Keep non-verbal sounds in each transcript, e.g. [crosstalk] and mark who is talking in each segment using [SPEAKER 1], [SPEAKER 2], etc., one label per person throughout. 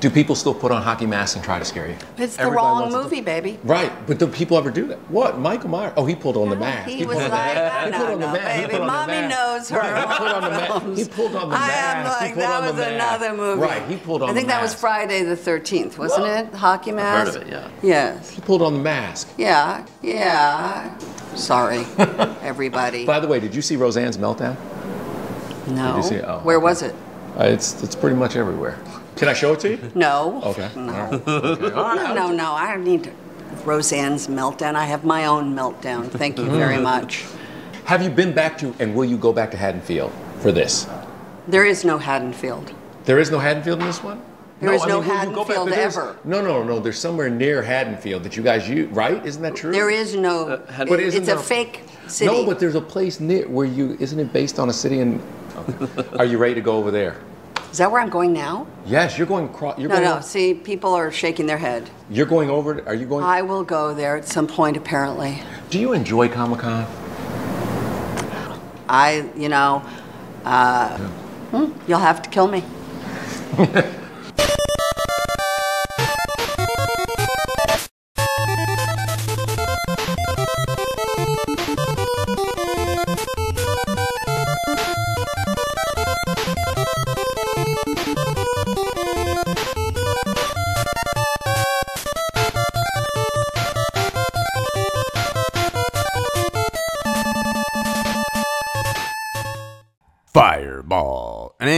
[SPEAKER 1] Do people still put on hockey masks and try to scare you?
[SPEAKER 2] It's the
[SPEAKER 1] Everybody
[SPEAKER 2] wrong
[SPEAKER 1] wants it to-
[SPEAKER 2] movie, baby.
[SPEAKER 1] Right, but do people ever do that? What? Michael Myers? Oh, he pulled on the mask.
[SPEAKER 2] He was
[SPEAKER 1] pulled on
[SPEAKER 2] like,
[SPEAKER 1] the mask.
[SPEAKER 2] I
[SPEAKER 1] He pulled
[SPEAKER 2] don't
[SPEAKER 1] on the
[SPEAKER 2] know,
[SPEAKER 1] mask. He
[SPEAKER 2] baby.
[SPEAKER 1] pulled on the
[SPEAKER 2] Mommy
[SPEAKER 1] mask.
[SPEAKER 2] knows her.
[SPEAKER 1] Right, he pulled on the mask. He pulled on the
[SPEAKER 2] I am
[SPEAKER 1] mask. He
[SPEAKER 2] like,
[SPEAKER 1] pulled
[SPEAKER 2] that
[SPEAKER 1] on the
[SPEAKER 2] was
[SPEAKER 1] mask.
[SPEAKER 2] another movie.
[SPEAKER 1] Right, he pulled on the
[SPEAKER 2] I
[SPEAKER 1] mask.
[SPEAKER 2] think that was Friday the 13th, wasn't it? Hockey
[SPEAKER 3] heard
[SPEAKER 2] mask?
[SPEAKER 3] of it, yeah.
[SPEAKER 2] Yes.
[SPEAKER 1] He pulled on the mask.
[SPEAKER 2] Yeah, yeah.
[SPEAKER 1] [laughs]
[SPEAKER 2] Sorry, everybody.
[SPEAKER 1] By the way, did you see Roseanne's meltdown?
[SPEAKER 2] no.
[SPEAKER 1] Did you see it? Oh,
[SPEAKER 2] Where
[SPEAKER 1] okay.
[SPEAKER 2] was it?
[SPEAKER 1] Uh, it's it's pretty much everywhere. Can I show it to you?
[SPEAKER 2] No.
[SPEAKER 1] Okay. All
[SPEAKER 2] No.
[SPEAKER 1] right.
[SPEAKER 2] [laughs]
[SPEAKER 1] Okay. All right.
[SPEAKER 2] No, no, no. I don't need Roseanne's meltdown. I have my own meltdown. Thank
[SPEAKER 1] [laughs]
[SPEAKER 2] you very much.
[SPEAKER 1] Have you been back to and will you go back to Haddonfield for this?
[SPEAKER 2] There is no Haddonfield.
[SPEAKER 1] There is no Haddonfield in this one.
[SPEAKER 2] There is no
[SPEAKER 1] will you go back-
[SPEAKER 2] Haddonfield
[SPEAKER 1] but there's-
[SPEAKER 2] ever.
[SPEAKER 1] No, no, no. There's somewhere near Haddonfield that you guys use, right? Isn't that true?
[SPEAKER 2] There is no.
[SPEAKER 3] Uh, Hadd-
[SPEAKER 2] it-
[SPEAKER 3] But
[SPEAKER 1] isn't
[SPEAKER 2] it's a
[SPEAKER 1] there-
[SPEAKER 2] fake city.
[SPEAKER 1] No, but there's a place near where you isn't it based on a city in? Okay. Are you ready to go over there?
[SPEAKER 2] is that where I'm going now?
[SPEAKER 1] Yes, you're going. Cro- you're
[SPEAKER 2] No,
[SPEAKER 1] going.
[SPEAKER 2] no. See, people are shaking their head.
[SPEAKER 1] You're going over. Are you going?
[SPEAKER 2] I will go there at some point, apparently.
[SPEAKER 1] do you enjoy Comic Con?
[SPEAKER 2] I, you know, uh, hmm, you'll have to kill me.
[SPEAKER 4] Fireball.
[SPEAKER 5] I've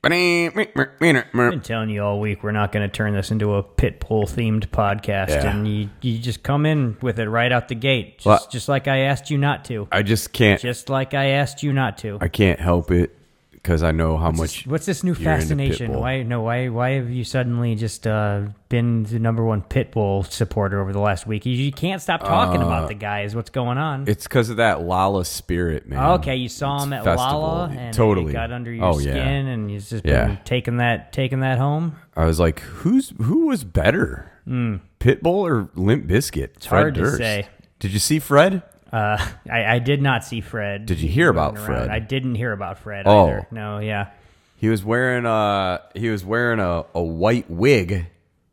[SPEAKER 5] been telling you all week we're not going to turn this into a pit bull themed podcast,
[SPEAKER 4] Yeah.
[SPEAKER 5] and you you just come in with it right out the gate, just,
[SPEAKER 4] Well-
[SPEAKER 5] just like I asked you not to,
[SPEAKER 4] I just can't.
[SPEAKER 5] just like I asked you not to.
[SPEAKER 4] I can't help it because I know how much.
[SPEAKER 5] What's this new
[SPEAKER 4] you're into
[SPEAKER 5] fascination?
[SPEAKER 4] Pitbull.
[SPEAKER 5] Why no? Why why have you suddenly just uh, been the number one pit bull supporter over the last week? You, you can't stop talking about the guy. Is what's going on?
[SPEAKER 4] Uh, It's because of that Lala spirit, man.
[SPEAKER 5] Oh, okay, you saw him
[SPEAKER 4] It's
[SPEAKER 5] at
[SPEAKER 4] festival.
[SPEAKER 5] Lala, and
[SPEAKER 4] Totally.
[SPEAKER 5] it got under your
[SPEAKER 4] Oh, yeah.
[SPEAKER 5] skin, and you've just
[SPEAKER 4] Yeah.
[SPEAKER 5] been taking that taking that home.
[SPEAKER 4] I was like, who's who was better, Pitbull or Limp Biscuit? It's
[SPEAKER 5] Hmm. hard to say.
[SPEAKER 4] Did you see Fred?
[SPEAKER 5] Uh, [laughs] I, I did not see Fred.
[SPEAKER 4] Did you hear about
[SPEAKER 5] running
[SPEAKER 4] Fred?
[SPEAKER 5] I didn't hear about Fred
[SPEAKER 4] Oh.
[SPEAKER 5] either. No, yeah.
[SPEAKER 4] He was wearing a he was wearing a, a white wig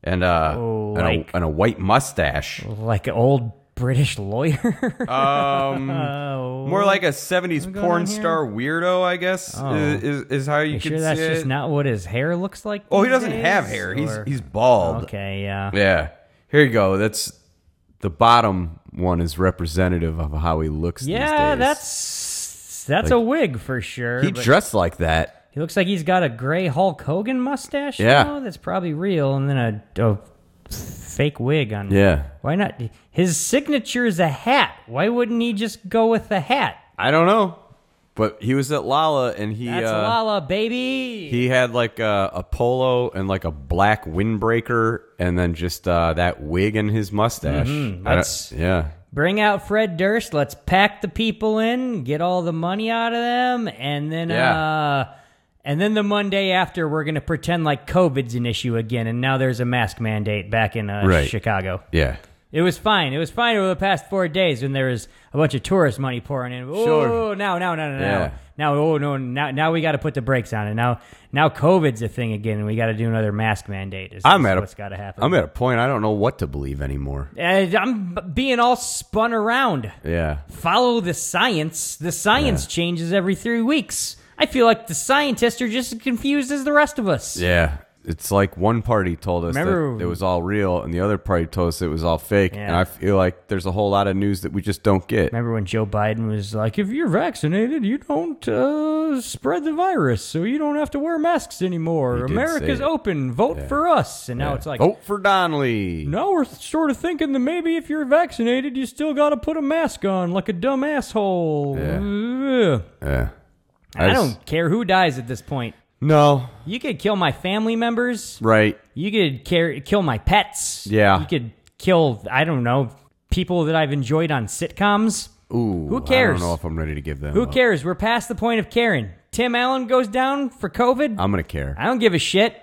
[SPEAKER 4] and a,
[SPEAKER 5] Oh,
[SPEAKER 4] and,
[SPEAKER 5] like-
[SPEAKER 4] a and a white mustache.
[SPEAKER 5] Like an old British lawyer. [laughs]
[SPEAKER 4] Um,
[SPEAKER 5] oh.
[SPEAKER 4] more like a '70s
[SPEAKER 5] going on
[SPEAKER 4] porn
[SPEAKER 5] here?
[SPEAKER 4] star weirdo, I guess. i-
[SPEAKER 5] Oh.
[SPEAKER 4] Is, is how you,
[SPEAKER 5] You
[SPEAKER 4] could
[SPEAKER 5] sure that's
[SPEAKER 4] see
[SPEAKER 5] just
[SPEAKER 4] it.
[SPEAKER 5] not what his hair looks like?
[SPEAKER 4] Oh, he
[SPEAKER 5] these
[SPEAKER 4] doesn't have
[SPEAKER 5] days?
[SPEAKER 4] hair. He's
[SPEAKER 5] Or-
[SPEAKER 4] he's bald.
[SPEAKER 5] Okay, yeah.
[SPEAKER 4] Yeah. Here you go. That's the bottom one is representative of how he looks. these
[SPEAKER 5] Yeah,
[SPEAKER 4] days.
[SPEAKER 5] that's that's a wig for sure.
[SPEAKER 4] he
[SPEAKER 5] but
[SPEAKER 4] dressed like that.
[SPEAKER 5] he looks like he's got a gray Hulk Hogan mustache.
[SPEAKER 4] Yeah.
[SPEAKER 5] now that's probably real, and then a, a fake wig on.
[SPEAKER 4] Yeah.
[SPEAKER 5] Why not? His signature is a hat. Why wouldn't he just go with the hat?
[SPEAKER 4] I don't know, but he was at Lala and he
[SPEAKER 5] That's
[SPEAKER 4] uh,
[SPEAKER 5] Lala, baby.
[SPEAKER 4] he had like a, a polo and like a black windbreaker and then just uh, that wig and his mustache. I don't-
[SPEAKER 5] Mm-hmm. That's-
[SPEAKER 4] yeah.
[SPEAKER 5] Bring out Fred Durst. Let's pack the people in, get all the money out of them, and then
[SPEAKER 4] Yeah.
[SPEAKER 5] uh and then the Monday after we're going to pretend like COVID's an issue again and now there's a mask mandate back in uh,
[SPEAKER 4] Right.
[SPEAKER 5] Chicago.
[SPEAKER 4] Yeah.
[SPEAKER 5] It was fine. It was fine over the past 4 days when there was a bunch of tourist money pouring in. Oh,
[SPEAKER 4] Sure.
[SPEAKER 5] now now now now.
[SPEAKER 4] Yeah.
[SPEAKER 5] Now oh no now now we got to put the brakes on it. Now now COVID's a thing again and we got to do another mask mandate. Is,
[SPEAKER 4] I'm
[SPEAKER 5] is
[SPEAKER 4] at a-
[SPEAKER 5] what's got to happen.
[SPEAKER 4] I'm at a point I don't know what to believe anymore.
[SPEAKER 5] And I'm b- being all spun around
[SPEAKER 4] Yeah.
[SPEAKER 5] follow the science. The science changes every three weeks. I feel like the scientists are just as confused as the rest of us.
[SPEAKER 4] Yeah. It's like one party told us
[SPEAKER 5] Remember-
[SPEAKER 4] that it was all real and the other party told us it was all fake. And
[SPEAKER 5] Yeah.
[SPEAKER 4] I feel like there's a whole lot of news that we just don't get.
[SPEAKER 5] Remember when Joe Biden was like, if you're vaccinated, you don't uh, spread the virus, so you don't have to wear masks anymore.
[SPEAKER 4] did say
[SPEAKER 5] America's
[SPEAKER 4] it.
[SPEAKER 5] open. Vote for us. And now
[SPEAKER 4] Yeah.
[SPEAKER 5] it's like,
[SPEAKER 4] vote for Donnelly.
[SPEAKER 5] now we're sort of thinking that maybe if you're vaccinated, you still got to put a mask on like a dumb asshole. Ugh.
[SPEAKER 4] Yeah.
[SPEAKER 5] I
[SPEAKER 4] just-
[SPEAKER 5] don't care who dies at this point.
[SPEAKER 4] No.
[SPEAKER 5] You could kill my family members.
[SPEAKER 4] Right.
[SPEAKER 5] You could care, kill my pets.
[SPEAKER 4] Yeah.
[SPEAKER 5] You could kill, I don't know, people that I've enjoyed on sitcoms.
[SPEAKER 4] Ooh.
[SPEAKER 5] Who cares?
[SPEAKER 4] I don't know if I'm ready to give them.
[SPEAKER 5] Who
[SPEAKER 4] up.
[SPEAKER 5] cares? We're past the point of caring. Tim Allen goes down for COVID.
[SPEAKER 4] I'm gonna care.
[SPEAKER 5] I don't give a shit.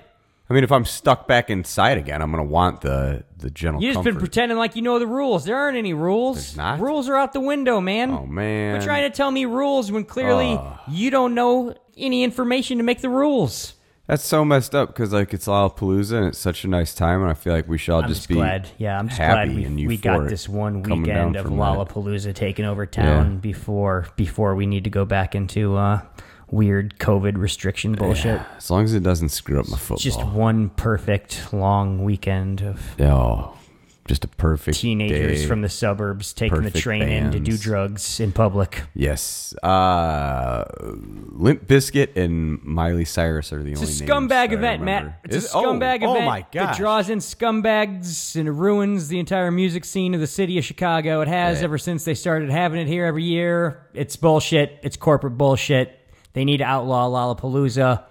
[SPEAKER 4] I mean, if I'm stuck back inside again, I'm gonna want the the gentle
[SPEAKER 5] You just
[SPEAKER 4] comfort.
[SPEAKER 5] been pretending like you know the rules. There aren't any rules. There's
[SPEAKER 4] not?
[SPEAKER 5] Rules are out the window, man.
[SPEAKER 4] oh man,
[SPEAKER 5] You're trying to tell me rules when clearly you don't know any information to make the rules.
[SPEAKER 4] That's so messed up because like it's Lollapalooza and it's such a nice time, and I feel like we should all
[SPEAKER 5] I'm
[SPEAKER 4] just,
[SPEAKER 5] just,
[SPEAKER 4] be
[SPEAKER 5] glad. Yeah, I'm just
[SPEAKER 4] happy
[SPEAKER 5] glad we,
[SPEAKER 4] and
[SPEAKER 5] we got
[SPEAKER 4] euphoric
[SPEAKER 5] this one
[SPEAKER 4] coming down
[SPEAKER 5] weekend of
[SPEAKER 4] from that.
[SPEAKER 5] Lollapalooza taking over town
[SPEAKER 4] Yeah.
[SPEAKER 5] before before we need to go back into uh, weird COVID restriction bullshit.
[SPEAKER 4] As long as it doesn't screw up my football.
[SPEAKER 5] Just one perfect long weekend of
[SPEAKER 4] oh, just a perfect
[SPEAKER 5] teenagers
[SPEAKER 4] day.
[SPEAKER 5] from the suburbs taking the
[SPEAKER 4] perfect
[SPEAKER 5] train in to do
[SPEAKER 4] bands.
[SPEAKER 5] drugs in public.
[SPEAKER 4] yes. Uh, Limp Biscuit and Miley Cyrus are the only
[SPEAKER 5] It's a
[SPEAKER 4] names
[SPEAKER 5] scumbag
[SPEAKER 4] that I
[SPEAKER 5] event,
[SPEAKER 4] remember.
[SPEAKER 5] Matt. It's
[SPEAKER 4] Is-
[SPEAKER 5] a scumbag
[SPEAKER 4] oh, Oh
[SPEAKER 5] event
[SPEAKER 4] my god!
[SPEAKER 5] that draws in scumbags and ruins the entire music scene of the city of Chicago. It has ever since they started having it here every year. It's bullshit. It's corporate bullshit. They need to outlaw Lollapalooza.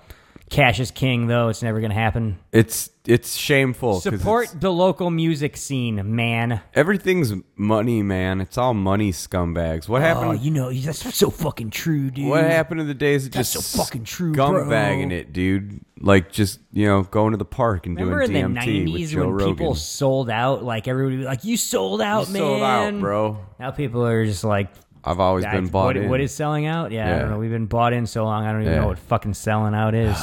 [SPEAKER 5] Cash is king, though. It's never going to happen.
[SPEAKER 4] It's it's shameful. 'cause
[SPEAKER 5] Support
[SPEAKER 4] it's-
[SPEAKER 5] the local music scene, man.
[SPEAKER 4] everything's money, man. It's all money scumbags. What happened?
[SPEAKER 5] Oh, you know that's so fucking true, dude.
[SPEAKER 4] What happened to the days of
[SPEAKER 5] That's
[SPEAKER 4] just
[SPEAKER 5] so fucking true, bro.
[SPEAKER 4] scumbagging it, dude? Like just you know going to the park and
[SPEAKER 5] Remember
[SPEAKER 4] doing
[SPEAKER 5] in the
[SPEAKER 4] DMT with
[SPEAKER 5] '90s
[SPEAKER 4] Joe
[SPEAKER 5] when
[SPEAKER 4] Rogan.
[SPEAKER 5] people sold out? Like everybody, was like you sold out, man.
[SPEAKER 4] sold out, bro.
[SPEAKER 5] Now people are just like,
[SPEAKER 4] I've always
[SPEAKER 5] I-
[SPEAKER 4] been bought
[SPEAKER 5] what,
[SPEAKER 4] in.
[SPEAKER 5] what is selling out? Yeah, I
[SPEAKER 4] Yeah.
[SPEAKER 5] don't know. We've been bought in so long, I don't even
[SPEAKER 4] Yeah.
[SPEAKER 5] know what fucking selling
[SPEAKER 4] [sighs]
[SPEAKER 5] out is.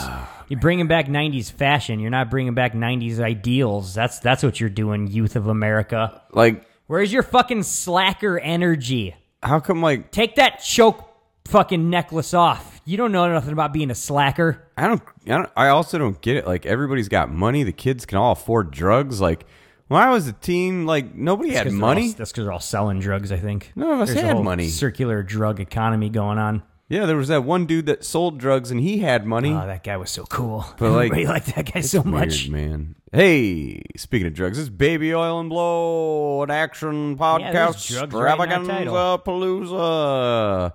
[SPEAKER 5] you're bringing back '90s fashion. You're not bringing back '90s ideals. That's that's what you're doing, youth of America.
[SPEAKER 4] like?
[SPEAKER 5] Where's your fucking slacker energy?
[SPEAKER 4] How come like
[SPEAKER 5] Take that choke fucking necklace off. You don't know nothing about being a slacker.
[SPEAKER 4] I don't, I don't I also don't get it. Like everybody's got money. The kids can all afford drugs. Like when I was a teen, like nobody had
[SPEAKER 5] 'Cause they're
[SPEAKER 4] money.
[SPEAKER 5] all- that's because they're all selling drugs. I think
[SPEAKER 4] None of us
[SPEAKER 5] There's a
[SPEAKER 4] had
[SPEAKER 5] whole
[SPEAKER 4] money.
[SPEAKER 5] Circular drug economy going on.
[SPEAKER 4] yeah, there was that one dude that sold drugs and he had money.
[SPEAKER 5] Oh, that guy was so cool.
[SPEAKER 4] But, like,
[SPEAKER 5] Everybody liked that guy so much.
[SPEAKER 4] Weird, man. Hey, speaking of drugs, it's Baby Oil and Blow, an action
[SPEAKER 5] Yeah, there's
[SPEAKER 4] podcast,
[SPEAKER 5] drugs right in our
[SPEAKER 4] extravaganza
[SPEAKER 5] title.
[SPEAKER 4] palooza.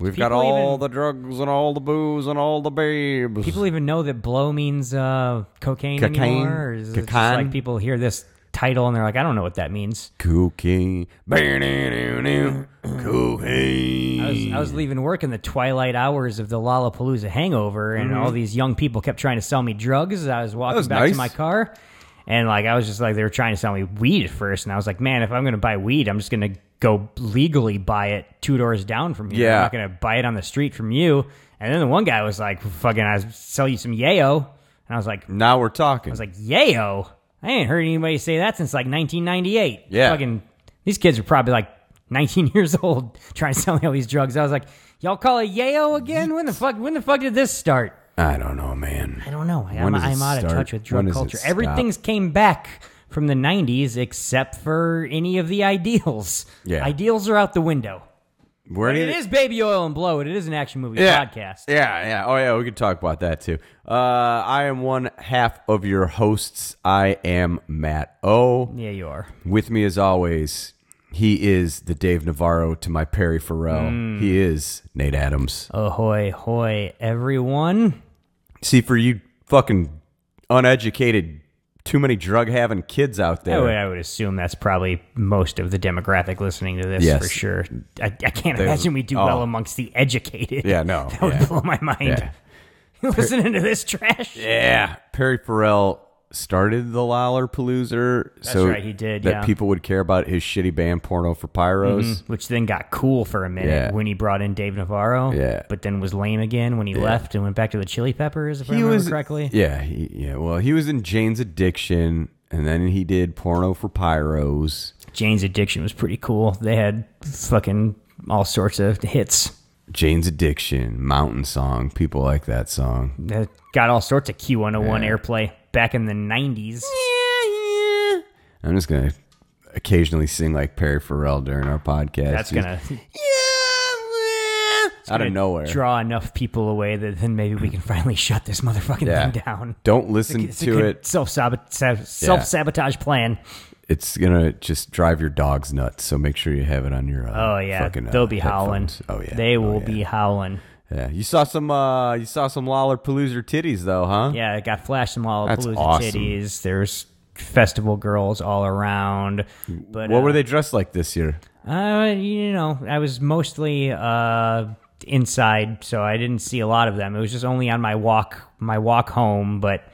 [SPEAKER 4] We've got
[SPEAKER 5] People
[SPEAKER 4] all
[SPEAKER 5] even-
[SPEAKER 4] the drugs and all the booze and all the babes.
[SPEAKER 5] People even know that blow means uh, cocaine,
[SPEAKER 4] Cocaine.
[SPEAKER 5] anymore. Or is it just like
[SPEAKER 4] Cocaine.
[SPEAKER 5] people hear this title and they're like, I don't know what that means.
[SPEAKER 4] Cooking,
[SPEAKER 5] [coughs]
[SPEAKER 4] cooking.
[SPEAKER 5] I was, I was leaving work in the twilight hours of the Lollapalooza hangover, and all these young people kept trying to sell me drugs. as I was walking
[SPEAKER 4] Mm-hmm. was
[SPEAKER 5] back to
[SPEAKER 4] nice.
[SPEAKER 5] my car, and like I was just like they were trying to sell me weed at first, and I was like, man, if I'm gonna buy weed, I'm just gonna go legally buy it two doors down from you.
[SPEAKER 4] Yeah.
[SPEAKER 5] I'm not gonna buy it on the street from you. And then the one guy was like, fucking, I sell you some yayo, and I was like,
[SPEAKER 4] Now we're talking.
[SPEAKER 5] I was like, yayo. I ain't heard anybody say that since like 1998.
[SPEAKER 4] Yeah.
[SPEAKER 5] Fucking, these kids are probably like 19 [laughs] years old trying to sell me all these drugs. I was like, y'all call it yayo again? When the fuck? When the fuck did this start?
[SPEAKER 4] I don't know, man.
[SPEAKER 5] I don't know.
[SPEAKER 4] When
[SPEAKER 5] I'm,
[SPEAKER 4] does it
[SPEAKER 5] I'm out of
[SPEAKER 4] start?
[SPEAKER 5] touch with
[SPEAKER 4] When
[SPEAKER 5] drug
[SPEAKER 4] does it
[SPEAKER 5] culture.
[SPEAKER 4] stop?
[SPEAKER 5] Everything's came back from the 90s except for any of the ideals.
[SPEAKER 4] Yeah.
[SPEAKER 5] Ideals are out the window.
[SPEAKER 4] Where
[SPEAKER 5] But
[SPEAKER 4] did
[SPEAKER 5] it is baby oil and blow. It is an action movie
[SPEAKER 4] yeah.
[SPEAKER 5] podcast.
[SPEAKER 4] Yeah, yeah. Oh, yeah. We could talk about that too. Uh, I am one half of your hosts. I am Matt O.
[SPEAKER 5] Yeah, you are.
[SPEAKER 4] With me, as always, he is the Dave Navarro to my Perry Farrell.
[SPEAKER 5] Mm.
[SPEAKER 4] He is Nate Adams.
[SPEAKER 5] Ahoy, hoy, everyone.
[SPEAKER 4] See, for you fucking uneducated, too many drug having kids out there.
[SPEAKER 5] I would, I would assume that's probably most of the demographic listening to this
[SPEAKER 4] Yes.
[SPEAKER 5] for sure. I, I can't imagine we do
[SPEAKER 4] oh.
[SPEAKER 5] well amongst the educated.
[SPEAKER 4] Yeah, no,
[SPEAKER 5] [laughs] That would
[SPEAKER 4] yeah.
[SPEAKER 5] blow my mind.
[SPEAKER 4] Yeah.
[SPEAKER 5] [laughs] Listening to this trash.
[SPEAKER 4] Yeah, Perry Farrell started the Lollapalooza. That's so
[SPEAKER 5] right, he did,
[SPEAKER 4] That
[SPEAKER 5] yeah. Mm-hmm.
[SPEAKER 4] people would care about his shitty band, Porno for Pyros.
[SPEAKER 5] Which then got cool for a minute
[SPEAKER 4] Yeah.
[SPEAKER 5] when he brought in Dave Navarro.
[SPEAKER 4] Yeah.
[SPEAKER 5] But then was lame again when he left and went back to the Chili Peppers, if I
[SPEAKER 4] he
[SPEAKER 5] remember
[SPEAKER 4] was
[SPEAKER 5] correctly.
[SPEAKER 4] Yeah, he, yeah. Well, he was in Jane's Addiction, and then he did Porno for Pyros.
[SPEAKER 5] Jane's Addiction was pretty cool. They had fucking all sorts of hits.
[SPEAKER 4] Jane's Addiction, Mountain Song. People like that song.
[SPEAKER 5] They got all sorts of Q101 airplay back in the 90s.
[SPEAKER 4] I'm just gonna occasionally sing like Perry Farrell during our podcast.
[SPEAKER 5] That's going to
[SPEAKER 4] Just out of
[SPEAKER 5] gonna
[SPEAKER 4] nowhere.
[SPEAKER 5] draw enough people away that then maybe we can finally shut this motherfucking
[SPEAKER 4] Yeah.
[SPEAKER 5] thing down.
[SPEAKER 4] Don't listen
[SPEAKER 5] It's a
[SPEAKER 4] to
[SPEAKER 5] good
[SPEAKER 4] it.
[SPEAKER 5] self-sabot- sab- self-sabotage plan.
[SPEAKER 4] It's gonna just drive your dogs nuts. So make sure you have it on your. Uh,
[SPEAKER 5] Oh yeah,
[SPEAKER 4] fucking, uh,
[SPEAKER 5] they'll be howling.
[SPEAKER 4] headphones. Oh yeah,
[SPEAKER 5] they
[SPEAKER 4] Oh,
[SPEAKER 5] will
[SPEAKER 4] yeah.
[SPEAKER 5] be howling.
[SPEAKER 4] Yeah, you saw some. uh You saw some Lollapalooza titties though, huh?
[SPEAKER 5] Yeah, it got flashed some Lollapalooza
[SPEAKER 4] awesome.
[SPEAKER 5] titties. There's festival girls all around. But
[SPEAKER 4] What
[SPEAKER 5] uh,
[SPEAKER 4] were they dressed like this year?
[SPEAKER 5] Uh, you know, I was mostly uh inside, so I didn't see a lot of them. It was just only on my walk, my walk home. But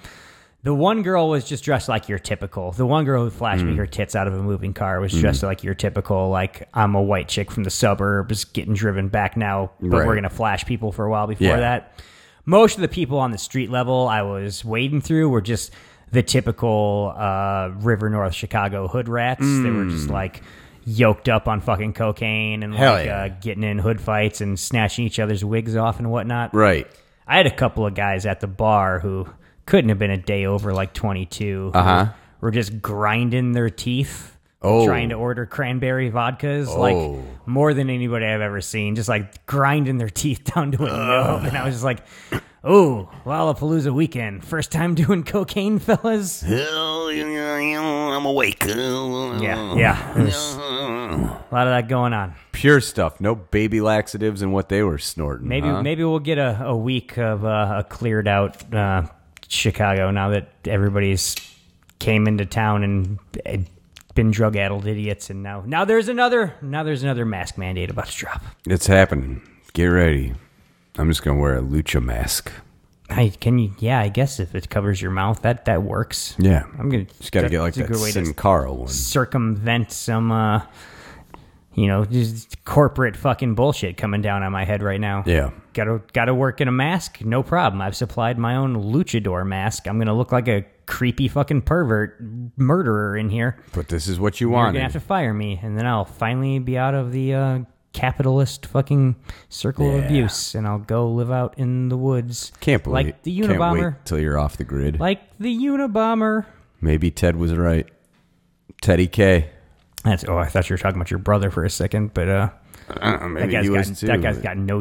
[SPEAKER 5] the one girl was just dressed like your typical. The one girl who flashed
[SPEAKER 4] Hmm.
[SPEAKER 5] me her tits out of a moving car was dressed like your typical. Like I'm a white chick from the suburbs getting driven back now, but
[SPEAKER 4] Right.
[SPEAKER 5] we're gonna flash people for a while before
[SPEAKER 4] Yeah.
[SPEAKER 5] that. most of the people on the street level I was wading through were just the typical uh, River North Chicago hood rats. They were just like yoked up on fucking cocaine and
[SPEAKER 4] Hmm. Hell
[SPEAKER 5] like
[SPEAKER 4] yeah.
[SPEAKER 5] uh, getting in hood fights and snatching each other's wigs off and whatnot.
[SPEAKER 4] Right.
[SPEAKER 5] I had a couple of guys at the bar who couldn't have been a day over like 22. who
[SPEAKER 4] Uh-huh.
[SPEAKER 5] Were just grinding their teeth.
[SPEAKER 4] Oh.
[SPEAKER 5] Trying to order cranberry vodkas,
[SPEAKER 4] Oh.
[SPEAKER 5] like more than anybody I've ever seen, just like grinding their [laughs] teeth down to a nub. And I was just like, oh, Lollapalooza weekend. First time [laughs] doing
[SPEAKER 4] [laughs]
[SPEAKER 5] cocaine, fellas?
[SPEAKER 4] I'm awake.
[SPEAKER 5] Yeah. Yeah. [laughs] There's a lot of that going on.
[SPEAKER 4] Pure stuff. No baby laxatives in what they were snorting.
[SPEAKER 5] Maybe
[SPEAKER 4] huh?
[SPEAKER 5] maybe we'll get a, a week of uh, a cleared out uh, Chicago now that everybody's came into town and uh, been drug addled idiots, and now now there's another now there's another mask mandate about to drop.
[SPEAKER 4] It's happening. Get ready. I'm just gonna wear a lucha mask.
[SPEAKER 5] I can you yeah I guess if it covers your mouth that that works.
[SPEAKER 4] Yeah.
[SPEAKER 5] I'm gonna
[SPEAKER 4] Just gotta
[SPEAKER 5] that-
[SPEAKER 4] get like
[SPEAKER 5] that's a
[SPEAKER 4] that
[SPEAKER 5] good way to
[SPEAKER 4] Sin Cara one.
[SPEAKER 5] circumvent some uh, you know just corporate fucking bullshit coming down on my head right now.
[SPEAKER 4] Yeah.
[SPEAKER 5] Got to got to work in a mask. No problem. I've supplied my own luchador mask. I'm gonna look like a creepy fucking pervert murderer in here.
[SPEAKER 4] But this is what you
[SPEAKER 5] You're
[SPEAKER 4] want.
[SPEAKER 5] gonna have to fire me, and then I'll finally be out of the uh, capitalist fucking circle of
[SPEAKER 4] Yeah.
[SPEAKER 5] abuse, and I'll go live out in the woods.
[SPEAKER 4] Can't believe
[SPEAKER 5] like the
[SPEAKER 4] can't wait
[SPEAKER 5] Unabomber.
[SPEAKER 4] till you're off the grid.
[SPEAKER 5] Like the Unabomber.
[SPEAKER 4] Maybe Ted was right. Teddy K.
[SPEAKER 5] That's oh, I thought you were talking about your brother for a second, but uh,
[SPEAKER 4] Uh,
[SPEAKER 5] that
[SPEAKER 4] [clears throat] maybe
[SPEAKER 5] guy's
[SPEAKER 4] he was
[SPEAKER 5] got
[SPEAKER 4] too.
[SPEAKER 5] that guy's
[SPEAKER 4] but-
[SPEAKER 5] got no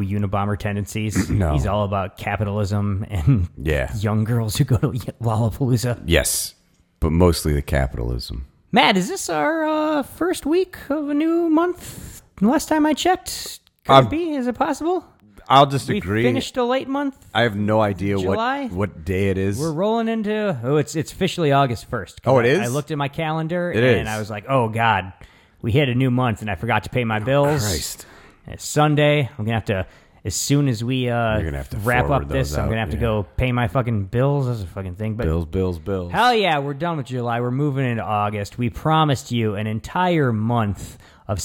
[SPEAKER 4] [clears throat]
[SPEAKER 5] Unabomber tendencies.
[SPEAKER 4] No.
[SPEAKER 5] he's all about capitalism and
[SPEAKER 4] Yeah.
[SPEAKER 5] young girls who go to Lollapalooza.
[SPEAKER 4] Yes, but mostly the capitalism.
[SPEAKER 5] Matt, is this our uh, first week of a new month? Last time I checked, could
[SPEAKER 4] Um,
[SPEAKER 5] it be? Is it possible?
[SPEAKER 4] I'll just
[SPEAKER 5] We
[SPEAKER 4] agree.
[SPEAKER 5] finished a late month.
[SPEAKER 4] I have no idea
[SPEAKER 5] July?
[SPEAKER 4] what what day it is.
[SPEAKER 5] We're rolling into oh, it's it's officially August first.
[SPEAKER 4] Oh, it is?
[SPEAKER 5] I looked at my calendar
[SPEAKER 4] It is.
[SPEAKER 5] and I was like, oh god, we hit a new month and I forgot to pay my bills.
[SPEAKER 4] Oh, Christ.
[SPEAKER 5] It's Sunday. I'm gonna have to. As soon as we uh,
[SPEAKER 4] gonna have to
[SPEAKER 5] wrap
[SPEAKER 4] forward
[SPEAKER 5] up this,
[SPEAKER 4] those
[SPEAKER 5] I'm
[SPEAKER 4] out,
[SPEAKER 5] gonna have to
[SPEAKER 4] yeah.
[SPEAKER 5] go pay my fucking bills. That's a fucking thing. But
[SPEAKER 4] Bills, bills, bills.
[SPEAKER 5] Hell yeah, we're done with July. We're moving into August. We promised you an entire month of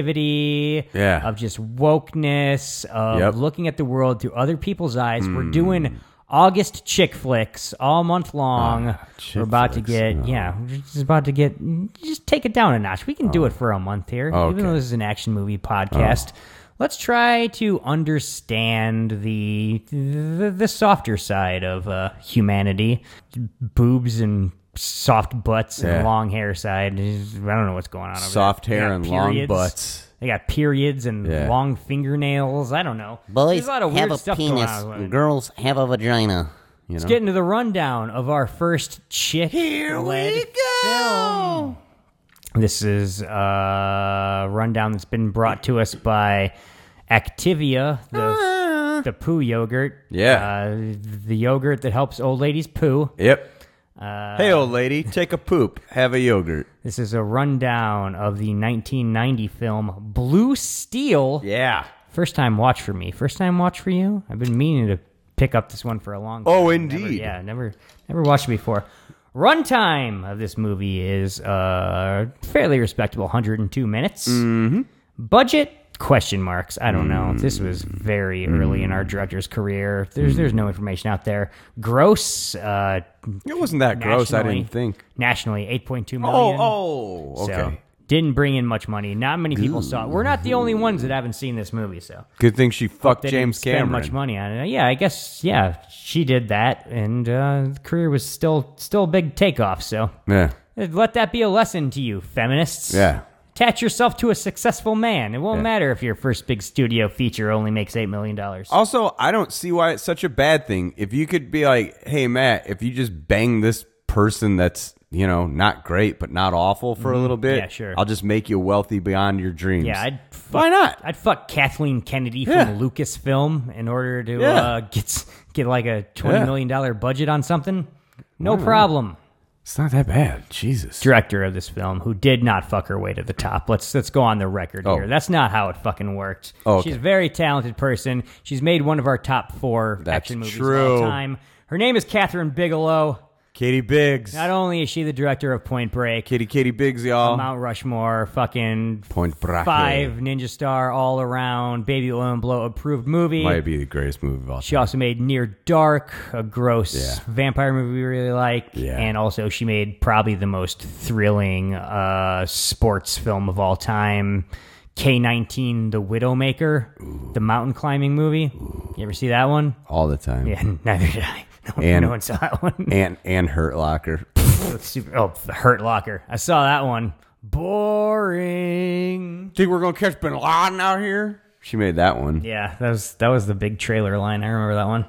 [SPEAKER 5] sensitivity,
[SPEAKER 4] Yeah.
[SPEAKER 5] of just wokeness, of
[SPEAKER 4] Yep. Hmm.
[SPEAKER 5] looking at the world through other people's eyes. We're doing August chick flicks all month long.
[SPEAKER 4] Ah, chick
[SPEAKER 5] we're about to
[SPEAKER 4] flicks,
[SPEAKER 5] get, yeah, we're just about to get, just take it down a notch. We can
[SPEAKER 4] Oh.
[SPEAKER 5] do it for a month here, even
[SPEAKER 4] okay.
[SPEAKER 5] though this is an action movie
[SPEAKER 4] Oh.
[SPEAKER 5] podcast. Let's try to understand the, the the softer side of uh, humanity, boobs and soft butts
[SPEAKER 4] Yeah.
[SPEAKER 5] and long hair side. I don't know what's going on. Over
[SPEAKER 4] Soft
[SPEAKER 5] there.
[SPEAKER 4] hair
[SPEAKER 5] They got
[SPEAKER 4] and long
[SPEAKER 5] periods.
[SPEAKER 4] butts.
[SPEAKER 5] They got periods and
[SPEAKER 4] Yeah.
[SPEAKER 5] long fingernails. I don't know. There's
[SPEAKER 3] Boys
[SPEAKER 5] a lot of
[SPEAKER 3] have
[SPEAKER 5] weird
[SPEAKER 3] a
[SPEAKER 5] stuff
[SPEAKER 3] penis.
[SPEAKER 5] Going on with women.
[SPEAKER 3] Girls have a vagina. You know?
[SPEAKER 5] Let's get into the rundown of our first chick. Here we go. Film. This is a rundown that's been brought to us by Activia, the, the poo yogurt.
[SPEAKER 4] Yeah.
[SPEAKER 5] Uh, the yogurt that helps old ladies poo.
[SPEAKER 4] Yep.
[SPEAKER 5] Uh,
[SPEAKER 4] hey, old lady, take a poop. Have a yogurt.
[SPEAKER 5] This is a rundown of the 1990 film Blue Steel.
[SPEAKER 4] Yeah.
[SPEAKER 5] First time watch for me. First time watch for you. I've been meaning to pick up this one for a long time.
[SPEAKER 4] Oh,
[SPEAKER 5] Never-
[SPEAKER 4] indeed.
[SPEAKER 5] yeah, never never watched it before. Runtime of this movie is uh, fairly respectable, 102 minutes. Mm-hmm. Budget question marks. I don't know. This
[SPEAKER 4] Mm.
[SPEAKER 5] was very early in our director's career. There's there's no information out there. Gross uh,
[SPEAKER 4] It wasn't that gross. I
[SPEAKER 5] Nationally.
[SPEAKER 4] didn't think.
[SPEAKER 5] nationally 8.2
[SPEAKER 4] Oh,
[SPEAKER 5] million.
[SPEAKER 4] oh, okay.
[SPEAKER 5] So, didn't bring in much money. Not many people saw it. We're not the only ones that haven't seen this movie. So
[SPEAKER 4] Good thing she fucked
[SPEAKER 5] they
[SPEAKER 4] James
[SPEAKER 5] didn't spend
[SPEAKER 4] Cameron.
[SPEAKER 5] much money on it. Yeah, I guess yeah, she did that, and uh, the career was still still a big takeoff. So
[SPEAKER 4] Yeah.
[SPEAKER 5] uh, let that be a lesson to you, feminists.
[SPEAKER 4] Yeah.
[SPEAKER 5] Attach yourself to a successful man. It won't
[SPEAKER 4] Yeah.
[SPEAKER 5] matter if your first big studio feature only makes $8 million.
[SPEAKER 4] Also, I don't see why it's such a bad thing. If you could be like, hey, Matt, if you just bang this person that's, you know, not great, but not awful for a little bit,
[SPEAKER 5] Mm-hmm. Yeah, sure.
[SPEAKER 4] I'll just make you wealthy beyond your dreams.
[SPEAKER 5] Yeah, I'd fuck,
[SPEAKER 4] Why not?
[SPEAKER 5] I'd fuck Kathleen Kennedy from
[SPEAKER 4] Yeah.
[SPEAKER 5] Lucasfilm in order to
[SPEAKER 4] Yeah.
[SPEAKER 5] uh, get s- get like a twenty
[SPEAKER 4] Yeah.
[SPEAKER 5] million dollar budget on something. No problem.
[SPEAKER 4] It's not that bad. Jesus.
[SPEAKER 5] Director of this film who did not fuck her way to the top. Let's let's go on the record
[SPEAKER 4] Oh.
[SPEAKER 5] here. That's not how it fucking worked.
[SPEAKER 4] Oh, okay.
[SPEAKER 5] She's a very talented person. She's made one of our top four
[SPEAKER 4] That's
[SPEAKER 5] action movies of
[SPEAKER 4] true.
[SPEAKER 5] all time. Her name is Catherine Bigelow.
[SPEAKER 4] Katie Biggs.
[SPEAKER 5] Not only is she the director of Point Break,
[SPEAKER 4] Katie Katie Biggs, y'all.
[SPEAKER 5] Mount Rushmore, fucking
[SPEAKER 4] Point Break.
[SPEAKER 5] five Ninja Star all around Baby Oil and Blow approved movie.
[SPEAKER 4] Might be the greatest movie of all
[SPEAKER 5] She
[SPEAKER 4] time.
[SPEAKER 5] also made Near Dark, a gross
[SPEAKER 4] Yeah.
[SPEAKER 5] vampire movie we really like,
[SPEAKER 4] Yeah.
[SPEAKER 5] and also she made probably the most thrilling uh, sports film of all time, K nineteen, The Widowmaker, the mountain climbing movie. You ever see that one? [laughs]
[SPEAKER 4] All the time.
[SPEAKER 5] Yeah, neither did I. [laughs] No, one-
[SPEAKER 4] And-
[SPEAKER 5] no one saw that one.
[SPEAKER 4] And and Hurt Locker.
[SPEAKER 5] It's [laughs] super- oh, the Hurt Locker. I saw that one. Boring.
[SPEAKER 4] Think we're gonna catch Bin Laden out here? She made that one.
[SPEAKER 5] Yeah, that was that was the big trailer line. I remember that one.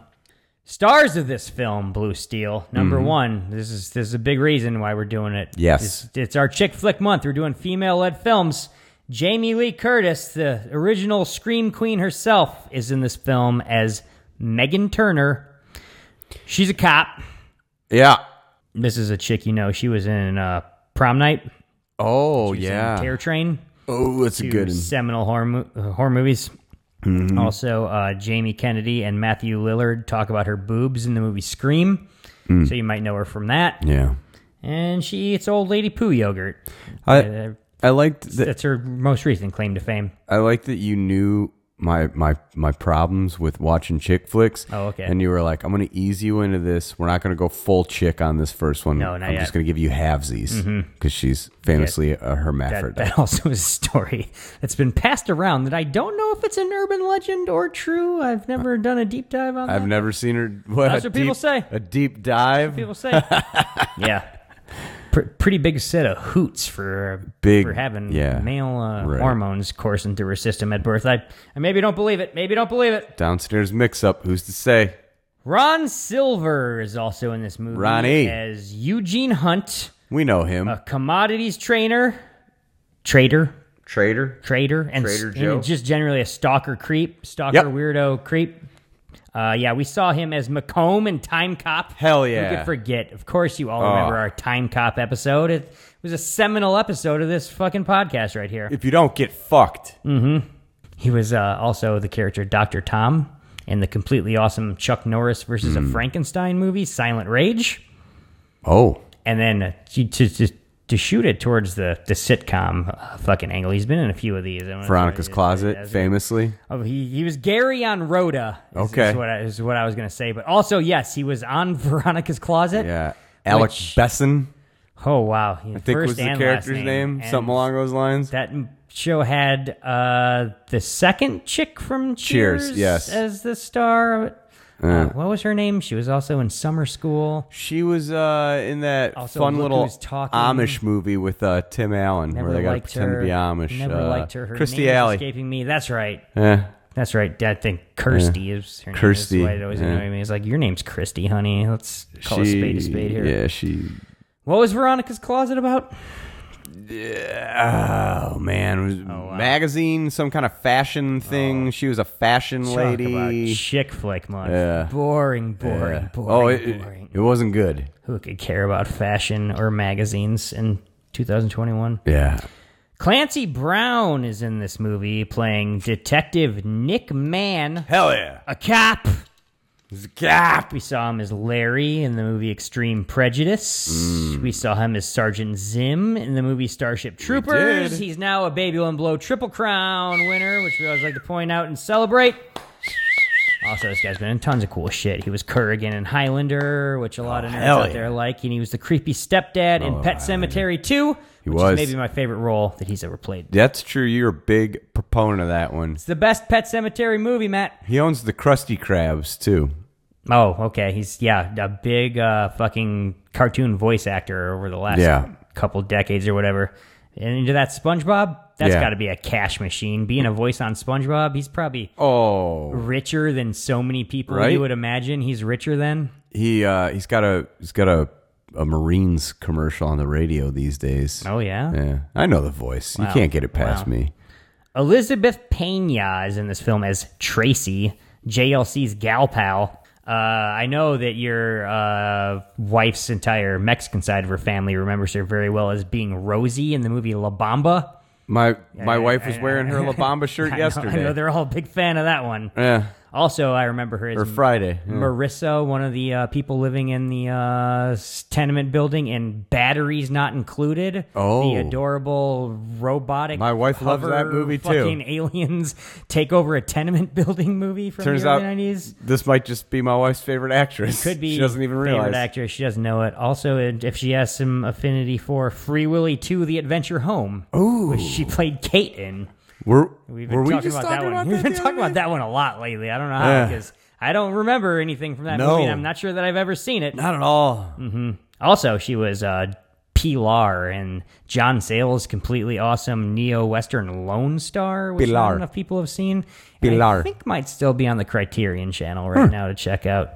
[SPEAKER 5] Stars of this film, Blue Steel. Number one. This is this is a big reason why we're doing it.
[SPEAKER 4] Mm-hmm. Yes.
[SPEAKER 5] it's, it's our chick flick month. We're doing female led films. Jamie Lee Curtis, the original Scream Queen herself, is in this film as Megan Turner. She's a cop.
[SPEAKER 4] Yeah.
[SPEAKER 5] This is a chick you know. She was in uh, Prom Night.
[SPEAKER 4] Oh
[SPEAKER 5] She was in
[SPEAKER 4] yeah.
[SPEAKER 5] Terror Train.
[SPEAKER 4] oh, that's a
[SPEAKER 5] two
[SPEAKER 4] good Mm-hmm. one.
[SPEAKER 5] seminal horror, mo- uh, horror movies. Also, uh, Jamie Kennedy and Matthew Lillard talk about her boobs in the movie Scream.
[SPEAKER 4] Mm.
[SPEAKER 5] So you might know her from that.
[SPEAKER 4] Yeah.
[SPEAKER 5] And she eats old lady poo yogurt.
[SPEAKER 4] I
[SPEAKER 5] Uh,
[SPEAKER 4] I liked that
[SPEAKER 5] that's her most recent claim to fame.
[SPEAKER 4] I like that you knew my my my problems with watching chick flicks.
[SPEAKER 5] Oh, okay.
[SPEAKER 4] And you were like, I'm gonna ease you into this. We're not gonna go full chick on this first one.
[SPEAKER 5] No, not
[SPEAKER 4] I'm just
[SPEAKER 5] yet. Mm-hmm.
[SPEAKER 4] gonna give you halvesies because she's famously a hermaphrodite.
[SPEAKER 5] That, that also is a story that's been passed around that I don't know if it's an urban legend or true. I've never done a deep dive on that.
[SPEAKER 4] I've never seen her. What,
[SPEAKER 5] That's
[SPEAKER 4] a
[SPEAKER 5] what people
[SPEAKER 4] deep-
[SPEAKER 5] say.
[SPEAKER 4] A deep dive. [laughs]
[SPEAKER 5] People say, yeah, Pr- pretty big set of hoots for
[SPEAKER 4] Big-
[SPEAKER 5] for having
[SPEAKER 4] yeah,
[SPEAKER 5] male uh,
[SPEAKER 4] right.
[SPEAKER 5] hormones coursing through her system at birth. I, I maybe don't believe it. Maybe don't believe it.
[SPEAKER 4] Downstairs mix up. Who's to say?
[SPEAKER 5] Ron Silver is also in this movie
[SPEAKER 4] Ronnie.
[SPEAKER 5] as Eugene Hunt,
[SPEAKER 4] We know him.
[SPEAKER 5] a commodities trainer, trader,
[SPEAKER 4] Trader.
[SPEAKER 5] trader, and, s-
[SPEAKER 4] Trader
[SPEAKER 5] and
[SPEAKER 4] Joe.
[SPEAKER 5] just generally a stalker creep, stalker
[SPEAKER 4] Yep.
[SPEAKER 5] weirdo creep. Uh, yeah, we saw him as Macomb and Time Cop.
[SPEAKER 4] Hell
[SPEAKER 5] Who
[SPEAKER 4] yeah. Oh.
[SPEAKER 5] could forget? Of course, you all remember our Time Cop episode. It was a seminal episode of this fucking podcast right here.
[SPEAKER 4] If you don't get fucked,
[SPEAKER 5] Mm. He was uh, also the character Dr. Tom in the completely awesome Chuck Norris versus
[SPEAKER 4] Hmm.
[SPEAKER 5] a Frankenstein movie, Silent Rage.
[SPEAKER 4] oh,
[SPEAKER 5] And then uh, to, to, to, to shoot it towards the, the sitcom uh, fucking angle, he's been in a few of these. I don't know if
[SPEAKER 4] Veronica's
[SPEAKER 5] he-
[SPEAKER 4] Closet,
[SPEAKER 5] that's-
[SPEAKER 4] famously.
[SPEAKER 5] Oh, he, he was Gary on Rhoda. Is,
[SPEAKER 4] Okay.
[SPEAKER 5] is what I, is what I was gonna say. But also, yes, he was on [laughs] Veronica's Closet.
[SPEAKER 4] Yeah. Alec
[SPEAKER 5] Which-
[SPEAKER 4] Besson,
[SPEAKER 5] Oh wow.
[SPEAKER 4] I think was the character's name. Something along those lines.
[SPEAKER 5] that m- show had uh, the second chick from
[SPEAKER 4] Cheers,
[SPEAKER 5] Cheers,
[SPEAKER 4] yes.
[SPEAKER 5] as the star. of it. Uh, what was her name? She was also in Summer School.
[SPEAKER 4] She was uh, in that
[SPEAKER 5] Also,
[SPEAKER 4] fun
[SPEAKER 5] Look
[SPEAKER 4] little
[SPEAKER 5] Who's Talking.
[SPEAKER 4] Amish movie with uh, Tim Allen,
[SPEAKER 5] Never
[SPEAKER 4] where they got to
[SPEAKER 5] liked
[SPEAKER 4] pretend
[SPEAKER 5] her.
[SPEAKER 4] to be Amish.
[SPEAKER 5] Never
[SPEAKER 4] uh,
[SPEAKER 5] liked her. Her
[SPEAKER 4] Christy
[SPEAKER 5] name's
[SPEAKER 4] Alley.
[SPEAKER 5] escaping me. That's right.
[SPEAKER 4] Eh,
[SPEAKER 5] That's right. I think Kirsty is her name.
[SPEAKER 4] Kirsty,
[SPEAKER 5] That's why it always
[SPEAKER 4] yeah.
[SPEAKER 5] annoyed me. It's like your name's Kirsty, honey. Let's call
[SPEAKER 4] she-
[SPEAKER 5] a spade a spade here.
[SPEAKER 4] Yeah, she.
[SPEAKER 5] What was Veronica's closet about?
[SPEAKER 4] Oh man, it was magazine, some kind of fashion thing. She was a fashion
[SPEAKER 5] Oh. Talk about
[SPEAKER 4] lady.
[SPEAKER 5] chick flick month.
[SPEAKER 4] Yeah.
[SPEAKER 5] Boring, boring,
[SPEAKER 4] Yeah.
[SPEAKER 5] boring,
[SPEAKER 4] oh, it, it-
[SPEAKER 5] boring.
[SPEAKER 4] it wasn't good.
[SPEAKER 5] Who could care about fashion or magazines in 2021?
[SPEAKER 4] Yeah,
[SPEAKER 5] Clancy Brown is in this movie playing Detective Nick Mann,
[SPEAKER 4] hell yeah.
[SPEAKER 5] a cop.
[SPEAKER 4] Gap.
[SPEAKER 5] We saw him as Larry in the movie Extreme Prejudice. We saw him as Sergeant Zim in the movie Starship Troopers.
[SPEAKER 4] Mm. did.
[SPEAKER 5] He's now a Baby One Blow Triple Crown winner, which we always like to point out and celebrate. Also, this guy's been in tons of cool shit. He was Kurgan in Highlander, which a lot of nerds
[SPEAKER 4] Oh, hell
[SPEAKER 5] out
[SPEAKER 4] yeah. Oh,
[SPEAKER 5] there like, and he was the creepy stepdad in Pet Cemetery 2, which
[SPEAKER 4] was.
[SPEAKER 5] is maybe my favorite role that he's ever played.
[SPEAKER 4] That's true. You're a big proponent of that one.
[SPEAKER 5] It's the best Pet Cemetery movie, Matt.
[SPEAKER 4] He owns the Krusty Krabs too.
[SPEAKER 5] Oh, okay. He's yeah, a big uh, fucking cartoon voice actor over the last
[SPEAKER 4] Yeah.
[SPEAKER 5] couple decades or whatever. And into that SpongeBob, that's
[SPEAKER 4] Yeah.
[SPEAKER 5] got to be a cash machine. Being a voice on SpongeBob, he's probably
[SPEAKER 4] Oh,
[SPEAKER 5] richer than so many people
[SPEAKER 4] Right?
[SPEAKER 5] you would imagine. He's richer than
[SPEAKER 4] he uh he's got a he's got a a Marines commercial on the radio these days.
[SPEAKER 5] oh yeah.
[SPEAKER 4] Yeah, I know the voice. You can't get it past me.
[SPEAKER 5] Elizabeth Pena is in this film as Tracy, JLC's gal pal. Uh, I know that your uh, wife's entire Mexican side of her family remembers her very well as being Rosie in the movie La Bamba.
[SPEAKER 4] My my wife was wearing her La Bamba shirt
[SPEAKER 5] [laughs] I know- I
[SPEAKER 4] yesterday.
[SPEAKER 5] know, they're all a big fan of that one.
[SPEAKER 4] yeah,
[SPEAKER 5] Also, I remember her as
[SPEAKER 4] Or Friday.
[SPEAKER 5] Mm.
[SPEAKER 4] yeah.
[SPEAKER 5] Marissa, one of the uh, people living in the uh, s- tenement building, and batteries not included.
[SPEAKER 4] Oh.
[SPEAKER 5] the adorable robotic.
[SPEAKER 4] My wife loves
[SPEAKER 5] hover
[SPEAKER 4] that movie, too.
[SPEAKER 5] Fucking aliens take over a tenement [laughs] building movie from
[SPEAKER 4] Turns
[SPEAKER 5] the
[SPEAKER 4] out
[SPEAKER 5] early nineties.
[SPEAKER 4] this might just be my wife's favorite actress.
[SPEAKER 5] Could be
[SPEAKER 4] She doesn't even
[SPEAKER 5] favorite
[SPEAKER 4] realize.
[SPEAKER 5] actress. She doesn't know it. Also, and if she has some affinity for Free Willy Two: The Adventure Home, Ooh. which she played Kate in.
[SPEAKER 4] Were,
[SPEAKER 5] We've been
[SPEAKER 4] were we
[SPEAKER 5] talking
[SPEAKER 4] just
[SPEAKER 5] about
[SPEAKER 4] talking
[SPEAKER 5] that
[SPEAKER 4] about
[SPEAKER 5] one. We've
[SPEAKER 4] that
[SPEAKER 5] been
[SPEAKER 4] the
[SPEAKER 5] talking
[SPEAKER 4] other
[SPEAKER 5] about
[SPEAKER 4] day?
[SPEAKER 5] that one a lot lately. I don't know
[SPEAKER 4] Yeah.
[SPEAKER 5] how because I don't remember anything from that
[SPEAKER 4] No.
[SPEAKER 5] movie, and I'm not sure that I've ever seen it.
[SPEAKER 4] Not at all.
[SPEAKER 5] Also, she was uh, Pilar and John Sayles' completely awesome neo Western Lone Star, which
[SPEAKER 4] Pilar.
[SPEAKER 5] not enough people have seen. And
[SPEAKER 4] Pilar.
[SPEAKER 5] I think might still be on the Criterion channel right now to check out.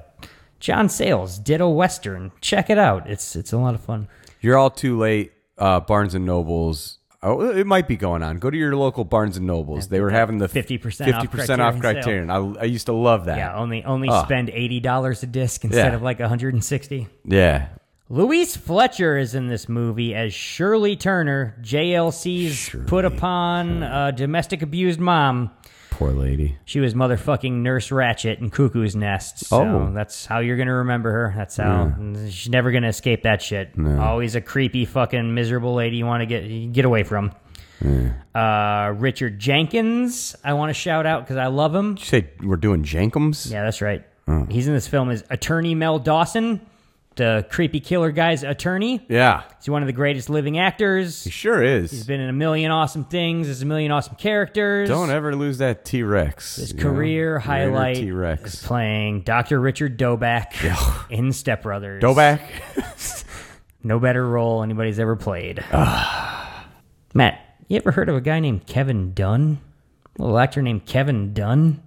[SPEAKER 5] John Sayles did a Western. Check it out. It's it's a lot of fun.
[SPEAKER 4] You're all too late. Uh, Barnes and Nobles. Oh, it might be going on. Go to your local Barnes and Nobles. They were having the
[SPEAKER 5] 50%
[SPEAKER 4] 50%
[SPEAKER 5] off
[SPEAKER 4] off
[SPEAKER 5] Criterion
[SPEAKER 4] Criterion. I, I used to love that.
[SPEAKER 5] Yeah, um, only only spend eighty dollars a disc instead
[SPEAKER 4] Yeah.
[SPEAKER 5] of like hundred and sixty.
[SPEAKER 4] Yeah.
[SPEAKER 5] Louise Fletcher is in this movie as Shirley Turner, JLC's put upon uh, domestic abused mom.
[SPEAKER 4] Poor lady.
[SPEAKER 5] She was motherfucking Nurse Ratchet in Cuckoo's Nest. So
[SPEAKER 4] Oh.
[SPEAKER 5] that's how you're going to remember her. That's how she's never going to escape that shit. Always a creepy, fucking miserable lady you want to get get away from. Uh, Richard Jenkins, I want to shout out because I love him.
[SPEAKER 4] Did you say we're doing Jenkums?
[SPEAKER 5] Yeah, that's right. He's in this film as attorney Mel Dawson, the creepy killer guy's attorney.
[SPEAKER 4] Yeah.
[SPEAKER 5] He's one of the greatest living actors.
[SPEAKER 4] He sure is.
[SPEAKER 5] He's been in a million awesome things. There's a million awesome characters.
[SPEAKER 4] Don't ever lose that T Rex.
[SPEAKER 5] His career highlight
[SPEAKER 4] T
[SPEAKER 5] is
[SPEAKER 4] Rex.
[SPEAKER 5] playing Dr. Richard Doback in Step Brothers.
[SPEAKER 4] Go back. [laughs]
[SPEAKER 5] No better role anybody's
[SPEAKER 4] [sighs]
[SPEAKER 5] ever played. Matt, you ever heard of a guy named Kevin Dunn? A little actor named Kevin Dunn?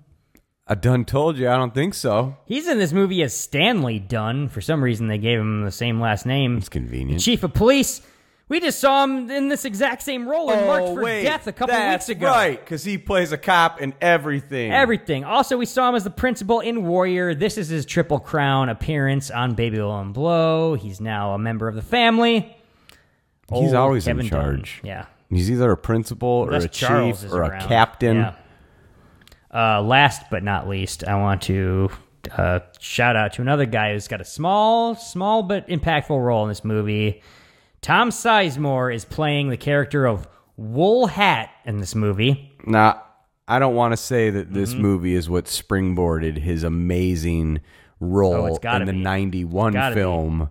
[SPEAKER 4] I done told you. I don't think so.
[SPEAKER 5] He's in this movie as Stanley Dunn. For some reason, they gave him the same last name.
[SPEAKER 4] It's convenient.
[SPEAKER 5] Chief of Police. We just saw him in this exact same role in March for Death a couple
[SPEAKER 4] Oh, that's
[SPEAKER 5] weeks ago.
[SPEAKER 4] Right, because he plays a cop in everything.
[SPEAKER 5] Everything. Also, we saw him as the principal in Warrior. This is his Triple Crown appearance on Babylon Blow. He's now a member of the family.
[SPEAKER 4] He's
[SPEAKER 5] Old
[SPEAKER 4] always in
[SPEAKER 5] Kevin
[SPEAKER 4] charge.
[SPEAKER 5] Dunn. Yeah.
[SPEAKER 4] He's either a principal or
[SPEAKER 5] Unless
[SPEAKER 4] a
[SPEAKER 5] Charles
[SPEAKER 4] chief
[SPEAKER 5] is
[SPEAKER 4] or a
[SPEAKER 5] around.
[SPEAKER 4] captain.
[SPEAKER 5] Yeah. Uh, last but not least, I want to uh, shout out to another guy who's got a small, small but impactful role in this movie. Tom Sizemore is playing the character of Wool Hat in this movie.
[SPEAKER 4] Now, I don't want to say that this
[SPEAKER 5] Mm-hmm.
[SPEAKER 4] movie is what springboarded his amazing
[SPEAKER 5] Oh,
[SPEAKER 4] role
[SPEAKER 5] it's gotta
[SPEAKER 4] in the
[SPEAKER 5] be.
[SPEAKER 4] '91
[SPEAKER 5] It's gotta be.
[SPEAKER 4] film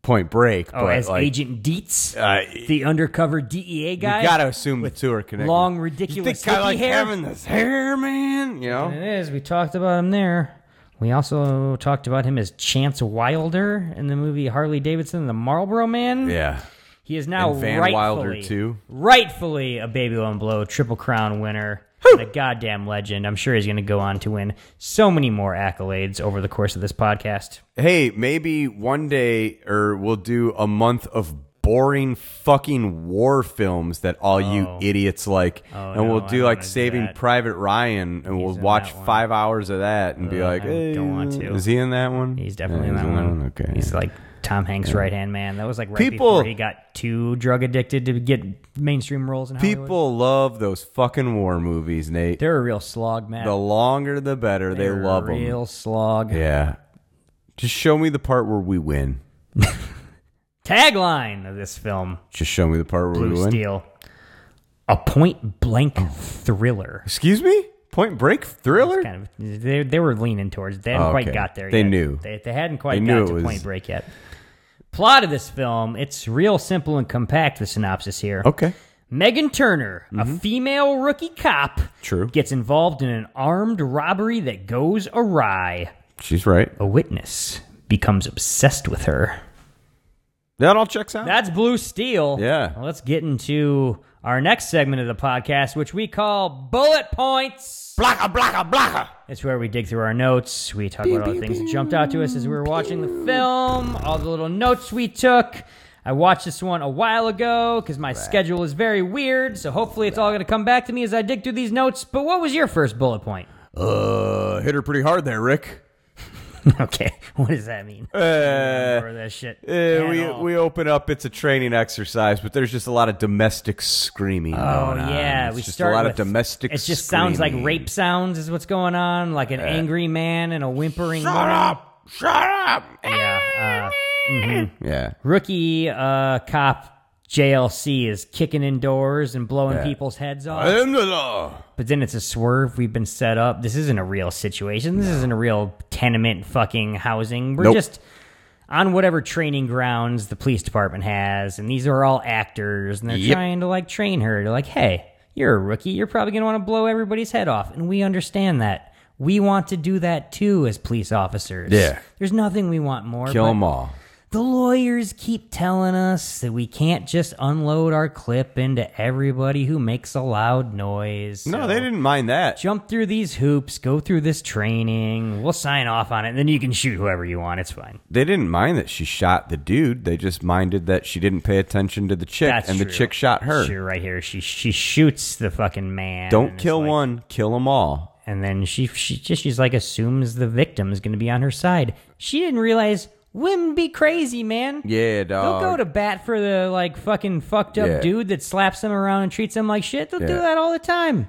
[SPEAKER 4] Point Break.
[SPEAKER 5] Oh,
[SPEAKER 4] but
[SPEAKER 5] as
[SPEAKER 4] like,
[SPEAKER 5] Agent Dietz,
[SPEAKER 4] uh,
[SPEAKER 5] the undercover DEA
[SPEAKER 4] you
[SPEAKER 5] guy.
[SPEAKER 4] gotta assume the two are connected.
[SPEAKER 5] long,
[SPEAKER 4] You
[SPEAKER 5] ridiculous
[SPEAKER 4] think I
[SPEAKER 5] hippie
[SPEAKER 4] like
[SPEAKER 5] hair?
[SPEAKER 4] having this hair, man? You know.
[SPEAKER 5] It is. We talked about him there. We also talked about him as Chance Wilder in the movie Harley Davidson and the Marlboro Man.
[SPEAKER 4] Yeah.
[SPEAKER 5] He is now
[SPEAKER 4] And Van
[SPEAKER 5] rightfully,
[SPEAKER 4] Wilder, too.
[SPEAKER 5] rightfully a Babylon Blow Triple Crown winner. And a goddamn legend. I'm sure he's going to go on to win so many more accolades over the course of this podcast.
[SPEAKER 4] Hey, maybe one day or we'll do a month of boring fucking war films that all you idiots like and
[SPEAKER 5] Oh. no,
[SPEAKER 4] we'll
[SPEAKER 5] I
[SPEAKER 4] do
[SPEAKER 5] don't
[SPEAKER 4] like
[SPEAKER 5] wanna do
[SPEAKER 4] saving
[SPEAKER 5] that.
[SPEAKER 4] private ryan and we'll
[SPEAKER 5] in
[SPEAKER 4] watch
[SPEAKER 5] that one. Uh,
[SPEAKER 4] five hours of that and be like
[SPEAKER 5] I don't
[SPEAKER 4] "Hey,
[SPEAKER 5] want to."
[SPEAKER 4] is he in that one
[SPEAKER 5] He's definitely in
[SPEAKER 4] Yeah,
[SPEAKER 5] that
[SPEAKER 4] he's
[SPEAKER 5] one.
[SPEAKER 4] okay
[SPEAKER 5] He's like Tom Hanks' right hand man. That was like right
[SPEAKER 4] People-
[SPEAKER 5] before he got too drug addicted to get mainstream roles in Hollywood.
[SPEAKER 4] people love those fucking war movies nate
[SPEAKER 5] They're a real slog, man.
[SPEAKER 4] the longer the better they
[SPEAKER 5] They're a
[SPEAKER 4] love them
[SPEAKER 5] Real slog.
[SPEAKER 4] yeah just show me the part where we win
[SPEAKER 5] Tagline of this film,
[SPEAKER 4] just show me the part where we
[SPEAKER 5] Blue
[SPEAKER 4] win
[SPEAKER 5] Steel. A point blank
[SPEAKER 4] Oh.
[SPEAKER 5] thriller.
[SPEAKER 4] excuse me point break thriller
[SPEAKER 5] Kind of, they, they were leaning towards. They hadn't
[SPEAKER 4] Oh,
[SPEAKER 5] quite
[SPEAKER 4] okay.
[SPEAKER 5] got there.
[SPEAKER 4] They
[SPEAKER 5] yet.
[SPEAKER 4] knew.
[SPEAKER 5] They, they hadn't quite
[SPEAKER 4] They
[SPEAKER 5] got
[SPEAKER 4] knew
[SPEAKER 5] to
[SPEAKER 4] it was-
[SPEAKER 5] Point Break yet. Plot of this film. It's real simple and compact. The synopsis here.
[SPEAKER 4] okay
[SPEAKER 5] Megan Turner,
[SPEAKER 4] Mm-hmm.
[SPEAKER 5] a female rookie cop,
[SPEAKER 4] True.
[SPEAKER 5] gets involved in an armed robbery that goes awry.
[SPEAKER 4] she's right
[SPEAKER 5] A witness becomes obsessed with her.
[SPEAKER 4] that all checks out
[SPEAKER 5] That's Blue Steel.
[SPEAKER 4] Yeah.
[SPEAKER 5] Well, let's get into our next segment of the podcast, which we call Bullet Points.
[SPEAKER 4] Blacka, blacka, blacka.
[SPEAKER 5] It's where we dig through our notes. We talk about all the things that jumped out to us as we were watching the film, all the little notes we took. I watched this one a while ago because my schedule is very weird, so hopefully it's all going to come back to me as I dig
[SPEAKER 4] [laughs]
[SPEAKER 5] through these notes. But what was your first bullet point?
[SPEAKER 4] Uh, hit her pretty hard there, Rick.
[SPEAKER 5] okay, what does that mean? I don't remember that shit.
[SPEAKER 4] Eh,
[SPEAKER 5] at
[SPEAKER 4] Uh, we
[SPEAKER 5] all.
[SPEAKER 4] we open up. It's a training exercise, but there's just a lot of domestic screaming.
[SPEAKER 5] Oh
[SPEAKER 4] going on.
[SPEAKER 5] yeah,
[SPEAKER 4] It's
[SPEAKER 5] we
[SPEAKER 4] just
[SPEAKER 5] start
[SPEAKER 4] a lot of
[SPEAKER 5] with-
[SPEAKER 4] domestic.
[SPEAKER 5] It just sounds like
[SPEAKER 4] screaming.
[SPEAKER 5] rape sounds is what's going on, like an angry man and a whimpering.
[SPEAKER 4] Shut
[SPEAKER 5] woman.
[SPEAKER 4] up! Shut up!
[SPEAKER 5] Yeah. Uh, mhm.
[SPEAKER 4] Mm, Yeah.
[SPEAKER 5] Rookie uh, cop JLC is kicking in doors and blowing people's heads off.
[SPEAKER 4] am the law.
[SPEAKER 5] But then it's a swerve we've been set up. This isn't a real situation. This isn't a real tenement fucking housing. We're
[SPEAKER 4] Nope.
[SPEAKER 5] just on whatever training grounds the police department has, and these are all actors, and they're
[SPEAKER 4] Yep.
[SPEAKER 5] trying to like train her to like, hey, you're a rookie. You're probably gonna want to blow everybody's head off, and we understand that. We want to do that too as police officers.
[SPEAKER 4] Yeah.
[SPEAKER 5] There's nothing we want more.
[SPEAKER 4] Kill
[SPEAKER 5] but
[SPEAKER 4] them all.
[SPEAKER 5] the lawyers keep telling us that we can't just unload our clip into everybody who makes a loud noise.
[SPEAKER 4] No,
[SPEAKER 5] so
[SPEAKER 4] they didn't mind that.
[SPEAKER 5] Jump through these hoops, go through this training. We'll sign off on it, and then you can shoot whoever you want. It's fine.
[SPEAKER 4] They didn't mind that she shot the dude. They just minded that she didn't pay attention to the chick,
[SPEAKER 5] That's
[SPEAKER 4] and
[SPEAKER 5] true.
[SPEAKER 4] the chick shot her.
[SPEAKER 5] She right here. She she shoots the fucking man. and
[SPEAKER 4] Don't
[SPEAKER 5] it's
[SPEAKER 4] kill
[SPEAKER 5] like-
[SPEAKER 4] one, kill them all.
[SPEAKER 5] And then she she just she's like assumes the victim is going to be on her side. She didn't realize women be crazy, man.
[SPEAKER 4] Yeah,
[SPEAKER 5] They'll
[SPEAKER 4] dog.
[SPEAKER 5] go to bat for the like fucking fucked up
[SPEAKER 4] Yeah.
[SPEAKER 5] dude that slaps them around and treats them like shit. They'll do
[SPEAKER 4] Yeah.
[SPEAKER 5] that all the time.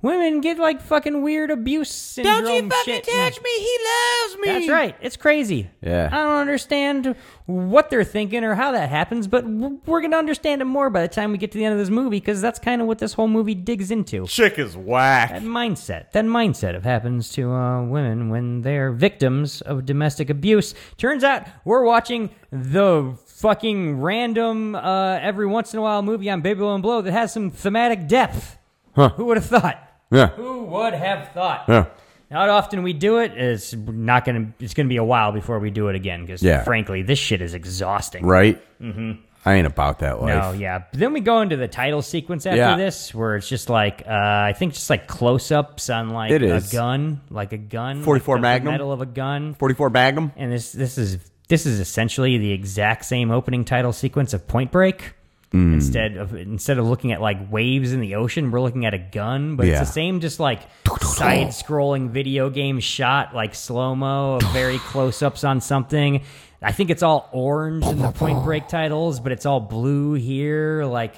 [SPEAKER 5] Women get like fucking weird abuse syndrome. shit.
[SPEAKER 4] me. He loves me.
[SPEAKER 5] That's right. It's crazy.
[SPEAKER 4] Yeah.
[SPEAKER 5] I don't understand what they're thinking or how that happens, but w- we're gonna understand it more by the time we get to the end of this movie because that's kind of what this whole movie digs into.
[SPEAKER 4] Chick is whack.
[SPEAKER 5] That mindset. That mindset of happens to uh, women when they're victims of domestic abuse. Turns out we're watching the fucking random uh, every once in a while movie on Baby and Blow that has some thematic depth. Who would have thought?
[SPEAKER 4] Yeah.
[SPEAKER 5] Who would have thought?
[SPEAKER 4] Yeah.
[SPEAKER 5] Not often we do it. It's not gonna. It's gonna be a while before we do it again. Because
[SPEAKER 4] Yeah.
[SPEAKER 5] frankly, this shit is exhausting.
[SPEAKER 4] Right? Mm-hmm. I ain't about that life.
[SPEAKER 5] No, yeah. But then we go into the title sequence after
[SPEAKER 4] Yeah.
[SPEAKER 5] this, where it's just like uh, I think just like close-ups on like
[SPEAKER 4] It
[SPEAKER 5] a
[SPEAKER 4] is.
[SPEAKER 5] gun, like a gun,
[SPEAKER 4] 44
[SPEAKER 5] like the
[SPEAKER 4] Magnum?
[SPEAKER 5] metal of a gun,
[SPEAKER 4] 44 Magnum?
[SPEAKER 5] Mm-hmm. and this this is this is essentially the exact same opening title sequence of Point Break.
[SPEAKER 4] Mm.
[SPEAKER 5] Instead of instead of looking at like waves in the ocean, we're looking at a gun, but
[SPEAKER 4] Yeah.
[SPEAKER 5] it's the same just like side-scrolling video game shot, like slow mo, of
[SPEAKER 4] [sighs]
[SPEAKER 5] very close-ups on something. I think it's all orange in the Point Break
[SPEAKER 4] [sighs]
[SPEAKER 5] titles, but it's all blue here. Like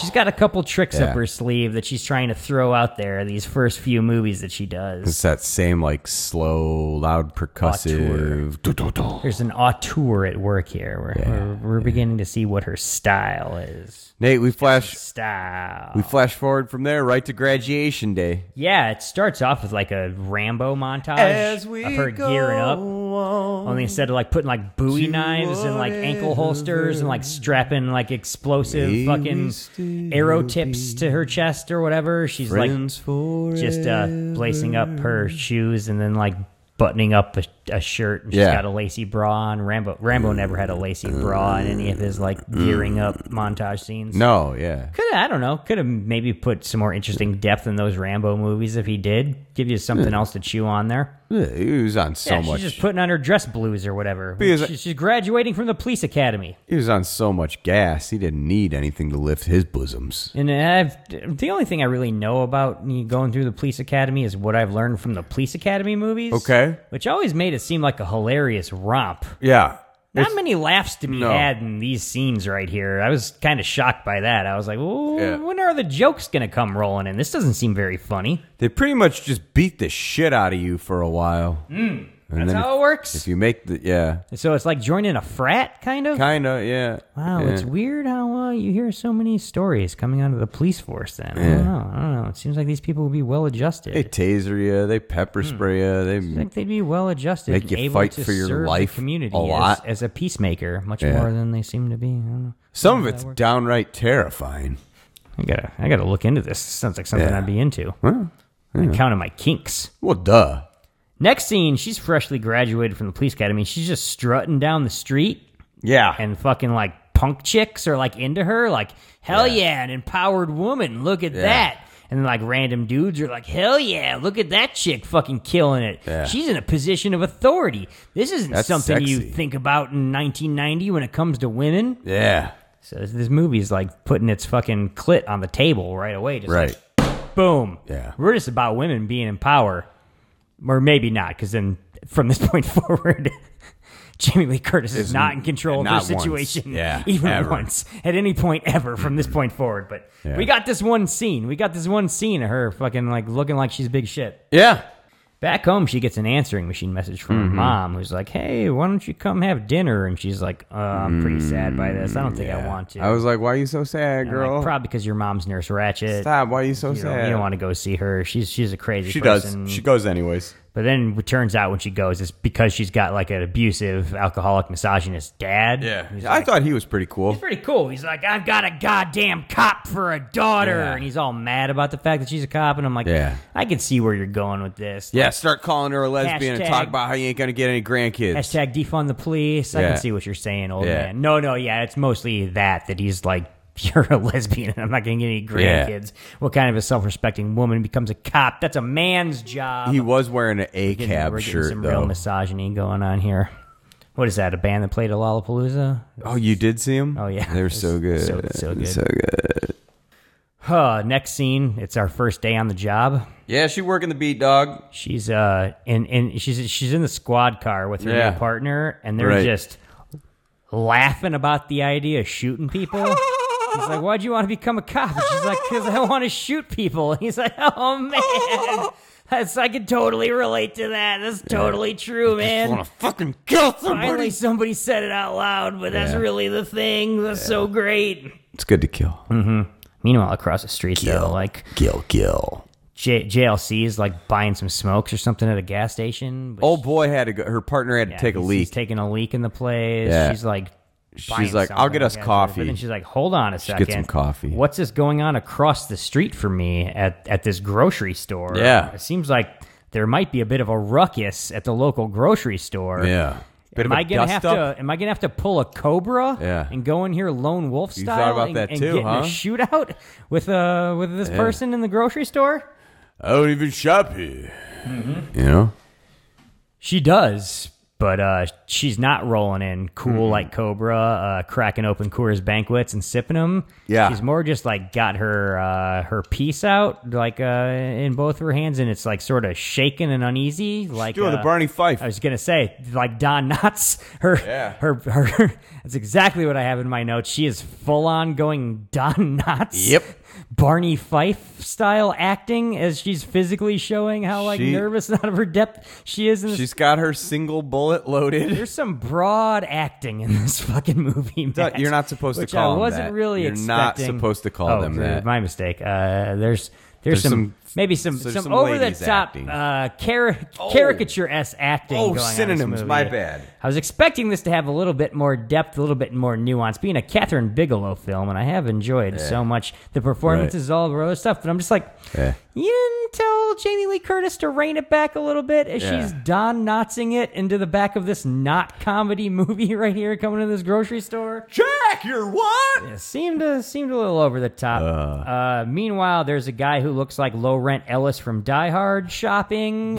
[SPEAKER 5] she's got a couple tricks
[SPEAKER 4] Yeah.
[SPEAKER 5] up her sleeve that she's trying to throw out there. These first few movies that she does.
[SPEAKER 4] It's that same, like, slow, loud, percussive.
[SPEAKER 5] There's an auteur at work here. We're, we're, we're beginning to see what her style is.
[SPEAKER 4] Nate, we flash
[SPEAKER 5] Style.
[SPEAKER 4] we flash forward from there right to graduation day.
[SPEAKER 5] yeah, it starts off with like a Rambo montage of her gearing up. Only instead of like putting like Bowie knives and like ankle holsters and like strapping like explosive
[SPEAKER 4] May we
[SPEAKER 5] fucking
[SPEAKER 4] still
[SPEAKER 5] arrow tips to her chest or whatever, she's like just uh lacing up her shoes and then like buttoning up a, a shirt and she's
[SPEAKER 4] Yeah.
[SPEAKER 5] got a lacy bra on rambo rambo never had a lacy bra in any of his like gearing up montage scenes
[SPEAKER 4] No, yeah.
[SPEAKER 5] could i don't know could have maybe put some more interesting depth in those rambo movies if he did give you
[SPEAKER 4] Hmm.
[SPEAKER 5] something else to chew on there
[SPEAKER 4] Yeah, He was on so
[SPEAKER 5] yeah,
[SPEAKER 4] much.
[SPEAKER 5] she's just putting on her dress blues or whatever
[SPEAKER 4] Because-
[SPEAKER 5] She- she's graduating from the police academy
[SPEAKER 4] he was on so much gas. He didn't need anything to lift his bosoms.
[SPEAKER 5] And I've, the only thing I really know about me going through the police academy is what I've learned from the police academy movies.
[SPEAKER 4] Okay.
[SPEAKER 5] Which always made it seem like a hilarious romp.
[SPEAKER 4] Yeah.
[SPEAKER 5] Not many laughs to be
[SPEAKER 4] No.
[SPEAKER 5] had in these scenes right here. I was kind of shocked by that. I was like, "Ooh,
[SPEAKER 4] Yeah.
[SPEAKER 5] when are the jokes going to come rolling in? This doesn't seem very funny.
[SPEAKER 4] They pretty much just beat the shit out of you for a while. and
[SPEAKER 5] Mm. That's
[SPEAKER 4] then
[SPEAKER 5] how it works.
[SPEAKER 4] if you make the
[SPEAKER 5] [laughs]
[SPEAKER 4] yeah,
[SPEAKER 5] so it's like joining a frat, kind of?
[SPEAKER 4] kind of yeah.
[SPEAKER 5] Wow,
[SPEAKER 4] yeah.
[SPEAKER 5] it's weird how uh, you hear so many stories coming out of the police force then. I don't know. I don't know. It seems like these people would be well adjusted.
[SPEAKER 4] They taser you. They pepper spray you. They
[SPEAKER 5] Hmm. I think they'd be well adjusted,
[SPEAKER 4] Make
[SPEAKER 5] and
[SPEAKER 4] you
[SPEAKER 5] able
[SPEAKER 4] fight
[SPEAKER 5] to
[SPEAKER 4] for your
[SPEAKER 5] serve the
[SPEAKER 4] life
[SPEAKER 5] community
[SPEAKER 4] a
[SPEAKER 5] as-
[SPEAKER 4] lot.
[SPEAKER 5] as, a peacemaker, much
[SPEAKER 4] Yeah.
[SPEAKER 5] more than they seem to be. I don't know.
[SPEAKER 4] some of it's downright terrifying.
[SPEAKER 5] I gotta, I gotta look into this. Sounds like something
[SPEAKER 4] Yeah.
[SPEAKER 5] I'd be into.
[SPEAKER 4] Well,
[SPEAKER 5] I'm counting my kinks.
[SPEAKER 4] well, duh.
[SPEAKER 5] Next scene, she's freshly graduated from the police academy. She's just strutting down the street,
[SPEAKER 4] Yeah,
[SPEAKER 5] and fucking like punk chicks are like into her, like hell yeah, an empowered woman. Look at that. And then, like random dudes are like, "Hell yeah! Look at that chick fucking killing it.
[SPEAKER 4] Yeah.
[SPEAKER 5] She's in a position of authority. This isn't
[SPEAKER 4] That's
[SPEAKER 5] something you
[SPEAKER 4] sexy.
[SPEAKER 5] think about in 1990 when it comes to women."
[SPEAKER 4] yeah,
[SPEAKER 5] So this, this movie's like putting its fucking clit on the table right away. Just
[SPEAKER 4] right.
[SPEAKER 5] like, boom.
[SPEAKER 4] Yeah.
[SPEAKER 5] We're just about women being in power, or maybe not, because then from this [laughs] point forward, Jamie Lee Curtis is,
[SPEAKER 4] Is
[SPEAKER 5] not in
[SPEAKER 4] n-
[SPEAKER 5] control
[SPEAKER 4] not
[SPEAKER 5] of her
[SPEAKER 4] once.
[SPEAKER 5] situation,
[SPEAKER 4] Yeah,
[SPEAKER 5] [laughs] even
[SPEAKER 4] ever.
[SPEAKER 5] once at any point ever from this
[SPEAKER 4] [laughs]
[SPEAKER 5] point forward. But
[SPEAKER 4] Yeah.
[SPEAKER 5] we got this one scene. We got this one scene of her fucking like looking like she's big shit.
[SPEAKER 4] Yeah.
[SPEAKER 5] Back home, she gets an answering machine message from
[SPEAKER 4] Mm-hmm.
[SPEAKER 5] her mom, who's like, "Hey, why don't you come have dinner?" And she's like, uh, "I'm pretty sad by this. I don't think I want to."
[SPEAKER 4] Mm, I was like, why are you so sad,
[SPEAKER 5] I'm like,
[SPEAKER 4] girl?
[SPEAKER 5] probably because your mom's Nurse Ratchet.
[SPEAKER 4] Stop. Why are you so
[SPEAKER 5] You, know,
[SPEAKER 4] sad?
[SPEAKER 5] you don't want to go see her. She's she's a crazy.
[SPEAKER 4] she does.
[SPEAKER 5] person.
[SPEAKER 4] She goes anyways.
[SPEAKER 5] But then it turns out when she goes, it's because she's got like an abusive, alcoholic, misogynist dad. He's
[SPEAKER 4] I thought he was pretty cool.
[SPEAKER 5] pretty cool. He's like, I've got a goddamn cop for a daughter.
[SPEAKER 4] Yeah.
[SPEAKER 5] And he's all mad about the fact that she's a cop. And I'm like,
[SPEAKER 4] Yeah.
[SPEAKER 5] I can see where you're going with this.
[SPEAKER 4] Yeah, start calling her a lesbian and
[SPEAKER 5] Hashtag-
[SPEAKER 4] talk about how you ain't gonna get any grandkids.
[SPEAKER 5] Hashtag defund the police. I
[SPEAKER 4] Yeah.
[SPEAKER 5] can see what you're saying, old
[SPEAKER 4] Yeah.
[SPEAKER 5] man. No, no, yeah, it's mostly that that he's like, [laughs] you're a lesbian and I'm not going to get any
[SPEAKER 4] Yeah.
[SPEAKER 5] grandkids. What kind of a self-respecting woman becomes a cop? That's a man's job.
[SPEAKER 4] He was wearing an A
[SPEAKER 5] Getting-
[SPEAKER 4] cab
[SPEAKER 5] we're getting
[SPEAKER 4] shirt
[SPEAKER 5] some real
[SPEAKER 4] though.
[SPEAKER 5] misogyny going on here. What is that? A band that played at Lollapalooza?
[SPEAKER 4] Oh, you did see him?
[SPEAKER 5] Oh yeah,
[SPEAKER 4] they're
[SPEAKER 5] It's
[SPEAKER 4] so good.
[SPEAKER 5] so, so good.
[SPEAKER 4] So good.
[SPEAKER 5] Huh, next scene, it's our first day on the job.
[SPEAKER 4] Yeah, she working the beat, dog.
[SPEAKER 5] She's uh, and and she's she's in the squad car with her
[SPEAKER 4] Yeah.
[SPEAKER 5] new partner, and they're
[SPEAKER 4] Right.
[SPEAKER 5] just laughing about the idea of shooting people. He's like, "Why'd you want to become a cop?" And she's like, "Cause I want to shoot people." [laughs] And he's like, "Oh man." [laughs] That's, I could totally relate to that. That's totally true, man.
[SPEAKER 4] Wanna fucking kill
[SPEAKER 5] Finally,
[SPEAKER 4] somebody?
[SPEAKER 5] somebody said it out loud, but that's
[SPEAKER 4] Yeah.
[SPEAKER 5] really the thing. That's so great.
[SPEAKER 4] It's good to kill.
[SPEAKER 5] Hmm. Meanwhile, across the street, though,
[SPEAKER 4] Kill.
[SPEAKER 5] like
[SPEAKER 4] Kill, kill.
[SPEAKER 5] J- JLC is like buying some smokes or something at a gas station. but
[SPEAKER 4] Old Oh, boy had to go. Her partner had to
[SPEAKER 5] yeah,
[SPEAKER 4] take a
[SPEAKER 5] he's-
[SPEAKER 4] leak.
[SPEAKER 5] He's taking a leak in the place.
[SPEAKER 4] Yeah.
[SPEAKER 5] She's like, buying
[SPEAKER 4] She's like, "I'll get
[SPEAKER 5] something, I
[SPEAKER 4] us
[SPEAKER 5] guess,"
[SPEAKER 4] coffee.
[SPEAKER 5] But then she's like, "Hold on a second,
[SPEAKER 4] get some coffee.
[SPEAKER 5] What's this going on across the street from me at at this grocery store?
[SPEAKER 4] Yeah.
[SPEAKER 5] it seems like." There might be a bit of a ruckus at the local grocery store.
[SPEAKER 4] yeah. Bit
[SPEAKER 5] am
[SPEAKER 4] of a
[SPEAKER 5] I gonna
[SPEAKER 4] dust
[SPEAKER 5] have
[SPEAKER 4] up.
[SPEAKER 5] to? Am I gonna have to pull a cobra?
[SPEAKER 4] Yeah.
[SPEAKER 5] And go in here lone wolf
[SPEAKER 4] thought
[SPEAKER 5] style
[SPEAKER 4] about
[SPEAKER 5] and,
[SPEAKER 4] that
[SPEAKER 5] and
[SPEAKER 4] too,
[SPEAKER 5] get in
[SPEAKER 4] huh?
[SPEAKER 5] a shootout with uh with this person in the grocery store?
[SPEAKER 4] I don't even shop here.
[SPEAKER 5] Mm-hmm.
[SPEAKER 4] You know?
[SPEAKER 5] She does, but uh, she's not rolling in cool like Cobra, uh, cracking open Coors banquets and sipping them.
[SPEAKER 4] Yeah.
[SPEAKER 5] she's more just like got her uh, her piece out like uh, in both of her hands, and it's like sort of shaken and uneasy. Like
[SPEAKER 4] Doing the
[SPEAKER 5] uh,
[SPEAKER 4] Barney Fife.
[SPEAKER 5] I was gonna say, like Don Knotts, [laughs] her,
[SPEAKER 4] Yeah.
[SPEAKER 5] her, her. [laughs] That's exactly what I have in my notes. She is full on going Don Knotts.
[SPEAKER 4] Yep.
[SPEAKER 5] Barney Fife style acting as she's physically showing how like
[SPEAKER 4] She-
[SPEAKER 5] nervous and [laughs] out of her depth she is. In this.
[SPEAKER 4] She's got her single bullet loaded.
[SPEAKER 5] [laughs] There's some broad acting in this fucking movie.
[SPEAKER 4] Duh,
[SPEAKER 5] Matt,
[SPEAKER 4] You're not supposed
[SPEAKER 5] which
[SPEAKER 4] to call
[SPEAKER 5] I
[SPEAKER 4] them
[SPEAKER 5] wasn't
[SPEAKER 4] that.
[SPEAKER 5] really
[SPEAKER 4] You're not
[SPEAKER 5] expecting.
[SPEAKER 4] supposed to call
[SPEAKER 5] oh,
[SPEAKER 4] them
[SPEAKER 5] dude,
[SPEAKER 4] that.
[SPEAKER 5] My mistake. Uh, there's. There's,
[SPEAKER 4] There's some-
[SPEAKER 5] some, maybe some
[SPEAKER 4] there's
[SPEAKER 5] some,
[SPEAKER 4] some
[SPEAKER 5] over the
[SPEAKER 4] ladies
[SPEAKER 5] top
[SPEAKER 4] acting.
[SPEAKER 5] uh, cari- caricature s acting.
[SPEAKER 4] Oh,
[SPEAKER 5] going on in this
[SPEAKER 4] synonyms,
[SPEAKER 5] movie.
[SPEAKER 4] my bad.
[SPEAKER 5] I was expecting this to have a little bit more depth, a little bit more nuance, being a Catherine Bigelow film, and I have enjoyed so much the performances, all the other stuff. But I'm just like,
[SPEAKER 4] Yeah.
[SPEAKER 5] you didn't tell Jamie Lee Curtis to rein it back a little bit as
[SPEAKER 4] Yeah.
[SPEAKER 5] she's Don Knotzing it into the back of this not comedy [laughs] movie right here, coming to this grocery store.
[SPEAKER 4] Jack, you're what?
[SPEAKER 5] It seemed to seemed a little over the top. Uh, meanwhile, there's a guy who looks like low rent Ellis from Die Hard shopping,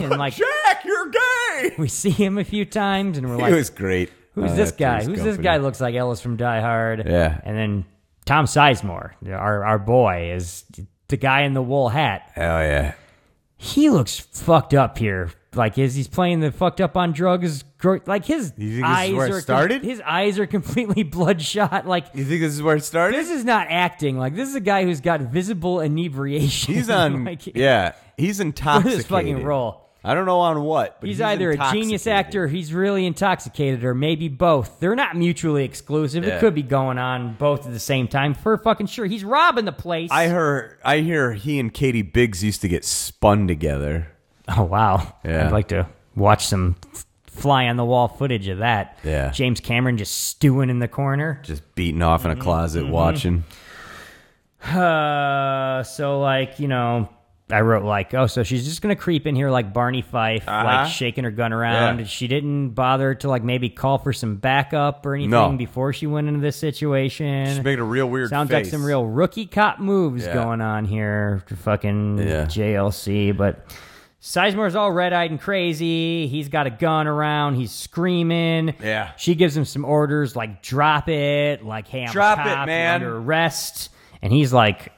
[SPEAKER 4] [laughs]
[SPEAKER 5] and like
[SPEAKER 4] Jack, you're gay.
[SPEAKER 5] we see him a few times, and we're
[SPEAKER 4] it
[SPEAKER 5] like,
[SPEAKER 4] was great.
[SPEAKER 5] Who's
[SPEAKER 4] Uh,
[SPEAKER 5] this
[SPEAKER 4] that's
[SPEAKER 5] guy?
[SPEAKER 4] his
[SPEAKER 5] Who's this
[SPEAKER 4] company.
[SPEAKER 5] guy? Looks like Ellis from Die Hard.
[SPEAKER 4] Yeah.
[SPEAKER 5] And then Tom Sizemore, our our boy, is the guy in the wool hat.
[SPEAKER 4] Hell yeah.
[SPEAKER 5] He looks fucked up here. Like is he's playing the fucked up on drugs? gro- Like his
[SPEAKER 4] You think this is
[SPEAKER 5] eyes
[SPEAKER 4] where it
[SPEAKER 5] are com-
[SPEAKER 4] started?
[SPEAKER 5] his eyes are completely [laughs] bloodshot. Like
[SPEAKER 4] You think this is where it started?
[SPEAKER 5] this is not acting. Like this is a guy who's got visible
[SPEAKER 4] [laughs]
[SPEAKER 5] inebriation.
[SPEAKER 4] he's on.
[SPEAKER 5] [laughs] Like,
[SPEAKER 4] yeah, he's intoxicated.
[SPEAKER 5] fucking role.
[SPEAKER 4] I don't know on what, but
[SPEAKER 5] He's, either a genius
[SPEAKER 4] intoxicated.
[SPEAKER 5] actor, he's really intoxicated, or maybe both. They're not mutually exclusive. It
[SPEAKER 4] Yeah.
[SPEAKER 5] could be going on both at the same time for fucking sure. He's robbing the place.
[SPEAKER 4] I heard. I hear he and Katie Biggs used to get spun together.
[SPEAKER 5] [laughs] oh wow,
[SPEAKER 4] Yeah.
[SPEAKER 5] I'd like to watch some fly on the wall footage of that.
[SPEAKER 4] Yeah.
[SPEAKER 5] James Cameron just stewing in the corner.
[SPEAKER 4] Just beating off
[SPEAKER 5] Mm-hmm,
[SPEAKER 4] in a closet
[SPEAKER 5] [laughs]
[SPEAKER 4] watching.
[SPEAKER 5] Uh, so like you know. I wrote like, oh, so she's just gonna creep in here like Barney Fife,
[SPEAKER 4] Uh-huh.
[SPEAKER 5] like shaking her gun around.
[SPEAKER 4] Yeah.
[SPEAKER 5] She didn't bother to like maybe call for some backup or anything before she went into this situation.
[SPEAKER 4] She's making a real weird
[SPEAKER 5] Sounds like
[SPEAKER 4] face.
[SPEAKER 5] some real rookie cop moves
[SPEAKER 4] Yeah.
[SPEAKER 5] going on here. to Fucking
[SPEAKER 4] Yeah.
[SPEAKER 5] JLC, but Sizemore's all red eyed and crazy. He's got a gun around. He's screaming.
[SPEAKER 4] Yeah.
[SPEAKER 5] She gives him some orders like drop it, like hey, I'm a
[SPEAKER 4] Drop it,
[SPEAKER 5] cop, you're
[SPEAKER 4] man.
[SPEAKER 5] under arrest. And he's like,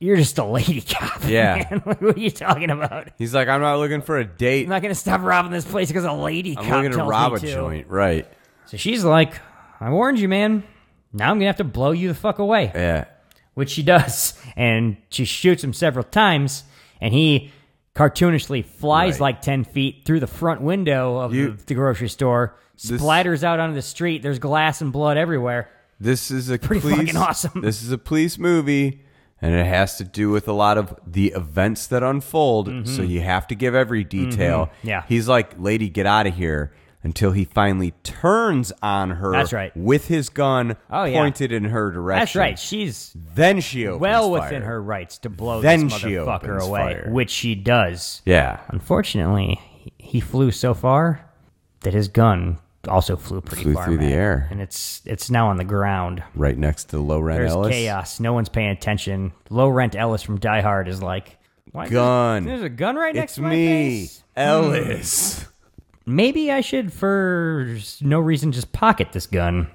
[SPEAKER 5] you're just a lady cop.
[SPEAKER 4] Yeah.
[SPEAKER 5] man. [laughs] Like, what are you talking about?
[SPEAKER 4] He's like, I'm not looking for a date.
[SPEAKER 5] I'm not gonna stop robbing this place because a lady
[SPEAKER 4] I'm
[SPEAKER 5] cop
[SPEAKER 4] looking to
[SPEAKER 5] tells
[SPEAKER 4] rob
[SPEAKER 5] me
[SPEAKER 4] a
[SPEAKER 5] to.
[SPEAKER 4] joint. Right.
[SPEAKER 5] So she's like, "I warned you, man. Now I'm gonna have to blow you the fuck away."
[SPEAKER 4] Yeah.
[SPEAKER 5] which she does, [laughs] and she shoots him several times, and he cartoonishly flies
[SPEAKER 4] Right.
[SPEAKER 5] like ten feet through the front window of
[SPEAKER 4] You-
[SPEAKER 5] the, the grocery store, splatters out onto the street. There's glass and blood everywhere.
[SPEAKER 4] This is a
[SPEAKER 5] Pretty
[SPEAKER 4] police,
[SPEAKER 5] fucking awesome.
[SPEAKER 4] This is a police movie, and it has to do with a lot of the events that unfold. So you have to give every detail.
[SPEAKER 5] Mm-hmm. Yeah.
[SPEAKER 4] he's like, "Lady, get out of here!" Until he finally turns on her.
[SPEAKER 5] That's right.
[SPEAKER 4] With his gun
[SPEAKER 5] Oh, yeah.
[SPEAKER 4] pointed in her direction.
[SPEAKER 5] That's right. She's
[SPEAKER 4] Then she opens
[SPEAKER 5] well
[SPEAKER 4] fire.
[SPEAKER 5] within her rights to blow
[SPEAKER 4] Then
[SPEAKER 5] this
[SPEAKER 4] she
[SPEAKER 5] motherfucker
[SPEAKER 4] opens
[SPEAKER 5] away,
[SPEAKER 4] fire.
[SPEAKER 5] which she does.
[SPEAKER 4] Yeah.
[SPEAKER 5] Unfortunately, he- he flew so far that his gun also flew pretty
[SPEAKER 4] Flew
[SPEAKER 5] far
[SPEAKER 4] through the
[SPEAKER 5] man.
[SPEAKER 4] air.
[SPEAKER 5] and it's it's now on the ground.
[SPEAKER 4] Right next to Lowren
[SPEAKER 5] There's
[SPEAKER 4] Ellis.
[SPEAKER 5] chaos. No one's paying attention. Low rent Ellis from Die Hard is like, Why,
[SPEAKER 4] Gun.
[SPEAKER 5] There's, a gun right next
[SPEAKER 4] It's
[SPEAKER 5] Hmm. to my
[SPEAKER 4] me,
[SPEAKER 5] face.
[SPEAKER 4] Ellis.
[SPEAKER 5] Maybe I should, for no reason, just pocket this gun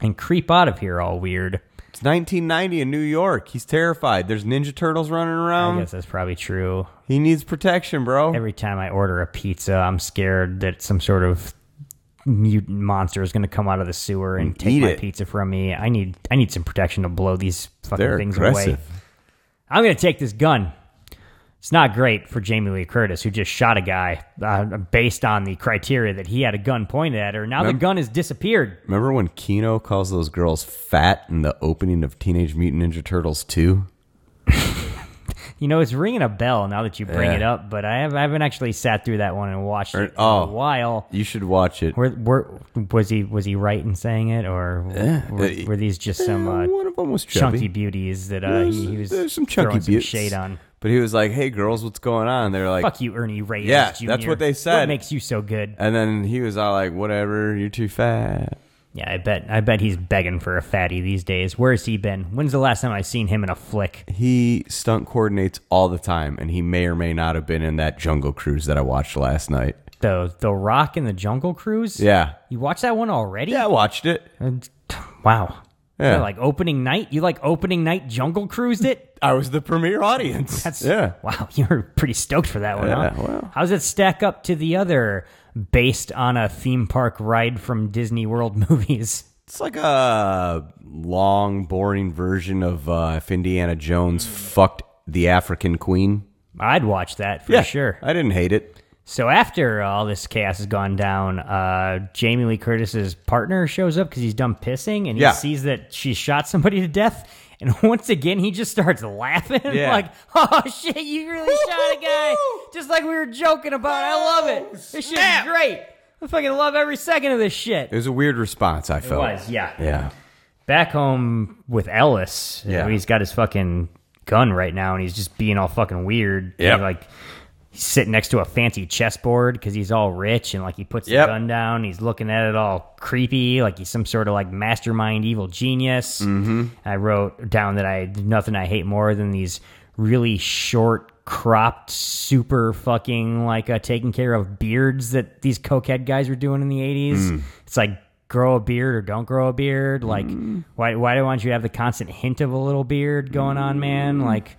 [SPEAKER 5] and creep out of here all weird.
[SPEAKER 4] It's 1990 in New York. He's terrified. There's Ninja Turtles running
[SPEAKER 5] I
[SPEAKER 4] around.
[SPEAKER 5] guess that's probably true.
[SPEAKER 4] He needs protection, bro.
[SPEAKER 5] Every time I order a pizza, I'm scared that some sort of mutant monster is going to come out of the sewer and take
[SPEAKER 4] Eat
[SPEAKER 5] my
[SPEAKER 4] it.
[SPEAKER 5] pizza from me. I need I need some protection to blow these fucking
[SPEAKER 4] They're
[SPEAKER 5] things
[SPEAKER 4] aggressive.
[SPEAKER 5] away. I'm going to take this gun. It's not great for Jamie Lee Curtis, who just shot a guy uh, based on the criteria that he had a gun pointed at her. Now the gun has disappeared.
[SPEAKER 4] Remember when Kino calls those girls fat in the opening of Teenage Mutant Ninja Turtles 2?
[SPEAKER 5] You know, it's ringing a bell now that you bring
[SPEAKER 4] Yeah.
[SPEAKER 5] it up, but I, have, I haven't actually sat through that one and watched it in
[SPEAKER 4] oh.
[SPEAKER 5] a while.
[SPEAKER 4] You should watch it.
[SPEAKER 5] Were, were, was he was he right in saying it, or were,
[SPEAKER 4] Uh,
[SPEAKER 5] were these just some
[SPEAKER 4] Yeah,
[SPEAKER 5] uh,
[SPEAKER 4] one of them was chubby.
[SPEAKER 5] chunky beauties that uh,
[SPEAKER 4] There's-
[SPEAKER 5] he, he was
[SPEAKER 4] there's some chunky
[SPEAKER 5] throwing some
[SPEAKER 4] beauts.
[SPEAKER 5] shade on?
[SPEAKER 4] But he was like, hey, girls, what's going on? They're like,
[SPEAKER 5] Fuck you, Ernie Reyes.
[SPEAKER 4] Yeah, that's
[SPEAKER 5] Jr.
[SPEAKER 4] what they said.
[SPEAKER 5] What makes you so good?
[SPEAKER 4] and then he was all like, whatever, you're too fat.
[SPEAKER 5] Yeah, I bet I bet he's begging for a fatty these days. Where's he been? When's the last time I seen him in a flick?
[SPEAKER 4] He stunt coordinates all the time, and he may or may not have been in that jungle cruise that I watched last night.
[SPEAKER 5] The The Rock and the Jungle Cruise.
[SPEAKER 4] Yeah.
[SPEAKER 5] you watched that one already?
[SPEAKER 4] Yeah, I watched it.
[SPEAKER 5] And- Wow.
[SPEAKER 4] Yeah.
[SPEAKER 5] Yeah, like opening night. You like opening night Jungle
[SPEAKER 4] [laughs]
[SPEAKER 5] Cruised it.
[SPEAKER 4] I was the premiere audience.
[SPEAKER 5] That's
[SPEAKER 4] yeah.
[SPEAKER 5] Wow, [laughs] you were pretty stoked for that one.
[SPEAKER 4] Yeah,
[SPEAKER 5] huh?
[SPEAKER 4] well.
[SPEAKER 5] How does it stack up to the other based on a theme park ride from Disney World [laughs] movies?
[SPEAKER 4] It's like a long, boring version of uh, if Indiana Jones fucked the African queen.
[SPEAKER 5] I'd watch that for sure.
[SPEAKER 4] I didn't hate it.
[SPEAKER 5] So after all this chaos has gone down, uh, Jamie Lee Curtis's partner shows up because he's done pissing, and he
[SPEAKER 4] Yeah.
[SPEAKER 5] sees that she shot somebody to death. And [laughs] once again, he just starts laughing,
[SPEAKER 4] Yeah.
[SPEAKER 5] like, "Oh shit, you really shot a guy!" Just like we were joking about. I love
[SPEAKER 4] Oh,
[SPEAKER 5] it. This shit's great. I fucking love every second of this shit.
[SPEAKER 4] It was a weird response. I
[SPEAKER 5] It
[SPEAKER 4] felt.
[SPEAKER 5] was, yeah.
[SPEAKER 4] Yeah.
[SPEAKER 5] Back home with Ellis,
[SPEAKER 4] Yeah.
[SPEAKER 5] he's got his fucking gun right now, and he's just being all fucking weird.
[SPEAKER 4] Yep.
[SPEAKER 5] He's, Like he's sitting next to a fancy chessboard because he's all rich, and like he puts
[SPEAKER 4] Yep.
[SPEAKER 5] the gun down. and He's looking at it all creepy, like he's some sort of like mastermind evil genius. Mm-hmm. I wrote down that I nothing I hate more than these really short. Cropped, super fucking like uh, taking care of beards that these cokehead guys were doing in the 80s. It's like grow a beard or don't grow a beard. Like, why, why don't you have the constant hint of a little beard going on, man? Like,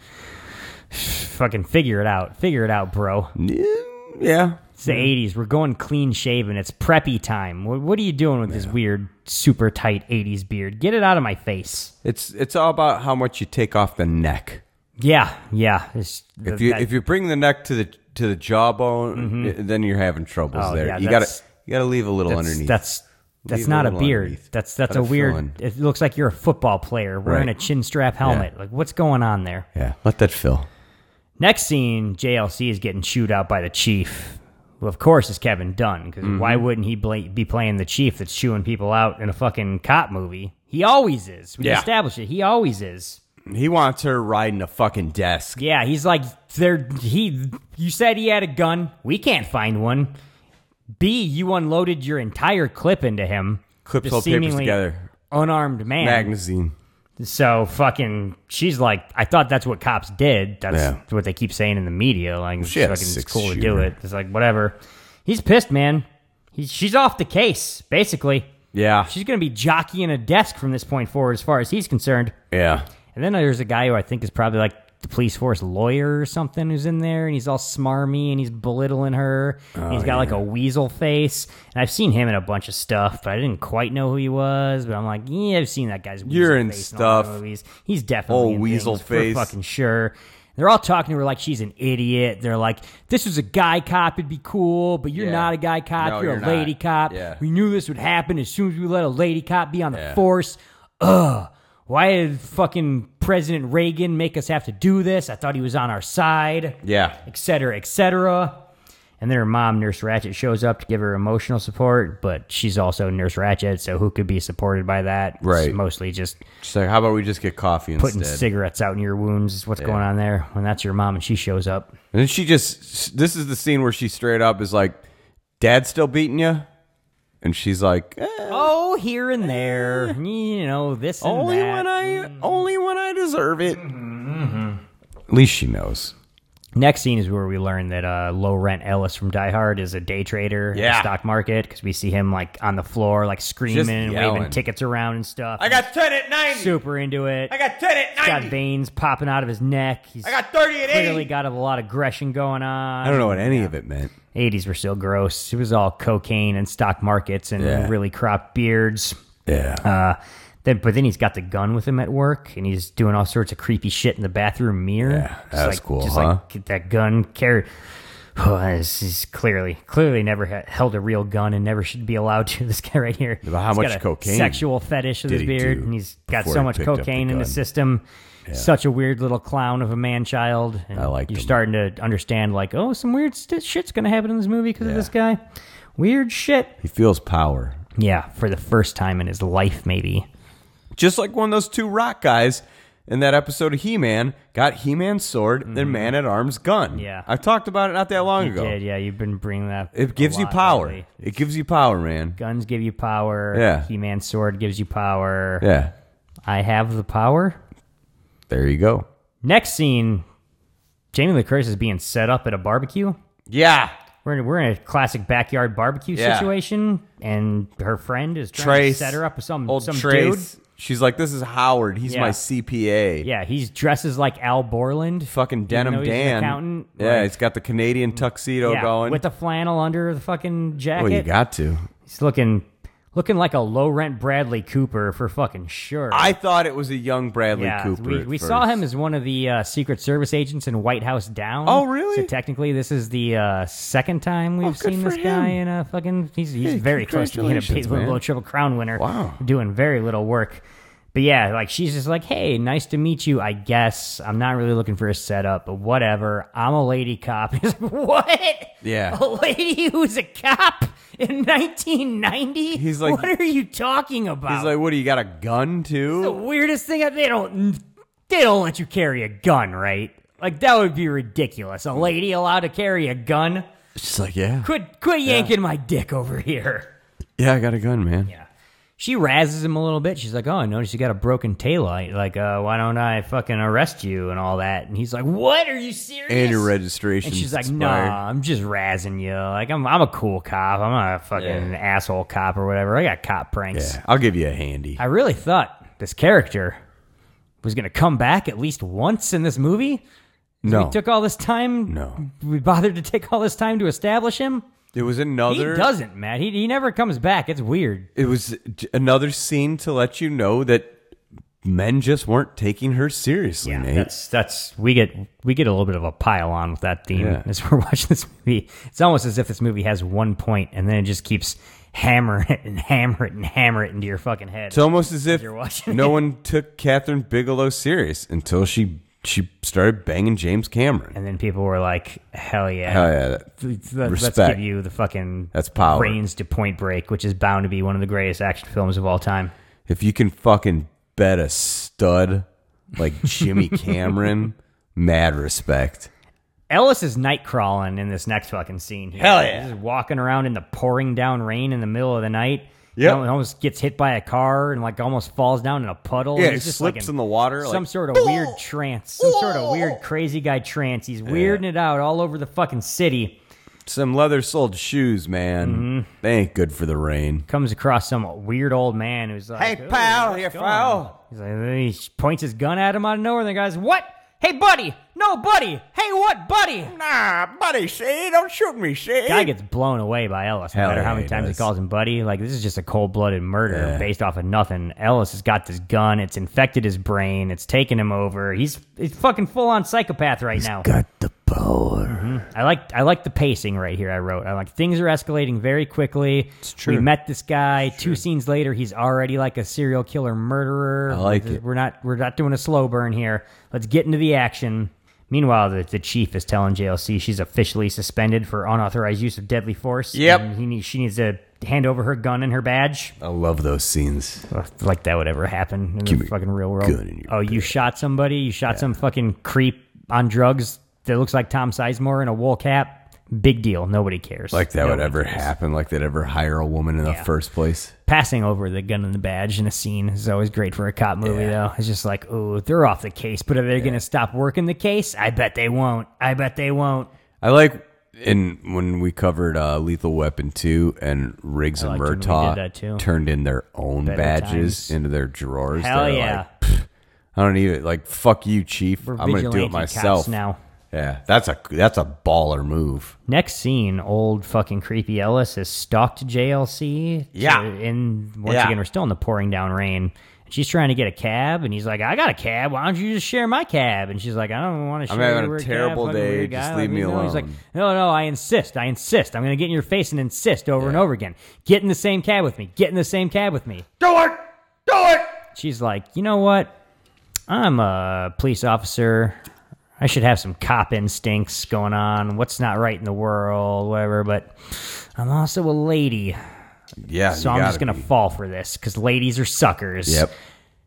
[SPEAKER 5] fucking figure it out. Figure it out, bro.
[SPEAKER 4] Yeah.
[SPEAKER 5] It's the 80s. We're going clean shaven. It's preppy time. What, what are you doing with this weird, super tight 80s beard? Get it out of my face.
[SPEAKER 4] It's it's all about how much you take off the neck.
[SPEAKER 5] Yeah, yeah. It's-
[SPEAKER 4] If you
[SPEAKER 5] that- Mm-hmm.
[SPEAKER 4] if you bring the neck to the to the jawbone, i- then you're having troubles
[SPEAKER 5] Oh,
[SPEAKER 4] there.
[SPEAKER 5] yeah,
[SPEAKER 4] you gotta
[SPEAKER 5] that's-
[SPEAKER 4] you gotta leave a little
[SPEAKER 5] that's,
[SPEAKER 4] underneath.
[SPEAKER 5] That's that's
[SPEAKER 4] Leave a
[SPEAKER 5] not a
[SPEAKER 4] little
[SPEAKER 5] beard.
[SPEAKER 4] underneath.
[SPEAKER 5] That's that's
[SPEAKER 4] Let
[SPEAKER 5] a
[SPEAKER 4] it fill in.
[SPEAKER 5] weird. It looks like you're a football player wearing
[SPEAKER 4] Right.
[SPEAKER 5] a chin strap helmet. Like, what's going on there?
[SPEAKER 4] yeah. Let that fill.
[SPEAKER 5] Next scene, JLC is getting chewed out by the chief. Who of course, is Kevin Dunn because
[SPEAKER 4] Mm-hmm.
[SPEAKER 5] why wouldn't he bla- be playing the chief that's chewing people out in a fucking cop movie? He always is. We
[SPEAKER 4] Yeah.
[SPEAKER 5] established it. He always is.
[SPEAKER 4] He wants her riding a fucking desk.
[SPEAKER 5] Yeah, he's like there. He, you said he had a gun. We can't find one. B, you unloaded your entire clip into him.
[SPEAKER 4] Clips
[SPEAKER 5] the
[SPEAKER 4] all papers
[SPEAKER 5] seemingly
[SPEAKER 4] together.
[SPEAKER 5] Unarmed man.
[SPEAKER 4] Magazine.
[SPEAKER 5] So fucking, she's like, I thought that's what cops did. That's
[SPEAKER 4] Yeah.
[SPEAKER 5] what they keep saying in the media. Like, it's
[SPEAKER 4] She had a
[SPEAKER 5] fucking, it's
[SPEAKER 4] six
[SPEAKER 5] cool to do
[SPEAKER 4] shooter.
[SPEAKER 5] it. It's like whatever. He's pissed, man. He, she's off the case, basically.
[SPEAKER 4] Yeah.
[SPEAKER 5] She's gonna be jockeying a desk from this point forward, as far as he's concerned.
[SPEAKER 4] Yeah.
[SPEAKER 5] And then there's a guy who I think is probably like the police force lawyer or something who's in there, and he's all smarmy and he's belittling her. he's
[SPEAKER 4] Oh,
[SPEAKER 5] got like a weasel face, and I've seen him in a bunch of stuff, but I didn't quite know who he was. But I'm like, yeah, I've seen that guy's. Weasel
[SPEAKER 4] You're in
[SPEAKER 5] face all the
[SPEAKER 4] stuff.
[SPEAKER 5] Movies. He's definitely
[SPEAKER 4] Old
[SPEAKER 5] in
[SPEAKER 4] weasel
[SPEAKER 5] things,
[SPEAKER 4] face.
[SPEAKER 5] for fucking sure. They're all talking to her like she's an idiot. They're like, "This was a guy cop; it'd be cool, but you're
[SPEAKER 4] Yeah.
[SPEAKER 5] not a guy cop.
[SPEAKER 4] No, you're
[SPEAKER 5] you're, a
[SPEAKER 4] not.
[SPEAKER 5] lady cop.
[SPEAKER 4] Yeah.
[SPEAKER 5] We knew this would happen as soon as we let a lady cop be on the
[SPEAKER 4] Yeah.
[SPEAKER 5] force. Ugh. Why did fucking President Reagan make us have to do this? I thought he was on our side.
[SPEAKER 4] Yeah.
[SPEAKER 5] Et cetera, et cetera. And then her mom, Nurse Ratchet, shows up to give her emotional support, but she's also Nurse Ratchet, so who could be supported by that? It's
[SPEAKER 4] Right.
[SPEAKER 5] mostly just
[SPEAKER 4] She's like, how about we just get coffee
[SPEAKER 5] putting
[SPEAKER 4] instead?
[SPEAKER 5] cigarettes out in your wounds is what's going on there when that's your mom and she shows up.
[SPEAKER 4] and then she just, this is the scene where she straight up is like, Dad's still beating you? And she's like, eh,
[SPEAKER 5] Oh, here and there, you know this and
[SPEAKER 4] only
[SPEAKER 5] that.
[SPEAKER 4] when I,
[SPEAKER 5] Mm-hmm.
[SPEAKER 4] only when I deserve it. At least she knows.
[SPEAKER 5] Next scene is where we learn that uh, low rent Ellis from Die Hard is a day trader in
[SPEAKER 4] Yeah.
[SPEAKER 5] the stock market because we see him like on the floor, like screaming and
[SPEAKER 4] yelling.
[SPEAKER 5] waving tickets around and stuff.
[SPEAKER 4] got 10 at 90.
[SPEAKER 5] super into it.
[SPEAKER 4] got 10 at
[SPEAKER 5] He's got veins popping out of his neck. He's
[SPEAKER 4] 30 at
[SPEAKER 5] clearly got a lot of aggression going on.
[SPEAKER 4] I don't know what any of it meant.
[SPEAKER 5] 80s were still gross. It was all cocaine and stock markets and
[SPEAKER 4] Yeah.
[SPEAKER 5] really cropped beards.
[SPEAKER 4] Yeah.
[SPEAKER 5] Uh, then, but then he's got the gun with him at work, and he's doing all sorts of creepy shit in the bathroom mirror.
[SPEAKER 4] Yeah,
[SPEAKER 5] Just
[SPEAKER 4] that's
[SPEAKER 5] like,
[SPEAKER 4] cool,
[SPEAKER 5] Just
[SPEAKER 4] huh?
[SPEAKER 5] like get that gun carried. [sighs] Oh, this is clearly, clearly never ha- held a real gun and never should be allowed to. [laughs] This guy right here.
[SPEAKER 4] But how
[SPEAKER 5] He's
[SPEAKER 4] much
[SPEAKER 5] got a
[SPEAKER 4] cocaine
[SPEAKER 5] Sexual fetish of
[SPEAKER 4] did
[SPEAKER 5] his
[SPEAKER 4] he
[SPEAKER 5] beard,
[SPEAKER 4] do
[SPEAKER 5] and he's got
[SPEAKER 4] before
[SPEAKER 5] so
[SPEAKER 4] he
[SPEAKER 5] much
[SPEAKER 4] picked up the
[SPEAKER 5] cocaine in
[SPEAKER 4] gun?
[SPEAKER 5] his system. Such a weird little clown of a man child. And
[SPEAKER 4] I liked
[SPEAKER 5] You're
[SPEAKER 4] him.
[SPEAKER 5] starting to understand, like, oh, some weird st- shit's gonna happen in this movie because of this guy. Weird shit.
[SPEAKER 4] He feels power.
[SPEAKER 5] Yeah, for the first time in his life, maybe.
[SPEAKER 4] Just like one of those two rock guys in that episode of He Man got He Man's sword, then Man at Arms gun.
[SPEAKER 5] Mm-hmm. Yeah.
[SPEAKER 4] I talked about it not that long ago.
[SPEAKER 5] did. Yeah, you've been bringing that. up a
[SPEAKER 4] It gives you
[SPEAKER 5] lot
[SPEAKER 4] power.
[SPEAKER 5] lately.
[SPEAKER 4] It gives you power, man.
[SPEAKER 5] Guns give you power.
[SPEAKER 4] Yeah.
[SPEAKER 5] He Man's sword gives you power.
[SPEAKER 4] Yeah.
[SPEAKER 5] I have the power.
[SPEAKER 4] There you go.
[SPEAKER 5] Next scene Jamie Lee Curtis is being set up at a barbecue.
[SPEAKER 4] Yeah.
[SPEAKER 5] We're in, we're in a classic backyard barbecue
[SPEAKER 4] Yeah.
[SPEAKER 5] situation, and her friend is trying
[SPEAKER 4] Trace.
[SPEAKER 5] to set her up with some,
[SPEAKER 4] Old
[SPEAKER 5] some
[SPEAKER 4] Trace.
[SPEAKER 5] dude.
[SPEAKER 4] She's like, this is Howard. He's
[SPEAKER 5] Yeah.
[SPEAKER 4] my CPA.
[SPEAKER 5] Yeah, he dresses like Al Borland.
[SPEAKER 4] Fucking Denim
[SPEAKER 5] though he's an
[SPEAKER 4] Dan.
[SPEAKER 5] accountant,
[SPEAKER 4] yeah,
[SPEAKER 5] like-
[SPEAKER 4] he's got the Canadian tuxedo
[SPEAKER 5] Yeah,
[SPEAKER 4] going.
[SPEAKER 5] with the flannel under the fucking jacket.
[SPEAKER 4] well, you got to.
[SPEAKER 5] He's looking looking like a low rent Bradley Cooper for fucking sure.
[SPEAKER 4] I thought it was a young Bradley
[SPEAKER 5] yeah,
[SPEAKER 4] Cooper.
[SPEAKER 5] we,
[SPEAKER 4] at
[SPEAKER 5] we saw
[SPEAKER 4] first.
[SPEAKER 5] him as one of the uh, Secret Service agents in White House Down.
[SPEAKER 4] Oh, really?
[SPEAKER 5] So technically, this is the uh, second time we've
[SPEAKER 4] Oh, good
[SPEAKER 5] seen
[SPEAKER 4] for
[SPEAKER 5] this guy
[SPEAKER 4] him.
[SPEAKER 5] in a fucking. He's, he's very close to being a big
[SPEAKER 4] congratulations, man.
[SPEAKER 5] little Triple Crown winner.
[SPEAKER 4] Wow.
[SPEAKER 5] doing very little work. But yeah, like she's just like, hey, nice to meet you. I guess I'm not really looking for a setup, but whatever. I'm a lady cop. [laughs] He's like, what?
[SPEAKER 4] Yeah.
[SPEAKER 5] a lady who's a cop in 1990.
[SPEAKER 4] He's like-
[SPEAKER 5] what are you talking about?
[SPEAKER 4] He's like, what do you got a gun
[SPEAKER 5] the
[SPEAKER 4] too?
[SPEAKER 5] weirdest thing. They don't. They don't let you carry a gun, right? Like that would be ridiculous. A lady allowed to carry a gun?
[SPEAKER 4] She's like, yeah,
[SPEAKER 5] Quit, quit yanking my dick over here.
[SPEAKER 4] yeah, I got a gun, man.
[SPEAKER 5] She razzes him a little bit. She's like, "Oh, I noticed you got a broken taillight. Like, uh, why don't I fucking arrest you and all that?" And he's like, "What? Are you serious?"
[SPEAKER 4] And your registration.
[SPEAKER 5] And she's like,
[SPEAKER 4] expired.
[SPEAKER 5] "Nah, I'm just razzing you. Like, I'm I'm a cool cop. I'm not a fucking
[SPEAKER 4] Yeah.
[SPEAKER 5] asshole cop or whatever. I got cop pranks."
[SPEAKER 4] Yeah, I'll give you a handy.
[SPEAKER 5] I really thought this character was going to come back at least once in this movie.
[SPEAKER 4] no,
[SPEAKER 5] We took all this time.
[SPEAKER 4] No.
[SPEAKER 5] We bothered to take all this time to establish him.
[SPEAKER 4] it was another.
[SPEAKER 5] He doesn't, Matt. He, he never comes back. It's weird.
[SPEAKER 4] It was j- another scene to let you know that men just weren't taking her seriously, Nate.
[SPEAKER 5] That's that's we get we get a little bit of a pile on with that theme
[SPEAKER 4] Yeah.
[SPEAKER 5] as [laughs] we're watching this movie. It's almost as if this movie has one point and then it just keeps hammering it and hammer it and hammer it into your fucking head.
[SPEAKER 4] it's almost as if
[SPEAKER 5] You're watching [laughs]
[SPEAKER 4] no one took Catherine Bigelow serious until she she started banging James Cameron.
[SPEAKER 5] and then people were like, "Hell yeah,
[SPEAKER 4] Hell yeah, that-
[SPEAKER 5] Let, us
[SPEAKER 4] Respect.
[SPEAKER 5] give you the fucking
[SPEAKER 4] That's power.
[SPEAKER 5] reins to Point Break, which is bound to be one of the greatest action films of all time.
[SPEAKER 4] if you can fucking bet a stud like
[SPEAKER 5] [laughs]
[SPEAKER 4] Jimmy Cameron, mad respect.
[SPEAKER 5] Ellis is night crawling in this next fucking scene. Here.
[SPEAKER 4] Hell yeah.
[SPEAKER 5] He's just walking around in the pouring down rain in the middle of the night.
[SPEAKER 4] Yep.
[SPEAKER 5] He al- almost gets hit by a car and like almost falls down in a puddle.
[SPEAKER 4] Yeah,
[SPEAKER 5] He's
[SPEAKER 4] he
[SPEAKER 5] just
[SPEAKER 4] slips
[SPEAKER 5] like
[SPEAKER 4] in the water,
[SPEAKER 5] Some
[SPEAKER 4] like,
[SPEAKER 5] sort of weird trance. Some sort of weird crazy guy trance. He's weirding it out all over the fucking city.
[SPEAKER 4] Some leather soled shoes,
[SPEAKER 5] Mm-hmm.
[SPEAKER 4] man. They ain't good for the rain.
[SPEAKER 5] Comes across some weird old man who's like, "Ooh, what's going on?" He's like, he points his gun at him out of nowhere, and the guy's, What? Hey, buddy! No, buddy! Hey, what, buddy?
[SPEAKER 4] Nah, buddy, see? Don't shoot me, see?
[SPEAKER 5] Guy gets blown away by Ellis. No
[SPEAKER 4] Hell
[SPEAKER 5] matter how
[SPEAKER 4] yeah,
[SPEAKER 5] many
[SPEAKER 4] he
[SPEAKER 5] times he
[SPEAKER 4] does.
[SPEAKER 5] calls him buddy, like this is just a cold-blooded murder based off of nothing. Ellis has got this gun. It's infected his brain. It's taken him over. He's he's fucking full-on psychopath right now.
[SPEAKER 4] got the power.
[SPEAKER 5] I like I like the pacing right here. I wrote. I like things are escalating very quickly. It's
[SPEAKER 4] true.
[SPEAKER 5] We met this guy. Two scenes later, he's already like a serial killer murderer.
[SPEAKER 4] I like
[SPEAKER 5] We're-
[SPEAKER 4] it.
[SPEAKER 5] We're not we're not doing a slow burn here. Let's get into the action. Meanwhile, the, the chief is telling JLC she's officially suspended for unauthorized use of deadly force.
[SPEAKER 4] Yep.
[SPEAKER 5] And he needs, she needs to hand over her gun and her badge.
[SPEAKER 4] I love those scenes.
[SPEAKER 5] Ugh, Like that would ever happen in
[SPEAKER 4] Give
[SPEAKER 5] the
[SPEAKER 4] me
[SPEAKER 5] fucking real world.
[SPEAKER 4] gun in your
[SPEAKER 5] oh, you shot somebody. You shot some fucking creep on drugs that looks like Tom Sizemore in a wool cap. Big deal. Nobody cares.
[SPEAKER 4] Like that would
[SPEAKER 5] Nobody
[SPEAKER 4] ever
[SPEAKER 5] cares.
[SPEAKER 4] happen, like they'd ever hire a woman in the first place.
[SPEAKER 5] Passing over the gun and the badge in a scene is always great for a cop movie, though. It's just like, oh, they're off the case, but are they going to stop working the case? I bet they won't. I bet they won't.
[SPEAKER 4] I like and when we covered uh, Lethal Weapon 2 and Riggs and
[SPEAKER 5] liked when we did that, too.
[SPEAKER 4] Murtaugh turned in their own
[SPEAKER 5] Better
[SPEAKER 4] badges
[SPEAKER 5] times.
[SPEAKER 4] into their drawers.
[SPEAKER 5] Hell
[SPEAKER 4] They're
[SPEAKER 5] yeah.
[SPEAKER 4] like, "Pff, I don't need it. Like fuck you, chief.
[SPEAKER 5] We're
[SPEAKER 4] I'm going to do
[SPEAKER 5] vigilante
[SPEAKER 4] it
[SPEAKER 5] cops
[SPEAKER 4] myself.
[SPEAKER 5] now.
[SPEAKER 4] Yeah. That's a that's a baller move.
[SPEAKER 5] Next scene, old fucking creepy Ellis has stalked JLC.
[SPEAKER 4] Yeah.
[SPEAKER 5] To, and once
[SPEAKER 4] Yeah.
[SPEAKER 5] again, we're still in the pouring down rain. She's trying to get a cab, and he's like, "I got a cab. Why don't you just share my cab?" And she's like, "I don't want to share."
[SPEAKER 4] I'm having
[SPEAKER 5] you.
[SPEAKER 4] a
[SPEAKER 5] We're cab,
[SPEAKER 4] terrible
[SPEAKER 5] fucking
[SPEAKER 4] day.
[SPEAKER 5] weird
[SPEAKER 4] Just
[SPEAKER 5] guy.
[SPEAKER 4] leave me
[SPEAKER 5] know." He's like,
[SPEAKER 4] alone.
[SPEAKER 5] "No, no, I insist. I insist. I'm going to get in your face and insist over and over again. Get in the same cab with me. Get in the same cab with me."
[SPEAKER 4] Do it. Do it.
[SPEAKER 5] She's like, "You know what? I'm a police officer. I should have some cop instincts going on. What's not right in the world, whatever, but I'm also a lady,
[SPEAKER 4] Yeah.
[SPEAKER 5] so
[SPEAKER 4] you
[SPEAKER 5] I'm
[SPEAKER 4] gotta
[SPEAKER 5] just going to
[SPEAKER 4] be.
[SPEAKER 5] fall for this cuz ladies are suckers."
[SPEAKER 4] Yep.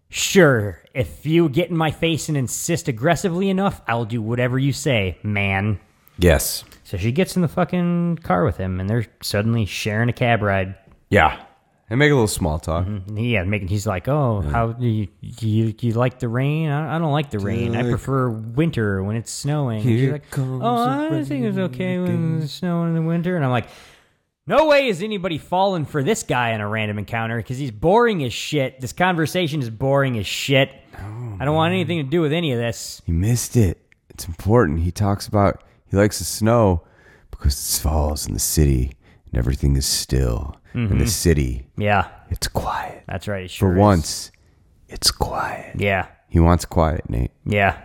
[SPEAKER 5] Sure, if you get in my face and insist aggressively enough, I'll do whatever you say, man.
[SPEAKER 4] Yes.
[SPEAKER 5] So she gets in the fucking car with him and they're suddenly sharing a cab ride.
[SPEAKER 4] Yeah. And make a little small talk.
[SPEAKER 5] Yeah, making he's like, oh, how do you, do you do you like the rain? I, I don't like the rain. I prefer winter when it's snowing. And she's
[SPEAKER 4] Here
[SPEAKER 5] like,
[SPEAKER 4] comes
[SPEAKER 5] oh,
[SPEAKER 4] the
[SPEAKER 5] I think it's okay when it's snowing in the winter. And I'm like, no way is anybody falling for this guy in a random encounter because he's boring as shit. This conversation is boring as shit.
[SPEAKER 4] Oh,
[SPEAKER 5] I don't want anything to do with any of this.
[SPEAKER 4] You missed it. It's important. He talks about he likes the snow because it falls in the city and everything is still. In
[SPEAKER 5] Mm-hmm.
[SPEAKER 4] the city,
[SPEAKER 5] Yeah,
[SPEAKER 4] it's quiet.
[SPEAKER 5] that's right. it
[SPEAKER 4] For
[SPEAKER 5] sure is.
[SPEAKER 4] once, it's quiet.
[SPEAKER 5] Yeah,
[SPEAKER 4] He wants quiet, Nate.
[SPEAKER 5] Yeah.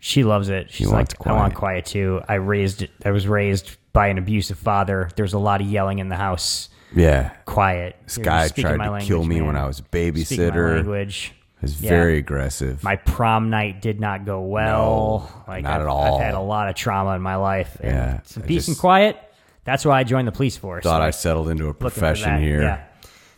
[SPEAKER 5] She loves it. She's like,
[SPEAKER 4] wants
[SPEAKER 5] I want
[SPEAKER 4] quiet.
[SPEAKER 5] quiet too. I raised I was raised by an abusive father. There's a lot of yelling in the house.
[SPEAKER 4] Yeah.
[SPEAKER 5] Quiet.
[SPEAKER 4] This
[SPEAKER 5] You're
[SPEAKER 4] guy
[SPEAKER 5] speaking
[SPEAKER 4] tried to
[SPEAKER 5] my
[SPEAKER 4] kill
[SPEAKER 5] language,
[SPEAKER 4] me
[SPEAKER 5] man.
[SPEAKER 4] when I was a
[SPEAKER 5] Speaking my
[SPEAKER 4] babysitter.
[SPEAKER 5] language.
[SPEAKER 4] He was
[SPEAKER 5] Yeah.
[SPEAKER 4] very aggressive.
[SPEAKER 5] My prom night did not go well.
[SPEAKER 4] No,
[SPEAKER 5] like
[SPEAKER 4] not
[SPEAKER 5] I've,
[SPEAKER 4] at
[SPEAKER 5] I've
[SPEAKER 4] all.
[SPEAKER 5] had a lot of trauma in my life. And
[SPEAKER 4] Yeah,
[SPEAKER 5] some
[SPEAKER 4] I
[SPEAKER 5] peace
[SPEAKER 4] just-
[SPEAKER 5] and quiet. That's why I joined the police force.
[SPEAKER 4] Thought I settled into a
[SPEAKER 5] looking for that.
[SPEAKER 4] profession here.
[SPEAKER 5] Yeah.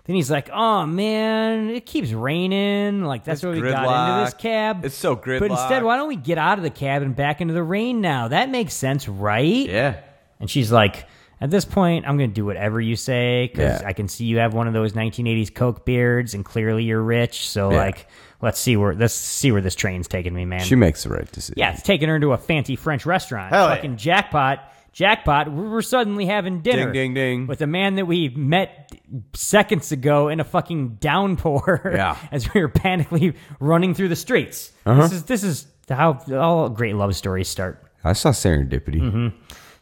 [SPEAKER 5] Then he's like, "Oh man, it keeps raining. Like that's why we got into this
[SPEAKER 4] gridlock.
[SPEAKER 5] cab.
[SPEAKER 4] It's so
[SPEAKER 5] But instead,
[SPEAKER 4] gridlock.
[SPEAKER 5] why don't we get out of the cab and back into the rain now? That makes sense, right?
[SPEAKER 4] Yeah.
[SPEAKER 5] And she's like, "At this point, I'm going to do whatever you say because
[SPEAKER 4] Yeah.
[SPEAKER 5] I can see you have one of those 1980s Coke beards, and clearly you're rich. So
[SPEAKER 4] Yeah.
[SPEAKER 5] like, let's see where let's see where this train's taking me, man.
[SPEAKER 4] She makes the right decision.
[SPEAKER 5] yeah, it's taking her to a fancy French restaurant.
[SPEAKER 4] Hell yeah.
[SPEAKER 5] Fucking jackpot." Jackpot! We're we're suddenly having dinner
[SPEAKER 4] Ding, ding, ding.
[SPEAKER 5] with a man that we met seconds ago in a fucking downpour
[SPEAKER 4] Yeah.
[SPEAKER 5] [laughs]
[SPEAKER 4] Uh-huh.
[SPEAKER 5] as we were panically running through the streets. This is this is how all great love stories start.
[SPEAKER 4] I saw serendipity.
[SPEAKER 5] Mm-hmm.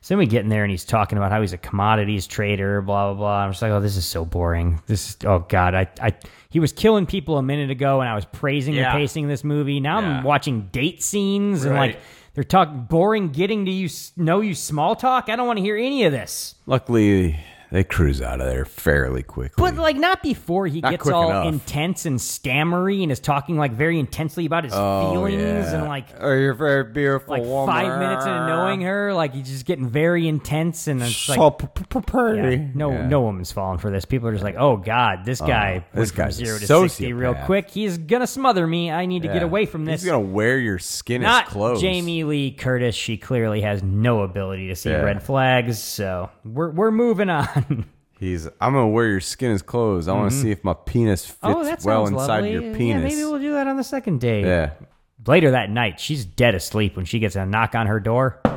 [SPEAKER 5] So then we get in there and he's talking about how he's a commodities trader, blah blah blah. I'm just like, oh, this is so boring. This is oh god, I I he was killing people a minute ago, and I was praising
[SPEAKER 4] Yeah.
[SPEAKER 5] and pacing this movie. Now
[SPEAKER 4] Yeah.
[SPEAKER 5] I'm watching date scenes and
[SPEAKER 4] Right.
[SPEAKER 5] like they're talking boring, getting to you s- know you small talk. I don't want to hear any of this.
[SPEAKER 4] Luckily, they cruise out of there fairly quickly.
[SPEAKER 5] But like not before he
[SPEAKER 4] Not
[SPEAKER 5] gets
[SPEAKER 4] quick
[SPEAKER 5] all
[SPEAKER 4] enough.
[SPEAKER 5] intense and stammery and is talking like very intensely about his feelings and like
[SPEAKER 4] oh, you're Oh, a very beautiful.
[SPEAKER 5] like five minutes into knowing her, like he's just getting very intense and it's
[SPEAKER 4] so
[SPEAKER 5] like
[SPEAKER 4] p- p- p- pretty.
[SPEAKER 5] yeah, no
[SPEAKER 4] Yeah. Uh,
[SPEAKER 5] no woman's falling for this. People are just like, oh god, this guy
[SPEAKER 4] this
[SPEAKER 5] went from
[SPEAKER 4] guy's a
[SPEAKER 5] zero to sixty real
[SPEAKER 4] sociopath.
[SPEAKER 5] quick. He's gonna smother me. I need to get
[SPEAKER 4] Yeah.
[SPEAKER 5] away from this.
[SPEAKER 4] He's gonna wear your skin
[SPEAKER 5] Not
[SPEAKER 4] as clothes.
[SPEAKER 5] Jamie Lee Curtis. She clearly has no ability to see
[SPEAKER 4] Yeah.
[SPEAKER 5] red flags. So we're we're moving on. [laughs]
[SPEAKER 4] He's. I'm gonna wear your skin as clothes. I want to see if my penis fits
[SPEAKER 5] oh, that
[SPEAKER 4] well
[SPEAKER 5] sounds
[SPEAKER 4] inside
[SPEAKER 5] lovely.
[SPEAKER 4] your
[SPEAKER 5] Yeah,
[SPEAKER 4] penis.
[SPEAKER 5] maybe we'll do that on the second date.
[SPEAKER 4] Yeah.
[SPEAKER 5] Later that night, she's dead asleep when she gets a knock on her door.
[SPEAKER 4] Oh,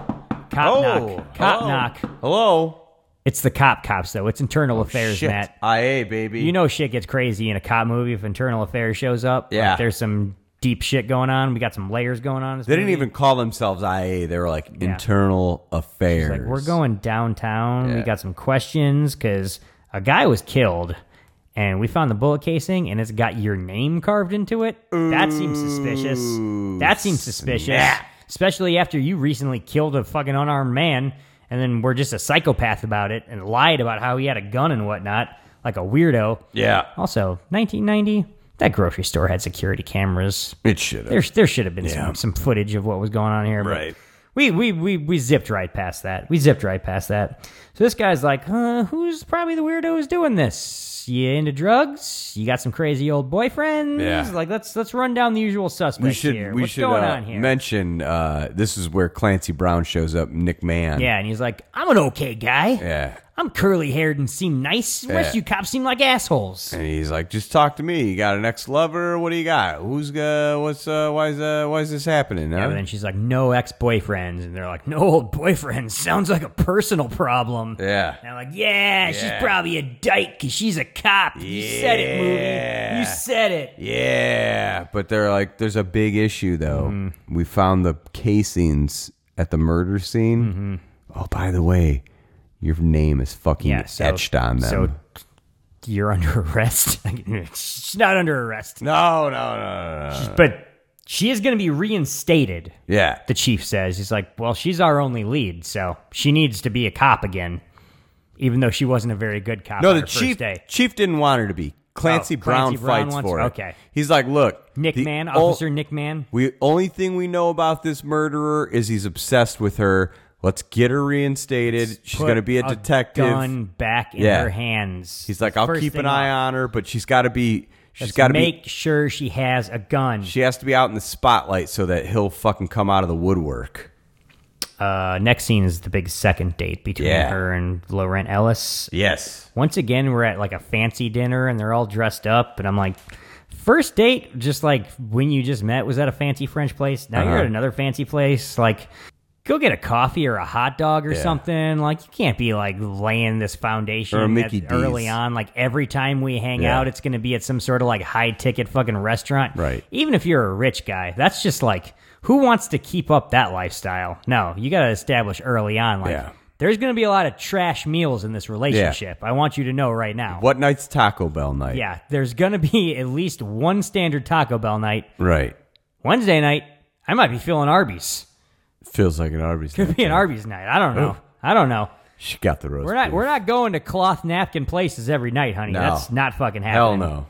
[SPEAKER 5] Cop knock. Cop
[SPEAKER 4] hello.
[SPEAKER 5] knock.
[SPEAKER 4] Hello.
[SPEAKER 5] It's the cop cops, though. It's internal affairs,
[SPEAKER 4] Oh, Shit.
[SPEAKER 5] Matt.
[SPEAKER 4] IA baby.
[SPEAKER 5] You know shit gets crazy in a cop movie if internal affairs shows up. Like,
[SPEAKER 4] Yeah.
[SPEAKER 5] there's some deep shit going on. We got some layers going on. in this
[SPEAKER 4] They didn't
[SPEAKER 5] movie.
[SPEAKER 4] even call themselves IA. They were like
[SPEAKER 5] Yeah.
[SPEAKER 4] internal affairs.
[SPEAKER 5] Like we're going downtown. We
[SPEAKER 4] Yeah.
[SPEAKER 5] got some questions because a guy was killed, and we found the bullet casing, and it's got your name carved into it. that seems suspicious. That seems suspicious, especially after you recently killed a fucking unarmed man, and then we're just a psychopath about it and lied about how he had a gun and whatnot, like a weirdo.
[SPEAKER 4] Yeah,
[SPEAKER 5] Also, 1990, that grocery store had security cameras.
[SPEAKER 4] it should have.
[SPEAKER 5] There, there should have been
[SPEAKER 4] Yeah.
[SPEAKER 5] some, some footage of what was going on here. but
[SPEAKER 4] Right.
[SPEAKER 5] We, we, we, we zipped right past that. We zipped right past that. So this guy's like, huh, who's probably the weirdo who's doing this? You into drugs? You got some crazy old boyfriends?
[SPEAKER 4] Yeah.
[SPEAKER 5] Like let's let's run down the usual suspects
[SPEAKER 4] We should
[SPEAKER 5] here.
[SPEAKER 4] we
[SPEAKER 5] What's
[SPEAKER 4] should
[SPEAKER 5] going
[SPEAKER 4] uh,
[SPEAKER 5] on here?
[SPEAKER 4] mention uh, this is where Clancy Brown shows up. Nick Mann.
[SPEAKER 5] yeah, and he's like, I'm an okay guy.
[SPEAKER 4] Yeah.
[SPEAKER 5] I'm curly haired and seem nice. The rest
[SPEAKER 4] Yeah.
[SPEAKER 5] of you cops seem like assholes.
[SPEAKER 4] And he's like, just talk to me. You got an ex lover? What do you got? Who's uh, what's uh, why is uh, why is this happening? huh?"
[SPEAKER 5] Yeah, but then she's like, no ex boyfriends. And they're like, no old boyfriends. [laughs] Sounds like a personal problem.
[SPEAKER 4] Yeah.
[SPEAKER 5] And I'm like, yeah, she's
[SPEAKER 4] Yeah.
[SPEAKER 5] probably a dyke because she's a cop. You said it, movie.
[SPEAKER 4] Yeah.
[SPEAKER 5] You said it.
[SPEAKER 4] Yeah, but they're like, there's a big issue though.
[SPEAKER 5] Mm-hmm.
[SPEAKER 4] We found the casings at the murder scene.
[SPEAKER 5] Mm-hmm.
[SPEAKER 4] Oh, by the way, your name is fucking
[SPEAKER 5] Yeah, so-
[SPEAKER 4] etched on them.
[SPEAKER 5] So you're under [laughs] arrest. she's not under arrest,
[SPEAKER 4] no, no, no, no, no.
[SPEAKER 5] but she is going to be reinstated.
[SPEAKER 4] Yeah,
[SPEAKER 5] The chief says, he's like, well, she's our only lead, so she needs to be a cop again, even though she wasn't a very good cop.
[SPEAKER 4] no.
[SPEAKER 5] on
[SPEAKER 4] The
[SPEAKER 5] her
[SPEAKER 4] chief
[SPEAKER 5] first day.
[SPEAKER 4] chief didn't want her to be. Clancy,
[SPEAKER 5] Oh, Clancy
[SPEAKER 4] Brown,
[SPEAKER 5] Brown
[SPEAKER 4] fights
[SPEAKER 5] wants-
[SPEAKER 4] for it.
[SPEAKER 5] okay.
[SPEAKER 4] he's like, look,
[SPEAKER 5] Nick
[SPEAKER 4] the
[SPEAKER 5] Mann,
[SPEAKER 4] ol-
[SPEAKER 5] Officer Nick Mann.
[SPEAKER 4] We only thing we know about this murderer is he's obsessed with her. Let's get her reinstated. She's
[SPEAKER 5] put
[SPEAKER 4] going to be a detective.
[SPEAKER 5] gun back in
[SPEAKER 4] Yeah.
[SPEAKER 5] her hands.
[SPEAKER 4] He's like, I'll keep an eye on her, but she's got to be. She's got to be.
[SPEAKER 5] make sure she has a gun.
[SPEAKER 4] She has to be out in the spotlight so that he'll fucking come out of the woodwork.
[SPEAKER 5] uh, next scene is the big second date between
[SPEAKER 4] Yeah.
[SPEAKER 5] her and Laurent Ellis.
[SPEAKER 4] Yes.
[SPEAKER 5] Once again, we're at like a fancy dinner and they're all dressed up, and I'm like. First date, just like when you just met, was at a fancy French place. Now you're
[SPEAKER 4] Uh-huh.
[SPEAKER 5] at another fancy place. Like, go get a coffee or a hot dog or
[SPEAKER 4] Yeah.
[SPEAKER 5] something. Like, you can't be like laying this foundation
[SPEAKER 4] Or a
[SPEAKER 5] at-
[SPEAKER 4] Mickey D's.
[SPEAKER 5] early on. Like, every time we hang
[SPEAKER 4] Yeah.
[SPEAKER 5] out, it's going to be at some sort of like high ticket fucking restaurant.
[SPEAKER 4] Right.
[SPEAKER 5] Even if you're a rich guy, that's just like, who wants to keep up that lifestyle? No, you got to establish early on. Like,
[SPEAKER 4] Yeah.
[SPEAKER 5] there's going to be a lot of trash meals in this relationship. I want you to know right now.
[SPEAKER 4] What night's Taco Bell night?
[SPEAKER 5] Yeah, there's going to be [laughs] at least one standard Taco Bell night.
[SPEAKER 4] Right.
[SPEAKER 5] Wednesday night, I might be feeling Arby's.
[SPEAKER 4] Feels like an Arby's.
[SPEAKER 5] Could be an Arby's night. I don't know. I don't know.
[SPEAKER 4] She got the roast.
[SPEAKER 5] We're not
[SPEAKER 4] beef.
[SPEAKER 5] we're not going to cloth napkin places every night, honey.
[SPEAKER 4] No.
[SPEAKER 5] That's not fucking
[SPEAKER 4] Hell
[SPEAKER 5] happening.
[SPEAKER 4] no.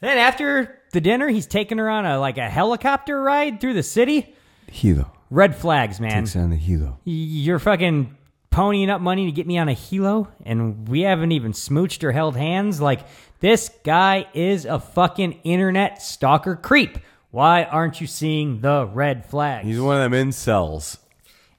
[SPEAKER 5] Then after the dinner, he's taking her on a like a helicopter ride through the city.
[SPEAKER 4] Hilo.
[SPEAKER 5] Red flags, man.
[SPEAKER 4] Takes on the Hilo.
[SPEAKER 5] You're fucking ponying up money to get me on a helo, and we haven't even smooched or held hands. Like this guy is a fucking internet stalker creep. Why aren't you seeing the red flags?
[SPEAKER 4] He's one of them incels.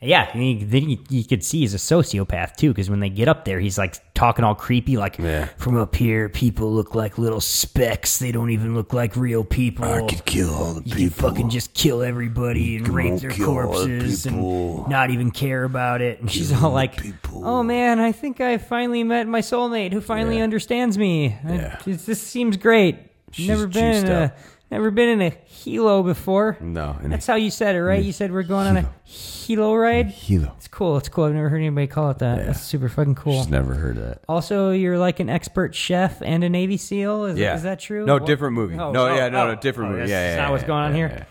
[SPEAKER 5] Yeah, and he, then you, you could see he's a sociopath too, because when they get up there, he's like talking all creepy, like
[SPEAKER 4] Yeah.
[SPEAKER 5] from up here, people look like little specks. They don't even look like real people.
[SPEAKER 4] kill all the
[SPEAKER 5] you fucking just kill everybody and rape their corpses and not even care about it. And she's all like, "Oh man, I think I finally met my soulmate who finally
[SPEAKER 4] Yeah.
[SPEAKER 5] understands me. I-
[SPEAKER 4] Yeah.
[SPEAKER 5] this, this seems great.
[SPEAKER 4] She's
[SPEAKER 5] never been in
[SPEAKER 4] juiced
[SPEAKER 5] a
[SPEAKER 4] up.
[SPEAKER 5] never been in a helo before.
[SPEAKER 4] No. And
[SPEAKER 5] That's how you said it, right? You said we're going on a helo ride.
[SPEAKER 4] Hilo.
[SPEAKER 5] It's cool. It's cool. I've never heard anybody call it that. That's super fucking cool.
[SPEAKER 4] She's never heard of that.
[SPEAKER 5] also, you're like an expert chef and a Navy SEAL. Is,
[SPEAKER 4] Yeah.
[SPEAKER 5] is that true?
[SPEAKER 4] No,
[SPEAKER 5] What-
[SPEAKER 4] different movie.
[SPEAKER 5] Oh,
[SPEAKER 4] no,
[SPEAKER 5] oh,
[SPEAKER 4] yeah, no,
[SPEAKER 5] oh.
[SPEAKER 4] no, different
[SPEAKER 5] Oh,
[SPEAKER 4] movie.
[SPEAKER 5] that's
[SPEAKER 4] Yeah, yeah,
[SPEAKER 5] not
[SPEAKER 4] yeah,
[SPEAKER 5] what's going on
[SPEAKER 4] yeah,
[SPEAKER 5] here.
[SPEAKER 4] yeah.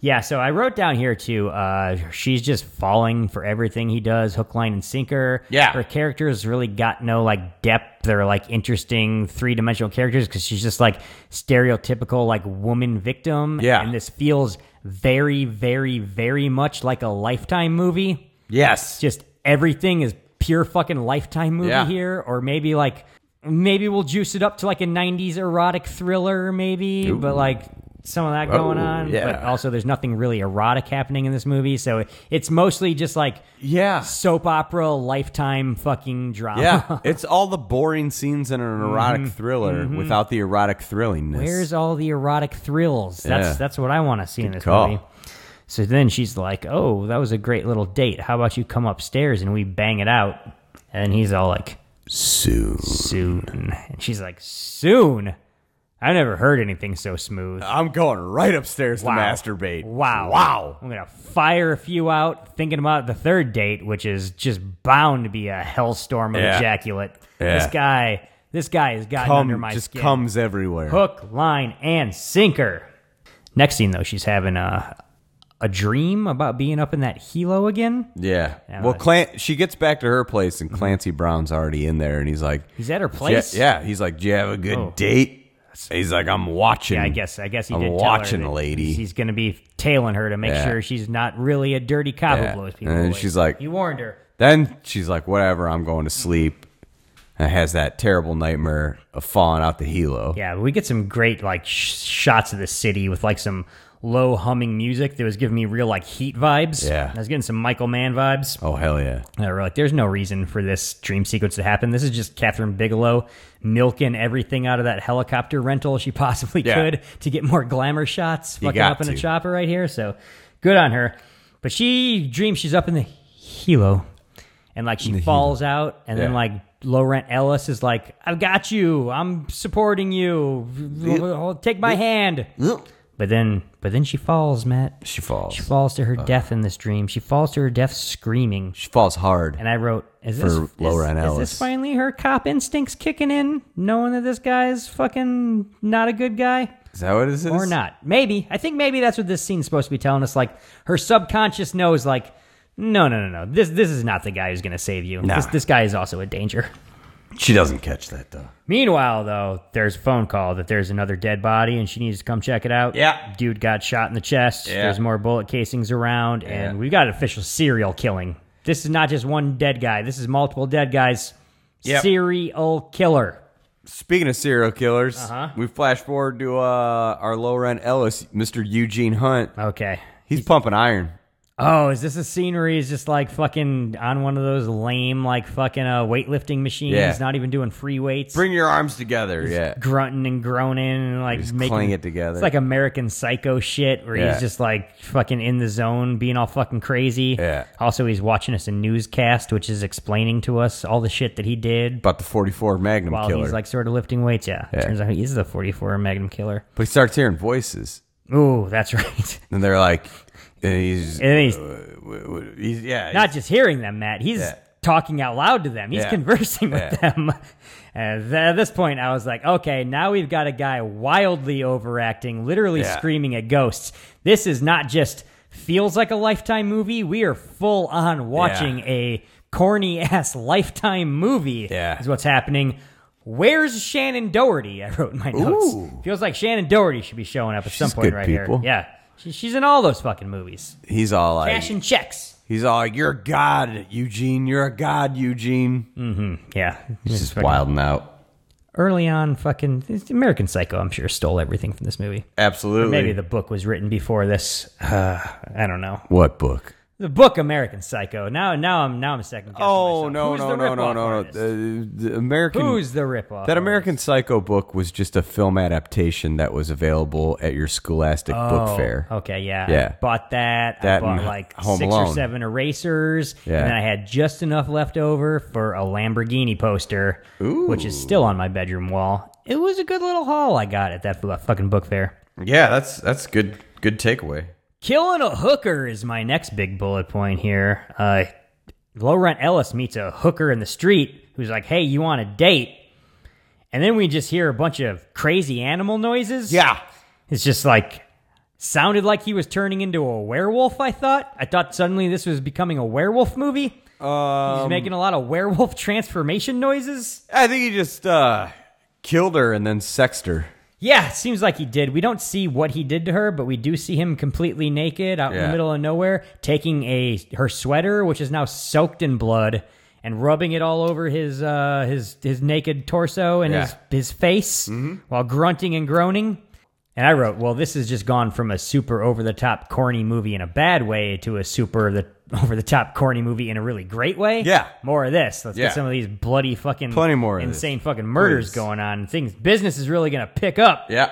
[SPEAKER 5] Yeah, so I wrote down here too. Uh, she's just falling for everything he does, hook, line, and sinker.
[SPEAKER 4] Yeah.
[SPEAKER 5] her characters really got no like depth or like interesting three dimensional characters because she's just like stereotypical like woman victim.
[SPEAKER 4] Yeah.
[SPEAKER 5] and this feels very, very, very much like a Lifetime movie
[SPEAKER 4] Yes.
[SPEAKER 5] just everything is pure fucking lifetime movie
[SPEAKER 4] Yeah.
[SPEAKER 5] here or maybe like maybe we'll juice it up to like a 90s erotic thriller maybe but like some of that going
[SPEAKER 4] Oh,
[SPEAKER 5] on but
[SPEAKER 4] yeah.
[SPEAKER 5] also there's nothing really erotic happening in this movie so it's mostly just like
[SPEAKER 4] Yeah.
[SPEAKER 5] soap opera lifetime fucking drama
[SPEAKER 4] Yeah, it's all the boring scenes in an erotic thriller without the erotic thrillingness.
[SPEAKER 5] [laughs] Mm-hmm. Where's all the erotic thrills? That's
[SPEAKER 4] Yeah.
[SPEAKER 5] that's what I want to see in this
[SPEAKER 4] call.
[SPEAKER 5] movie. So then she's like, "Oh, that was a great little date. How about you come upstairs and we bang it out?" And he's all like,
[SPEAKER 4] Sue?
[SPEAKER 5] soon. And she's like, soon? I've never heard anything so smooth.
[SPEAKER 4] I'm going right upstairs
[SPEAKER 5] Wow.
[SPEAKER 4] to Uh, masturbate.
[SPEAKER 5] Wow.
[SPEAKER 4] Wow.
[SPEAKER 5] I'm going to fire a few out thinking about the third date, which is just bound to be a hellstorm of
[SPEAKER 4] Yeah.
[SPEAKER 5] ejaculate.
[SPEAKER 4] Yeah.
[SPEAKER 5] This guy, this guy has gotten under
[SPEAKER 4] Cum
[SPEAKER 5] my
[SPEAKER 4] just
[SPEAKER 5] skin.
[SPEAKER 4] comes everywhere.
[SPEAKER 5] Hook, line, and sinker. Next scene, though, she's having a, a dream about being up in that helo again.
[SPEAKER 4] Yeah. well,
[SPEAKER 5] but-
[SPEAKER 4] Clan- she gets back to her place, and Clancy Brown's already in there, and he's like,
[SPEAKER 5] He's at her Mm-hmm. place. Oh.
[SPEAKER 4] Yeah, yeah. He's like, "Do you have a good date?" He's like, "I'm watching."
[SPEAKER 5] I guess. I guess he
[SPEAKER 4] I'm
[SPEAKER 5] did.
[SPEAKER 4] watching
[SPEAKER 5] tell her that
[SPEAKER 4] lady.
[SPEAKER 5] He's going to be tailing her to make
[SPEAKER 4] Yeah.
[SPEAKER 5] sure she's not really a dirty cop
[SPEAKER 4] Yeah.
[SPEAKER 5] who blows people.
[SPEAKER 4] And
[SPEAKER 5] away.
[SPEAKER 4] she's like-
[SPEAKER 5] "You warned her."
[SPEAKER 4] Then she's like, "Whatever, I'm going to sleep." And has that terrible nightmare of falling out the helo.
[SPEAKER 5] Yeah, we get some great like sh- shots of the city with like some low humming music that was giving me real like heat vibes.
[SPEAKER 4] Yeah.
[SPEAKER 5] I was getting some Michael Mann vibes.
[SPEAKER 4] Oh hell yeah!
[SPEAKER 5] And we're like, there's no reason for this dream sequence to happen. This is just Catherine Bigelow milking everything out of that helicopter rental she [laughs] possibly
[SPEAKER 4] Yeah.
[SPEAKER 5] could to get more glamour shots. Fucking
[SPEAKER 4] got
[SPEAKER 5] up in a
[SPEAKER 4] to.
[SPEAKER 5] chopper right here, so good on her. But she dreams she's up in the helo, and like she falls out, and then
[SPEAKER 4] Yeah.
[SPEAKER 5] like low rent Ellis is like, "I've got you. I'm supporting you. Take my hand." But then, but then she falls, Matt.
[SPEAKER 4] She falls. Uh.
[SPEAKER 5] She falls to her death in this dream. She falls to her death screaming.
[SPEAKER 4] She falls hard.
[SPEAKER 5] And I wrote, "Is this
[SPEAKER 4] For Laura
[SPEAKER 5] is,
[SPEAKER 4] and
[SPEAKER 5] is
[SPEAKER 4] Alice.
[SPEAKER 5] this finally her cop instincts kicking in, knowing that this guy's fucking not a good guy
[SPEAKER 4] is that what it is?
[SPEAKER 5] or not? Maybe I think maybe that's what this scene's supposed to be telling us. Like her subconscious knows, like, no, no, no, no. This this is not the guy who's gonna save you.
[SPEAKER 4] Nah.
[SPEAKER 5] This this guy is also a danger."
[SPEAKER 4] She doesn't catch that though.
[SPEAKER 5] Meanwhile, though, there's a phone call that there's another dead body and she needs to come check it out.
[SPEAKER 4] Yeah.
[SPEAKER 5] Dude got shot in the chest.
[SPEAKER 4] Yeah.
[SPEAKER 5] There's more bullet casings around, and we've got an official serial killing. This is not just one dead guy, this is multiple dead guys.
[SPEAKER 4] Yep.
[SPEAKER 5] Serial killer.
[SPEAKER 4] Speaking of serial killers,
[SPEAKER 5] Uh-huh.
[SPEAKER 4] we flash forward to uh, our low rent Ellis, Mr. Eugene Hunt.
[SPEAKER 5] Okay.
[SPEAKER 4] He's pumping iron.
[SPEAKER 5] Oh, is this a scenery? Is just like fucking on one of those lame, like fucking uh, weightlifting machines,
[SPEAKER 4] Yeah.
[SPEAKER 5] not even doing free weights.
[SPEAKER 4] Bring your arms together. Yeah.
[SPEAKER 5] grunting and groaning and like
[SPEAKER 4] Just
[SPEAKER 5] making
[SPEAKER 4] clang it together.
[SPEAKER 5] It's like American Psycho shit where
[SPEAKER 4] Yeah.
[SPEAKER 5] he's just like fucking in the zone, being all fucking crazy.
[SPEAKER 4] Yeah.
[SPEAKER 5] Also, he's watching us a newscast, which is explaining to us all the shit that he did
[SPEAKER 4] About the 44 Magnum
[SPEAKER 5] while
[SPEAKER 4] killer.
[SPEAKER 5] he's like sort of lifting weights. Yeah.
[SPEAKER 4] Yeah.
[SPEAKER 5] Turns out he is the 44 Magnum killer.
[SPEAKER 4] but he starts hearing voices.
[SPEAKER 5] Ooh, that's [laughs] right.
[SPEAKER 4] And they're like, and he's,
[SPEAKER 5] And then he's
[SPEAKER 4] uh, w- w- he's- yeah.
[SPEAKER 5] not just hearing them, Matt. He's
[SPEAKER 4] Yeah.
[SPEAKER 5] talking out loud to them. He's
[SPEAKER 4] Yeah.
[SPEAKER 5] conversing with
[SPEAKER 4] Yeah.
[SPEAKER 5] them. [laughs] And th- at this point, I was like, okay, now we've got a guy wildly overacting, literally
[SPEAKER 4] Yeah.
[SPEAKER 5] screaming at ghosts. This is not just feels like a lifetime movie. We are full on watching a corny ass [laughs] lifetime movie.
[SPEAKER 4] Yeah.
[SPEAKER 5] is what's happening. Where's Shannon Doherty? [laughs] I wrote in my notes.
[SPEAKER 4] Ooh.
[SPEAKER 5] Feels like Shannon Doherty should be showing up at some
[SPEAKER 4] She's
[SPEAKER 5] point
[SPEAKER 4] good
[SPEAKER 5] right
[SPEAKER 4] people.
[SPEAKER 5] here. Yeah. She- She's in all those fucking movies.
[SPEAKER 4] he's all like,
[SPEAKER 5] Cash and checks.
[SPEAKER 4] he's all like, you're a god, Eugene. You're a god, Eugene.
[SPEAKER 5] Yeah.
[SPEAKER 4] He's just wilding out.
[SPEAKER 5] early on fucking it's American Psycho, I'm sure, stole everything from this movie.
[SPEAKER 4] Absolutely.
[SPEAKER 5] Maybe the book was written before this. [sighs] Uh, I don't know.
[SPEAKER 4] What book?
[SPEAKER 5] The book American Psycho. Now, now I'm now I'm second guessing
[SPEAKER 4] Oh,
[SPEAKER 5] myself.
[SPEAKER 4] no,
[SPEAKER 5] Who's
[SPEAKER 4] no,
[SPEAKER 5] the
[SPEAKER 4] no, no, no,
[SPEAKER 5] ripoff
[SPEAKER 4] no.
[SPEAKER 5] artist?
[SPEAKER 4] The, the American.
[SPEAKER 5] Who's the ripoff?
[SPEAKER 4] That
[SPEAKER 5] artist?
[SPEAKER 4] American Psycho book was just a film adaptation that was available at your Scholastic Book Fair.
[SPEAKER 5] Oh, Okay, yeah,
[SPEAKER 4] Yeah.
[SPEAKER 5] I bought that.
[SPEAKER 4] That
[SPEAKER 5] I bought
[SPEAKER 4] and
[SPEAKER 5] like
[SPEAKER 4] Home
[SPEAKER 5] six or
[SPEAKER 4] Alone.
[SPEAKER 5] seven erasers,
[SPEAKER 4] Yeah.
[SPEAKER 5] and then I had just enough left over for a Lamborghini poster, which is still on my bedroom wall. It was a good little haul I got at that fu- fucking book fair.
[SPEAKER 4] Yeah, that's that's good good takeaway.
[SPEAKER 5] Killing a hooker is my next big bullet point here. Uh, Low Rent Ellis meets a hooker in the street who's like, hey, you want a date? And then we just hear a bunch of crazy animal noises.
[SPEAKER 4] Yeah.
[SPEAKER 5] It's just like, sounded like he was turning into a werewolf, I thought. I thought suddenly this was becoming a werewolf movie. He's making a lot of werewolf [laughs] transformation noises.
[SPEAKER 4] I think he just uh killed her and then sexed her.
[SPEAKER 5] Yeah, it seems like he did. We don't see what he did to her, but we do see him completely naked out in
[SPEAKER 4] Yeah.
[SPEAKER 5] the middle of nowhere, taking a her sweater, which is now soaked in blood, and rubbing it all over his uh, his his naked torso and his
[SPEAKER 4] Yeah. Mm-hmm.
[SPEAKER 5] his face while grunting and groaning. And I wrote, well, this has just gone from a super over the top corny movie in a bad way to a super the [laughs] over the top corny movie in a really great way.
[SPEAKER 4] Yeah.
[SPEAKER 5] more of this. Let's
[SPEAKER 4] Yeah.
[SPEAKER 5] get some of these bloody fucking
[SPEAKER 4] Plenty more of this.
[SPEAKER 5] insane fucking murders
[SPEAKER 4] Please.
[SPEAKER 5] going on. Things business is really gonna pick up.
[SPEAKER 4] Yeah.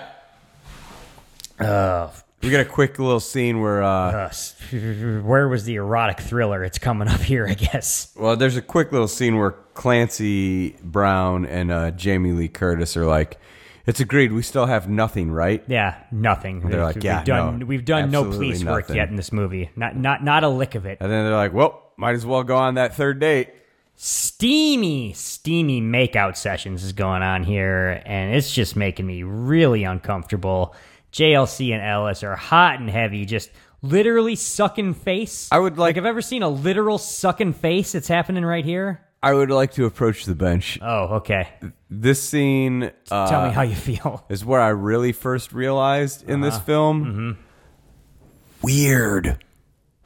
[SPEAKER 4] Uh, We got a quick little scene where uh
[SPEAKER 5] Uh, s- where was the erotic thriller? It's coming up [laughs] here, I guess.
[SPEAKER 4] well there's a quick little scene where Clancy Brown and uh Jamie Lee Curtis are like It's agreed. We still have nothing, right?
[SPEAKER 5] Yeah, nothing.
[SPEAKER 4] They're like,
[SPEAKER 5] we've
[SPEAKER 4] yeah,
[SPEAKER 5] done,
[SPEAKER 4] no,
[SPEAKER 5] we've done no
[SPEAKER 4] absolutely
[SPEAKER 5] police work
[SPEAKER 4] nothing.
[SPEAKER 5] yet in this movie. Not, not, not a lick of it.
[SPEAKER 4] And then they're like, well, might as well go on that third date.
[SPEAKER 5] steamy, steamy makeout sessions is going on here, and it's just making me really uncomfortable. JLC and Ellis are hot and heavy, just literally sucking face.
[SPEAKER 4] I would like-
[SPEAKER 5] I've ever seen a literal sucking face. It's happening right here.
[SPEAKER 4] I would like to approach the bench.
[SPEAKER 5] Oh, okay.
[SPEAKER 4] This scene uh,
[SPEAKER 5] Tell me how you feel.
[SPEAKER 4] is where I really first realized in
[SPEAKER 5] Uh-huh.
[SPEAKER 4] this film
[SPEAKER 5] Mm-hmm.
[SPEAKER 4] weird,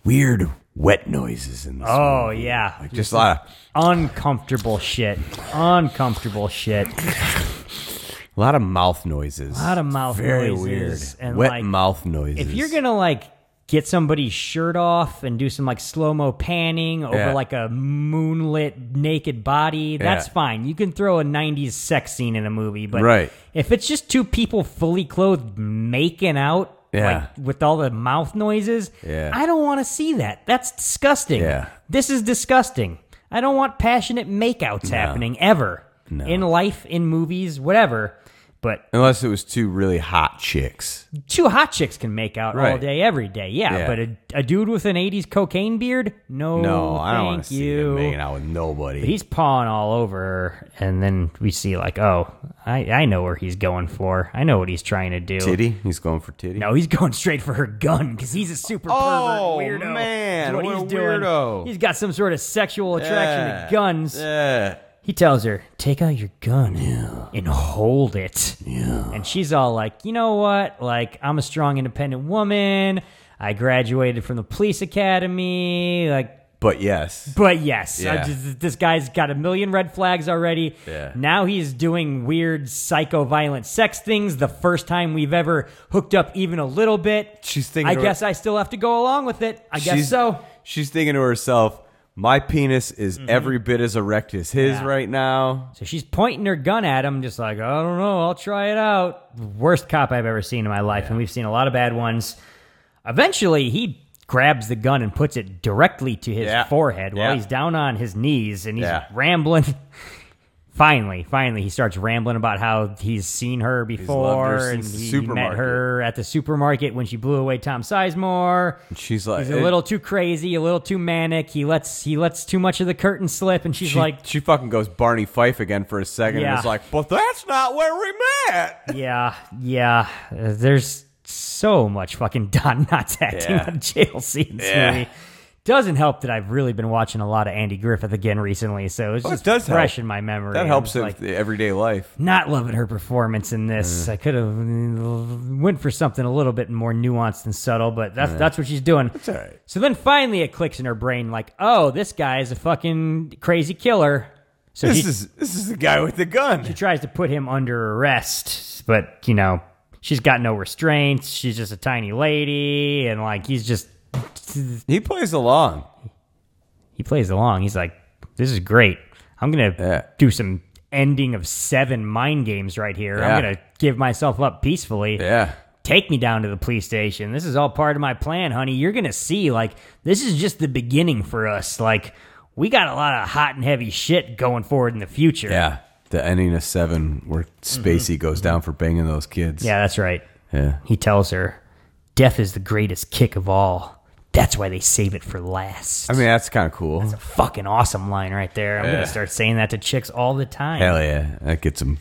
[SPEAKER 4] weird wet noises in this.
[SPEAKER 5] Oh
[SPEAKER 4] movie.
[SPEAKER 5] yeah,
[SPEAKER 4] Like just a lot, of,
[SPEAKER 5] uncomfortable shit. Uncomfortable shit.
[SPEAKER 4] a lot of mouth noises. A
[SPEAKER 5] lot of mouth
[SPEAKER 4] Very
[SPEAKER 5] noises
[SPEAKER 4] weird.
[SPEAKER 5] and,
[SPEAKER 4] wet
[SPEAKER 5] like,
[SPEAKER 4] mouth noises.
[SPEAKER 5] If you're gonna like get somebody's shirt off and do some like slow mo panning over
[SPEAKER 4] Yeah.
[SPEAKER 5] like a moonlit naked body, that's
[SPEAKER 4] Yeah.
[SPEAKER 5] fine. You can throw a '90s sex scene in a movie, but
[SPEAKER 4] Right.
[SPEAKER 5] if it's just two people fully clothed making out.
[SPEAKER 4] Yeah.
[SPEAKER 5] Like with all the mouth noises,
[SPEAKER 4] Yeah.
[SPEAKER 5] I don't want to see that. That's disgusting.
[SPEAKER 4] Yeah.
[SPEAKER 5] This is disgusting. I don't want passionate makeouts happening ever in life, in movies, whatever. But
[SPEAKER 4] unless it was two really hot chicks.
[SPEAKER 5] two hot chicks can make out all
[SPEAKER 4] Right.
[SPEAKER 5] day, every day. Yeah,
[SPEAKER 4] Yeah.
[SPEAKER 5] but a, a dude with an '80s cocaine beard, no,
[SPEAKER 4] No, I don't
[SPEAKER 5] thank
[SPEAKER 4] want to see
[SPEAKER 5] you.
[SPEAKER 4] them making out with nobody.
[SPEAKER 5] But he's pawing all over, her, and then we see like, oh, I I know where he's going for. I know what he's trying to do.
[SPEAKER 4] titty. He's going for titty.
[SPEAKER 5] No, he's going straight for her gun because he's a super
[SPEAKER 4] Oh,
[SPEAKER 5] pervert weirdo. is
[SPEAKER 4] man,
[SPEAKER 5] what,
[SPEAKER 4] what
[SPEAKER 5] he's
[SPEAKER 4] a
[SPEAKER 5] doing.
[SPEAKER 4] weirdo.
[SPEAKER 5] He's got some sort of sexual attraction
[SPEAKER 4] Yeah.
[SPEAKER 5] to guns.
[SPEAKER 4] Yeah.
[SPEAKER 5] He tells her, "Take out your gun and hold it." Yeah. And she's all like, "You know what? Like, I'm a strong, independent woman. I graduated from the police academy. Like,
[SPEAKER 4] But yes.
[SPEAKER 5] but yes, I
[SPEAKER 4] Yeah.
[SPEAKER 5] just- this guy's got a million red flags already.
[SPEAKER 4] Yeah.
[SPEAKER 5] Now he's doing weird, psycho-violent sex things. The first time we've ever hooked up, even a little bit.
[SPEAKER 4] She's thinking
[SPEAKER 5] I
[SPEAKER 4] to her-
[SPEAKER 5] guess I still have to go along with it. I guess so. Mm-hmm.
[SPEAKER 4] She's thinking to herself, my penis is every bit as erect as his
[SPEAKER 5] Yeah.
[SPEAKER 4] right now.
[SPEAKER 5] So she's pointing her gun at him, just like, I don't know, I'll try it out. Worst cop I've ever seen in my life, and we've seen a lot of bad ones. Eventually, he grabs the gun and puts it directly to his
[SPEAKER 4] Yeah.
[SPEAKER 5] forehead while
[SPEAKER 4] Yeah.
[SPEAKER 5] he's down on his knees and he's
[SPEAKER 4] Yeah.
[SPEAKER 5] rambling. [laughs] finally, finally, he starts rambling about how he's seen her before
[SPEAKER 4] her
[SPEAKER 5] and
[SPEAKER 4] since the
[SPEAKER 5] he met
[SPEAKER 4] supermarket.
[SPEAKER 5] her at the supermarket when she blew away Tom Sizemore.
[SPEAKER 4] And she's like,
[SPEAKER 5] He's a little too crazy, a little too manic. He lets he lets too much of the curtain slip, and she's
[SPEAKER 4] she,
[SPEAKER 5] like,
[SPEAKER 4] she fucking goes Barney Fife again for a second
[SPEAKER 5] Yeah.
[SPEAKER 4] and it's like, but that's not where we met.
[SPEAKER 5] Yeah, yeah. Uh, There's so much fucking [laughs] Don Knotts acting
[SPEAKER 4] Yeah.
[SPEAKER 5] on JLC in this
[SPEAKER 4] Yeah.
[SPEAKER 5] movie. Doesn't help that I've really been watching a lot of Andy Griffith again recently, so it's
[SPEAKER 4] Oh, it
[SPEAKER 5] just
[SPEAKER 4] does help.
[SPEAKER 5] fresh in my memory.
[SPEAKER 4] That
[SPEAKER 5] I'm
[SPEAKER 4] helps
[SPEAKER 5] just
[SPEAKER 4] in
[SPEAKER 5] like,
[SPEAKER 4] the everyday life.
[SPEAKER 5] not loving her performance in this. I could have mm, went for something a little bit more nuanced and subtle, but that's that's what she's doing. That's
[SPEAKER 4] all right.
[SPEAKER 5] So then finally it clicks in her brain, like, oh, this guy is a fucking crazy killer. So
[SPEAKER 4] This
[SPEAKER 5] she-
[SPEAKER 4] is this is the guy with the gun.
[SPEAKER 5] she tries to put him under arrest, but you know, she's got no restraints. She's just a tiny lady, and like he's just
[SPEAKER 4] He plays along.
[SPEAKER 5] he plays along. He's like, "This is great. I'm gonna
[SPEAKER 4] Yeah.
[SPEAKER 5] do some ending of seven mind games right here.
[SPEAKER 4] Yeah.
[SPEAKER 5] I'm gonna give myself up peacefully.
[SPEAKER 4] Yeah.
[SPEAKER 5] Take me down to the police station. This is all part of my plan, honey. You're gonna see. Like this is just the beginning for us. Like." We got a lot of hot and heavy shit going forward in the future.
[SPEAKER 4] Yeah. The ending of seven where Spacey goes down for banging those kids.
[SPEAKER 5] Mm-hmm. Yeah, that's right.
[SPEAKER 4] Yeah.
[SPEAKER 5] He tells her, Death is the greatest kick of all. That's why they save it for last.
[SPEAKER 4] I mean that's kinda cool.
[SPEAKER 5] fucking awesome line right there. I'm going
[SPEAKER 4] Yeah.
[SPEAKER 5] to start saying that to chicks all the time.
[SPEAKER 4] Hell yeah. That gets him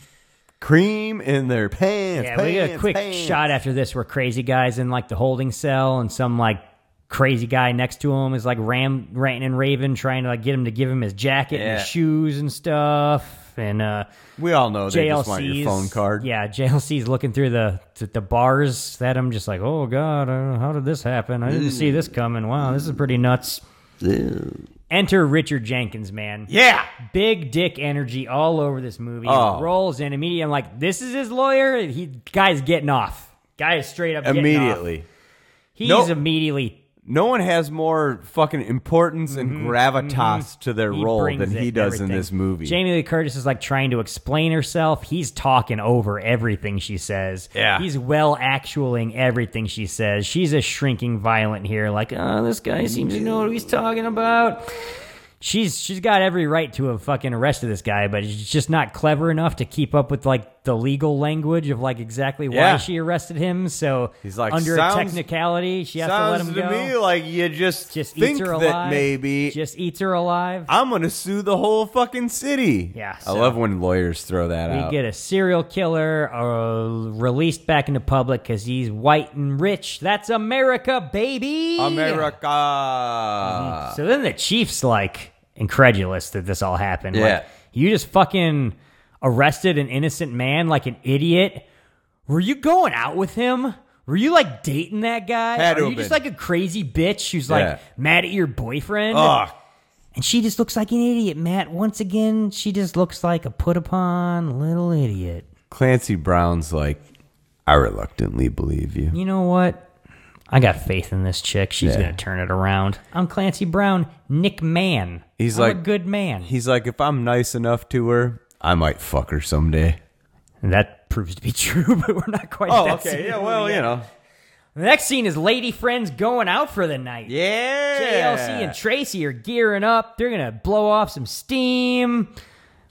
[SPEAKER 4] cream in their pants.
[SPEAKER 5] yeah, we get a
[SPEAKER 4] pants,
[SPEAKER 5] quick
[SPEAKER 4] pants.
[SPEAKER 5] shot after this where crazy guys in like the holding cell and some like crazy guy next to him is like ram ranting and raving trying to like get him to give him his jacket and
[SPEAKER 4] Yeah.
[SPEAKER 5] his shoes and stuff and uh
[SPEAKER 4] We all know they
[SPEAKER 5] JLC's
[SPEAKER 4] just want your phone card.
[SPEAKER 5] Yeah, JLC's looking through the th- the bars that I'm just like, oh god, uh, how did this happen? I didn't see this coming. Wow, this is pretty nuts. Enter Richard Jenkins, man.
[SPEAKER 4] Yeah.
[SPEAKER 5] Big dick energy all over this movie.
[SPEAKER 4] Oh.
[SPEAKER 5] Rolls in immediately. I'm like, this is his lawyer. He guy's getting off. Guy is straight up getting off.
[SPEAKER 4] Immediately.
[SPEAKER 5] He's
[SPEAKER 4] Nope.
[SPEAKER 5] immediately
[SPEAKER 4] No one has more fucking importance and gravitas to their
[SPEAKER 5] Mm-hmm. He
[SPEAKER 4] role
[SPEAKER 5] brings
[SPEAKER 4] than
[SPEAKER 5] it
[SPEAKER 4] he
[SPEAKER 5] and
[SPEAKER 4] does
[SPEAKER 5] everything.
[SPEAKER 4] in this movie.
[SPEAKER 5] Jamie Lee Curtis is like trying to explain herself. He's talking over everything she says.
[SPEAKER 4] Yeah.
[SPEAKER 5] He's well actualing everything she says. She's a shrinking violent here, like, oh, this guy seems to know what he's talking about. She's she's got every right to have fucking arrested this guy, but she's just not clever enough to keep up with like the legal language of like exactly why
[SPEAKER 4] Yeah.
[SPEAKER 5] she arrested him. So
[SPEAKER 4] He's like,
[SPEAKER 5] under
[SPEAKER 4] "Sounds-
[SPEAKER 5] a technicality, she has to let
[SPEAKER 4] Sounds
[SPEAKER 5] him
[SPEAKER 4] to
[SPEAKER 5] go.
[SPEAKER 4] me like you just,
[SPEAKER 5] just
[SPEAKER 4] think
[SPEAKER 5] eats her alive.
[SPEAKER 4] that maybe
[SPEAKER 5] just eats her alive.
[SPEAKER 4] I'm gonna sue the whole fucking city.
[SPEAKER 5] Yeah,
[SPEAKER 4] I
[SPEAKER 5] so-
[SPEAKER 4] love when lawyers throw that
[SPEAKER 5] We
[SPEAKER 4] out.
[SPEAKER 5] get a serial killer uh, released back into public because he's white and rich. That's America, baby.
[SPEAKER 4] America.
[SPEAKER 5] So then the chief's like incredulous that this all happened.
[SPEAKER 4] Yeah.
[SPEAKER 5] Like, you just fucking arrested an innocent man like an idiot. Were you going out with him? Were you like dating that guy?
[SPEAKER 4] Had to
[SPEAKER 5] Are
[SPEAKER 4] have
[SPEAKER 5] you just
[SPEAKER 4] been.
[SPEAKER 5] like a crazy bitch who's
[SPEAKER 4] Yeah.
[SPEAKER 5] like mad at your boyfriend?
[SPEAKER 4] Ugh.
[SPEAKER 5] And she just looks like an idiot, Matt. Once again, she just looks like a put upon little idiot.
[SPEAKER 4] Clancy Brown's like, I reluctantly believe you.
[SPEAKER 5] You know what? I got faith in this chick. She's
[SPEAKER 4] Yeah.
[SPEAKER 5] gonna turn it around. I'm Clancy Brown, Nick Man.
[SPEAKER 4] He's
[SPEAKER 5] I'm
[SPEAKER 4] like-
[SPEAKER 5] a good man.
[SPEAKER 4] He's like, if I'm nice enough to her, I might fuck her
[SPEAKER 5] [laughs]
[SPEAKER 4] someday.
[SPEAKER 5] And that proves to be [laughs] true, but we're not quite.
[SPEAKER 4] Oh,
[SPEAKER 5] at that scene.
[SPEAKER 4] you know,
[SPEAKER 5] The next scene is lady friends going out for the night.
[SPEAKER 4] yeah.
[SPEAKER 5] JLC and Tracy are gearing up. They're gonna blow off some steam,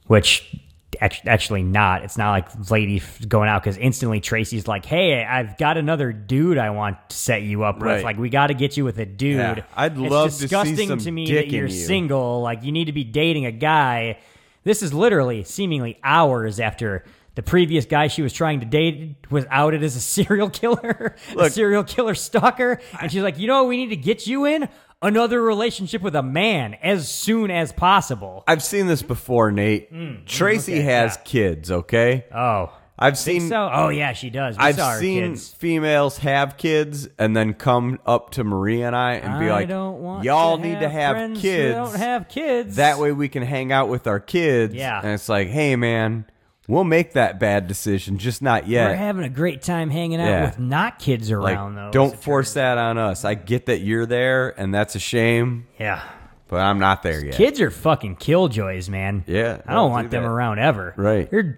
[SPEAKER 5] which act- actually not. It's not like lady f- going out because instantly Tracy's like, "Hey, I've got another dude I want to set you up
[SPEAKER 4] Right.
[SPEAKER 5] with. Like, we got to get you with a dude.
[SPEAKER 4] Yeah. I'd
[SPEAKER 5] It's
[SPEAKER 4] love to see
[SPEAKER 5] disgusting
[SPEAKER 4] some
[SPEAKER 5] to me
[SPEAKER 4] dick
[SPEAKER 5] that you're
[SPEAKER 4] in you.
[SPEAKER 5] single. Like, you need to be dating a guy. This is literally seemingly hours after." The previous guy she was trying to date was outed as a [laughs] serial killer, a
[SPEAKER 4] Look,
[SPEAKER 5] serial killer stalker. And she's like, you know what we need to get you in? Another relationship with a man as soon as possible.
[SPEAKER 4] I've seen this before, Nate.
[SPEAKER 5] Mm,
[SPEAKER 4] Tracy has kids, okay?
[SPEAKER 5] Oh.
[SPEAKER 4] I've seen
[SPEAKER 5] So, oh yeah, she does. We
[SPEAKER 4] I've
[SPEAKER 5] saw her
[SPEAKER 4] seen
[SPEAKER 5] kids.
[SPEAKER 4] females have kids and then come up to Maria and I and be
[SPEAKER 5] I
[SPEAKER 4] like,
[SPEAKER 5] don't want
[SPEAKER 4] "Y'all
[SPEAKER 5] to
[SPEAKER 4] need
[SPEAKER 5] have
[SPEAKER 4] to have
[SPEAKER 5] friends
[SPEAKER 4] kids.
[SPEAKER 5] Who don't have kids.
[SPEAKER 4] That way we can hang out with our kids."
[SPEAKER 5] Yeah.
[SPEAKER 4] and it's like, "Hey, man, we'll make that bad decision, just not
[SPEAKER 5] we're
[SPEAKER 4] yet.
[SPEAKER 5] having a great time hanging out
[SPEAKER 4] Yeah.
[SPEAKER 5] with not kids
[SPEAKER 4] Like,
[SPEAKER 5] around though.
[SPEAKER 4] don't force that on us. I get that you're there, and that's a shame,
[SPEAKER 5] Yeah.
[SPEAKER 4] but I'm not there yet."
[SPEAKER 5] Kids are fucking killjoys, man.
[SPEAKER 4] Yeah,
[SPEAKER 5] I
[SPEAKER 4] don't
[SPEAKER 5] don't
[SPEAKER 4] do
[SPEAKER 5] want them
[SPEAKER 4] that.
[SPEAKER 5] around ever.
[SPEAKER 4] Right.
[SPEAKER 5] You're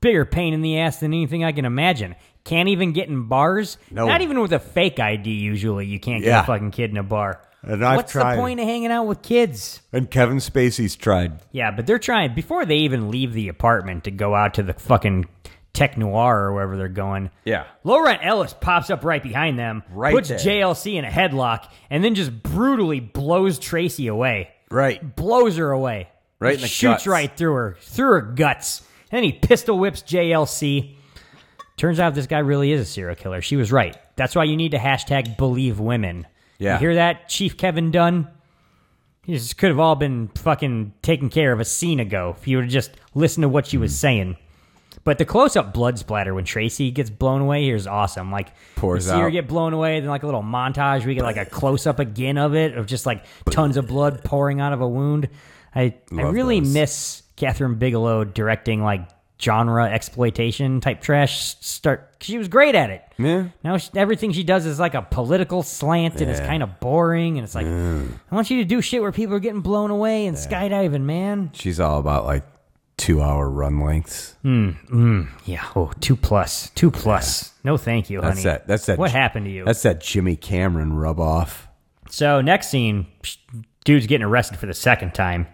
[SPEAKER 5] bigger pain in the ass than anything I can imagine. Can't even get in bars.
[SPEAKER 4] No.
[SPEAKER 5] Not even with a fake ID usually you can't
[SPEAKER 4] Yeah.
[SPEAKER 5] get a fucking kid in a bar.
[SPEAKER 4] And I've
[SPEAKER 5] What's
[SPEAKER 4] tried.
[SPEAKER 5] the point of hanging out with kids?
[SPEAKER 4] And Kevin Spacey's tried.
[SPEAKER 5] Yeah, but they're trying before they even leave the apartment to go out to the fucking Tech Noir or wherever they're going.
[SPEAKER 4] Yeah.
[SPEAKER 5] Laurent Ellis pops up right behind them,
[SPEAKER 4] Right
[SPEAKER 5] puts
[SPEAKER 4] there.
[SPEAKER 5] JLC in a headlock, and then just brutally blows Tracy away.
[SPEAKER 4] Right.
[SPEAKER 5] Blows her away.
[SPEAKER 4] Right
[SPEAKER 5] He
[SPEAKER 4] in the
[SPEAKER 5] Shoots
[SPEAKER 4] guts.
[SPEAKER 5] right through her, through her guts. And then he pistol whips JLC. Turns out this guy really is a serial killer. She was right. That's why you need to hashtag believe women.
[SPEAKER 4] Yeah.
[SPEAKER 5] You hear that, Chief Kevin Dunn? This could have all been fucking taken care of a scene ago if you would have just listened to what she
[SPEAKER 4] Hmm.
[SPEAKER 5] was saying. But the close up blood splatter when Tracy gets blown away here is awesome. Like
[SPEAKER 4] Pours
[SPEAKER 5] you see her
[SPEAKER 4] out.
[SPEAKER 5] get blown away, then like a little montage, we get like a close up again of it of just like tons of blood pouring out of a wound. I I
[SPEAKER 4] Love
[SPEAKER 5] really
[SPEAKER 4] those.
[SPEAKER 5] miss Catherine Bigelow directing like genre exploitation type trash start she was great at it.
[SPEAKER 4] Yeah.
[SPEAKER 5] Now she, everything she does is like a political slant, and it's kind of boring. And it's like, I want you to do shit where people are getting blown away and skydiving, man.
[SPEAKER 4] She's all about like two hour run lengths.
[SPEAKER 5] Yeah, oh, two plus, two plus. No, thank you, honey.
[SPEAKER 4] That's that. That's that.
[SPEAKER 5] What happened to you?
[SPEAKER 4] That's that Jimmy Cameron rub off.
[SPEAKER 5] so next scene, psh, dude's getting arrested for the second time.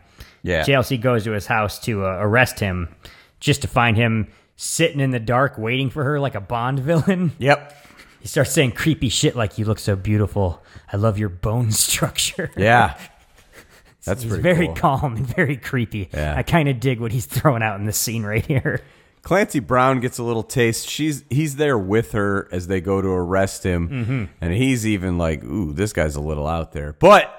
[SPEAKER 4] Yeah.
[SPEAKER 5] JLC goes to his house to uh, arrest him, just to find him sitting in the dark waiting for her like a Bond villain. [laughs]
[SPEAKER 4] Yep.
[SPEAKER 5] He starts saying creepy shit like, "You look so beautiful. I love your bone [laughs] structure." [laughs]
[SPEAKER 4] Yeah. That's
[SPEAKER 5] He's
[SPEAKER 4] pretty
[SPEAKER 5] very
[SPEAKER 4] cool.
[SPEAKER 5] calm and very creepy.
[SPEAKER 4] Yeah.
[SPEAKER 5] I kind of dig what he's throwing out in this scene right here.
[SPEAKER 4] Clancy Brown gets a little taste. She's he's there with her as they go to arrest him,
[SPEAKER 5] Mm-hmm.
[SPEAKER 4] and he's even like, "Ooh, this guy's a little out there." But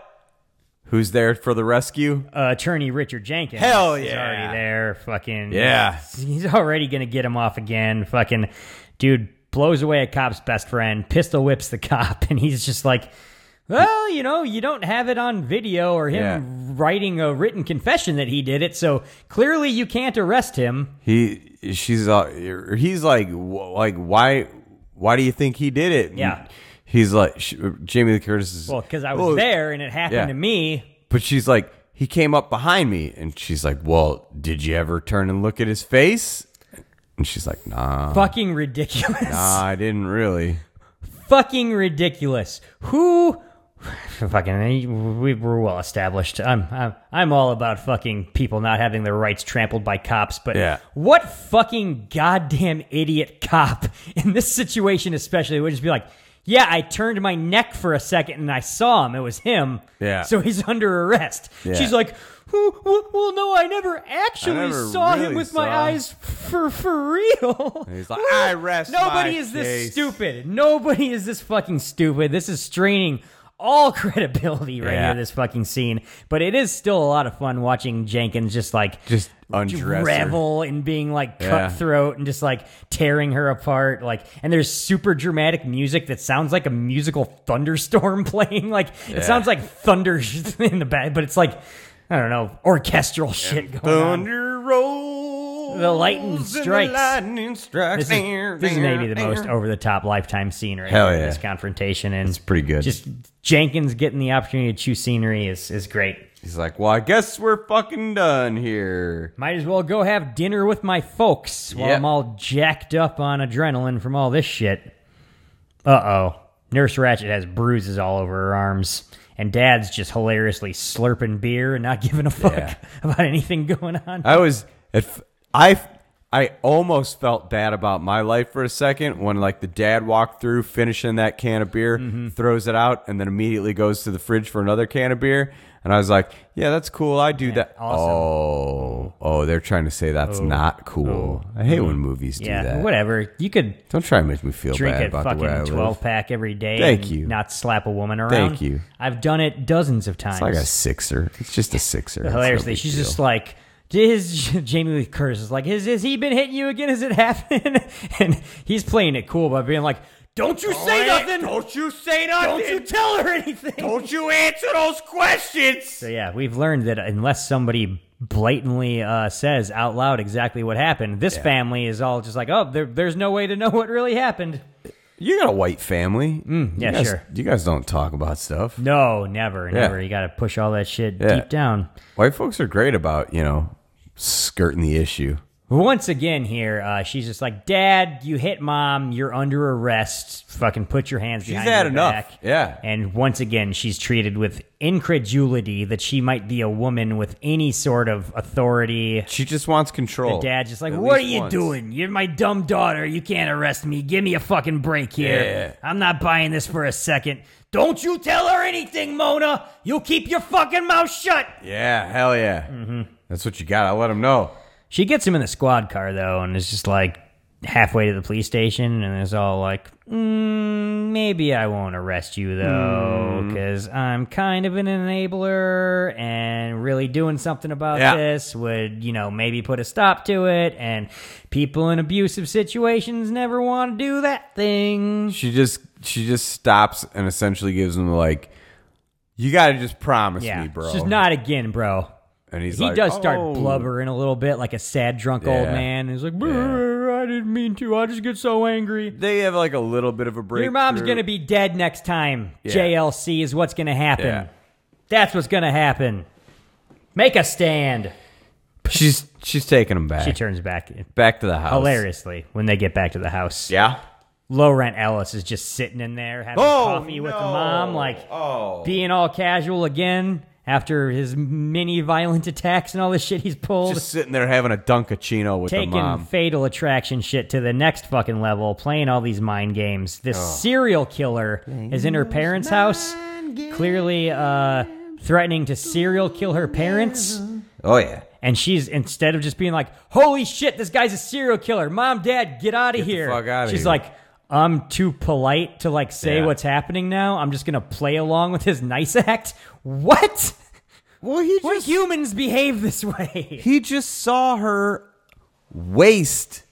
[SPEAKER 4] who's there for the rescue?
[SPEAKER 5] Uh, attorney Richard Jenkins.
[SPEAKER 4] Hell
[SPEAKER 5] Is
[SPEAKER 4] yeah.
[SPEAKER 5] already there. Fucking.
[SPEAKER 4] Yeah.
[SPEAKER 5] He's already going to get him off again. Fucking dude blows away a cop's best friend, pistol whips the [laughs] cop, and he's just like, well, you know, you don't have it on video or him
[SPEAKER 4] Yeah.
[SPEAKER 5] writing a written confession that he did it, so clearly you can't arrest him.
[SPEAKER 4] He she's all, he's like, "Wh- like why why do you think he did it? And
[SPEAKER 5] Yeah.
[SPEAKER 4] He's like sh Jamie Lee Curtis is
[SPEAKER 5] Well, because I was
[SPEAKER 4] "Oh,
[SPEAKER 5] there and it happened
[SPEAKER 4] yeah.
[SPEAKER 5] to me.
[SPEAKER 4] But she's like, he came up behind me, and she's like, well, did you ever turn and look at his face? And she's like, nah,
[SPEAKER 5] Fucking ridiculous.
[SPEAKER 4] nah, I didn't really.
[SPEAKER 5] fucking ridiculous. Who [laughs] fucking we, we're well established. I'm, I'm I'm all about fucking people not having their rights trampled by cops. But
[SPEAKER 4] Yeah.
[SPEAKER 5] what fucking goddamn idiot cop [laughs] in this situation, especially, would just be like, "Yeah, I turned my neck for a second and I saw him. It was him.
[SPEAKER 4] Yeah.
[SPEAKER 5] so he's under arrest."
[SPEAKER 4] Yeah.
[SPEAKER 5] She's like. "Who- who- Well, no, I never actually
[SPEAKER 4] never
[SPEAKER 5] saw him
[SPEAKER 4] really
[SPEAKER 5] with my
[SPEAKER 4] saw him."
[SPEAKER 5] eyes for for real.
[SPEAKER 4] he's
[SPEAKER 5] [laughs]
[SPEAKER 4] like, "I rest my
[SPEAKER 5] Nobody is this
[SPEAKER 4] case."
[SPEAKER 5] stupid. Nobody is this fucking stupid. This is straining all [laughs] credibility right
[SPEAKER 4] Yeah.
[SPEAKER 5] here. This fucking scene, but it is still a lot of fun watching Jenkins just like
[SPEAKER 4] Just undress. her.
[SPEAKER 5] revel in being like
[SPEAKER 4] Yeah.
[SPEAKER 5] cutthroat and just like tearing her apart. Like, and there's super dramatic music that sounds like a musical thunderstorm [laughs] playing. Like, it sounds like thunder [laughs] in the back, but it's like. I don't know, orchestral shit going on.
[SPEAKER 4] Thunder rolls.
[SPEAKER 5] The lightning
[SPEAKER 4] and
[SPEAKER 5] strikes.
[SPEAKER 4] lightning strikes.
[SPEAKER 5] This is, this is maybe the most over the top lifetime scene right
[SPEAKER 4] Hell
[SPEAKER 5] here,
[SPEAKER 4] yeah.
[SPEAKER 5] This confrontation and it's
[SPEAKER 4] pretty good.
[SPEAKER 5] Just Jenkins getting the opportunity to chew scenery is is great.
[SPEAKER 4] He's like, well, I guess we're fucking done here.
[SPEAKER 5] Might as well go have dinner with my folks while
[SPEAKER 4] Yep.
[SPEAKER 5] I'm all jacked up on adrenaline from all this shit. Uh oh. Nurse Ratchet has bruises all over her arms, and Dad's just hilariously slurping beer and not giving a fuck [laughs]
[SPEAKER 4] Yeah.
[SPEAKER 5] about anything going on.
[SPEAKER 4] I was, if I, I almost felt bad about my life for a second when like the dad walked through, finishing that can of beer,
[SPEAKER 5] Mm-hmm.
[SPEAKER 4] throws it out, and then immediately goes to the fridge for another can of beer. And I was like, yeah, that's cool. I do that.
[SPEAKER 5] awesome.
[SPEAKER 4] Oh, oh, they're trying to say that's not cool. I hate when movies do
[SPEAKER 5] oh. yeah,
[SPEAKER 4] that.
[SPEAKER 5] whatever. You could
[SPEAKER 4] Don't try and make me feel
[SPEAKER 5] drink
[SPEAKER 4] bad
[SPEAKER 5] a
[SPEAKER 4] about the way I
[SPEAKER 5] fucking
[SPEAKER 4] live.
[SPEAKER 5] 12 pack every day
[SPEAKER 4] Thank
[SPEAKER 5] and
[SPEAKER 4] you.
[SPEAKER 5] not slap a woman around
[SPEAKER 4] Thank you.
[SPEAKER 5] i've done it dozens of times
[SPEAKER 4] It's like a [laughs] sixer. It's just a sixer. It's no
[SPEAKER 5] hilariously
[SPEAKER 4] big
[SPEAKER 5] she's
[SPEAKER 4] deal.
[SPEAKER 5] just like his [laughs] jamie lee curtis is like has, has he been hitting you again has it [laughs] happened and he's playing it cool by being like don't you say nothing
[SPEAKER 4] Don't you say
[SPEAKER 5] Don't
[SPEAKER 4] nothing.
[SPEAKER 5] you tell her anything
[SPEAKER 4] Don't you answer those questions.
[SPEAKER 5] So yeah, we've learned that unless somebody blatantly uh, says out loud exactly what happened, this family is all just like, oh, there, there's no way to know what really happened.
[SPEAKER 4] You got a white family. Mm,
[SPEAKER 5] yeah,
[SPEAKER 4] you guys,
[SPEAKER 5] sure.
[SPEAKER 4] You guys don't talk about stuff.
[SPEAKER 5] No, never, never. You got to push all that shit
[SPEAKER 4] Yeah.
[SPEAKER 5] deep down.
[SPEAKER 4] White folks are great about, you know, skirting the issue.
[SPEAKER 5] Once again, here uh, she's just like, "Dad, you hit mom. You're under arrest. Fucking put your hands behind
[SPEAKER 4] had
[SPEAKER 5] your
[SPEAKER 4] enough.
[SPEAKER 5] back."
[SPEAKER 4] Yeah.
[SPEAKER 5] And once again, she's treated with incredulity that she might be a woman with any sort of authority.
[SPEAKER 4] She just wants
[SPEAKER 5] The
[SPEAKER 4] control.
[SPEAKER 5] dad's just like,
[SPEAKER 4] At
[SPEAKER 5] "What are
[SPEAKER 4] least
[SPEAKER 5] you
[SPEAKER 4] once.
[SPEAKER 5] doing? You're my dumb daughter. You can't arrest me. Give me a fucking break here.
[SPEAKER 4] Yeah.
[SPEAKER 5] I'm not buying this for a second. Don't you tell her anything, Mona. You keep your fucking mouth shut."
[SPEAKER 4] Yeah, hell yeah.
[SPEAKER 5] Mm-hmm.
[SPEAKER 4] That's what you got. I let him know.
[SPEAKER 5] She gets him in the squad car though, and is just like halfway to the police station, and is all like, mm, "Maybe I won't arrest you though,
[SPEAKER 4] Hmm.
[SPEAKER 5] because I'm kind of an enabler, and really doing something about
[SPEAKER 4] Yeah.
[SPEAKER 5] this would, you know, maybe put a stop to it. And people in abusive situations never want to do that thing.
[SPEAKER 4] She just she just stops and essentially gives him like, you got to just promise
[SPEAKER 5] yeah,
[SPEAKER 4] me, bro.
[SPEAKER 5] She's not again, bro.
[SPEAKER 4] And he's
[SPEAKER 5] he
[SPEAKER 4] like,
[SPEAKER 5] does start
[SPEAKER 4] "Oh."
[SPEAKER 5] blubbering a little bit like a sad drunk old
[SPEAKER 4] Yeah.
[SPEAKER 5] man. He's like, "Brr, I didn't mean to. I just get so angry.
[SPEAKER 4] They have like a little bit of a break.
[SPEAKER 5] Your mom's gonna be dead next time.
[SPEAKER 4] Yeah.
[SPEAKER 5] JLC is what's gonna happen.
[SPEAKER 4] Yeah.
[SPEAKER 5] That's what's gonna happen. Make a stand.
[SPEAKER 4] She's she's taking him back.
[SPEAKER 5] She turns back
[SPEAKER 4] back to the house.
[SPEAKER 5] hilariously when they get back to the house.
[SPEAKER 4] Yeah.
[SPEAKER 5] Low rent Ellis is just sitting in there having
[SPEAKER 4] Oh,
[SPEAKER 5] coffee with the
[SPEAKER 4] no.
[SPEAKER 5] mom, like
[SPEAKER 4] Oh.
[SPEAKER 5] being all casual again after his many violent attacks and all this shit he's pulled.
[SPEAKER 4] Just sitting there having a dunkachino with the
[SPEAKER 5] taking
[SPEAKER 4] mom.
[SPEAKER 5] fatal attraction shit to the next fucking level, playing all these mind games. This serial killer is in her parents' house, clearly uh, threatening to serial kill her parents.
[SPEAKER 4] Oh yeah.
[SPEAKER 5] And she's instead of just being like, "Holy shit, this guy's a serial killer! Mom, dad, get out of
[SPEAKER 4] the
[SPEAKER 5] here!"
[SPEAKER 4] fuck outta
[SPEAKER 5] she's
[SPEAKER 4] here.
[SPEAKER 5] like, "I'm too polite to like say
[SPEAKER 4] Yeah.
[SPEAKER 5] what's happening now. I'm just gonna play along with his nice [laughs] act." What?
[SPEAKER 4] Well, he
[SPEAKER 5] What humans behave this [laughs] way?
[SPEAKER 4] he just saw her waste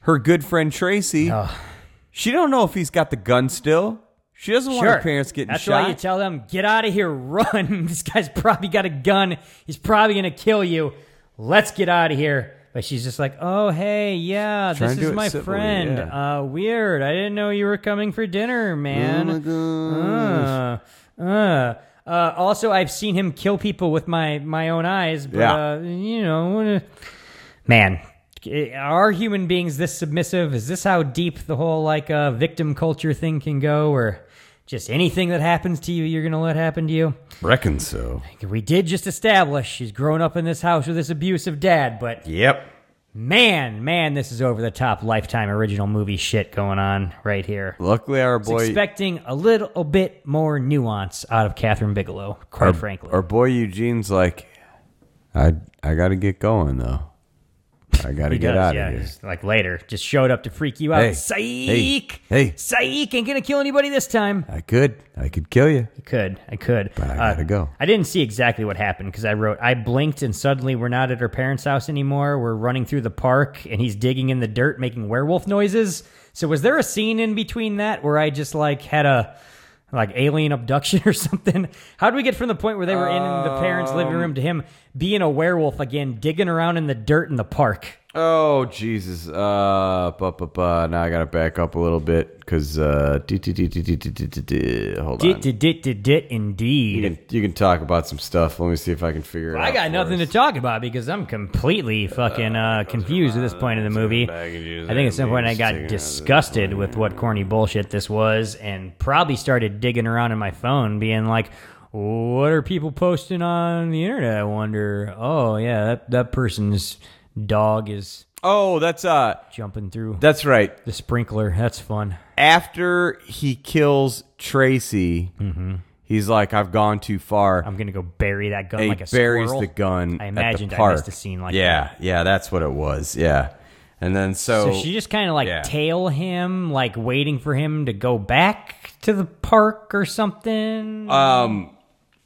[SPEAKER 4] her good friend Tracy. She don't know if he's got the gun still. She doesn't want her parents getting
[SPEAKER 5] That's
[SPEAKER 4] shot.
[SPEAKER 5] why you tell them, get out of here, [laughs] run. this guy's probably got a gun. He's probably gonna kill you. Let's get out of here. But she's just like, oh hey, yeah,
[SPEAKER 4] Trying
[SPEAKER 5] this
[SPEAKER 4] to
[SPEAKER 5] is
[SPEAKER 4] do it
[SPEAKER 5] my
[SPEAKER 4] civilly,
[SPEAKER 5] friend.
[SPEAKER 4] yeah.
[SPEAKER 5] Uh, weird. I didn't know you were coming for dinner, man. Uh, uh. Uh, also, I've seen him kill people with my my own eyes. But,
[SPEAKER 4] Yeah.
[SPEAKER 5] uh, you know, what a- man, are human beings this submissive? Is this how deep the whole like uh, victim culture thing can go? Or just anything that happens to you, you're going to let happen to you.
[SPEAKER 4] Reckon so.
[SPEAKER 5] We did just establish she's grown up in this house with this abusive dad, but
[SPEAKER 4] Yep.
[SPEAKER 5] man, man, this is over the top lifetime original movie shit going on right here.
[SPEAKER 4] Luckily, our boy,
[SPEAKER 5] Expecting a little bit more nuance out of Catherine Bigelow, quite
[SPEAKER 4] our,
[SPEAKER 5] frankly.
[SPEAKER 4] our boy Eugene's like, I I gotta get going though. I gotta
[SPEAKER 5] He
[SPEAKER 4] get
[SPEAKER 5] does,
[SPEAKER 4] out
[SPEAKER 5] yeah,
[SPEAKER 4] of here.
[SPEAKER 5] just, Like later, just showed up to freak you out.
[SPEAKER 4] Hey,
[SPEAKER 5] Psych!
[SPEAKER 4] hey, hey.
[SPEAKER 5] Psych! Ain't gonna kill anybody this time.
[SPEAKER 4] I could, I could kill you.
[SPEAKER 5] I could, I could. Uh,
[SPEAKER 4] But I gotta go.
[SPEAKER 5] I didn't see exactly what happened because I wrote, I blinked and suddenly we're not at her parents' house anymore. We're running through the park and he's digging in the dirt, making werewolf noises. So was there a scene in between that where I just like had a like alien abduction [laughs] or something? How did we get from the point where they were in the parents' living room to him being a werewolf again, digging around in the dirt in the park?
[SPEAKER 4] Oh Jesus! Uh, bu- bu- bu- now I gotta back up a little bit because uh, dee- dee- dee- dee- dee- dee- dee- dee- dee. hold on.
[SPEAKER 5] Dit dit dit dit dit
[SPEAKER 4] You
[SPEAKER 5] indeed.
[SPEAKER 4] can, you can talk about some stuff. Let me see if I can figure it out.
[SPEAKER 5] I got
[SPEAKER 4] for
[SPEAKER 5] nothing to
[SPEAKER 4] us.
[SPEAKER 5] talk about because I'm completely fucking uh, confused at this point in the movie.
[SPEAKER 4] baggages,
[SPEAKER 5] I think at some point I
[SPEAKER 4] ambiguous
[SPEAKER 5] got
[SPEAKER 4] taking out of this
[SPEAKER 5] disgusted with what corny bullshit this was and probably started digging around in my phone being like, what are people posting on the internet? I wonder. Oh, yeah, that, that person's dog is
[SPEAKER 4] Oh, that's uh,
[SPEAKER 5] jumping through
[SPEAKER 4] that's right.
[SPEAKER 5] the sprinkler. That's fun.
[SPEAKER 4] After he kills Tracy, he's like, "I've gone too far."
[SPEAKER 5] I'm going to go bury that gun
[SPEAKER 4] he
[SPEAKER 5] like a
[SPEAKER 4] buries
[SPEAKER 5] squirrel.
[SPEAKER 4] the gun.
[SPEAKER 5] I
[SPEAKER 4] at the
[SPEAKER 5] imagined I
[SPEAKER 4] park.
[SPEAKER 5] missed a scene like
[SPEAKER 4] yeah, that. Yeah, yeah, that's what it was. Yeah, and then so,
[SPEAKER 5] So she just kind of like
[SPEAKER 4] yeah.
[SPEAKER 5] tail him, like waiting for him to go back to the park or something. Uh,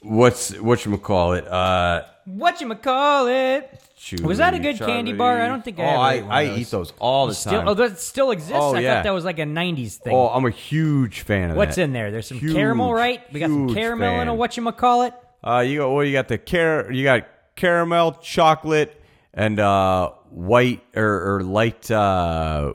[SPEAKER 4] what's what you call it? Uh,
[SPEAKER 5] what you call it? Was that a good candy bar? I don't think I
[SPEAKER 4] Oh,
[SPEAKER 5] ever
[SPEAKER 4] I,
[SPEAKER 5] ate one
[SPEAKER 4] I
[SPEAKER 5] of those.
[SPEAKER 4] eat those all the
[SPEAKER 5] Still,
[SPEAKER 4] time.
[SPEAKER 5] oh, that still exists.
[SPEAKER 4] Oh,
[SPEAKER 5] I
[SPEAKER 4] yeah.
[SPEAKER 5] thought that was like a '90s thing.
[SPEAKER 4] oh, I'm a huge fan of
[SPEAKER 5] What's
[SPEAKER 4] that.
[SPEAKER 5] in there? There's some
[SPEAKER 4] Huge,
[SPEAKER 5] caramel, right? We got some
[SPEAKER 4] huge
[SPEAKER 5] caramel and a
[SPEAKER 4] fan.
[SPEAKER 5] what you call it?
[SPEAKER 4] Uh, you got well, you got the car, you got caramel, chocolate, and uh, white or, or light uh,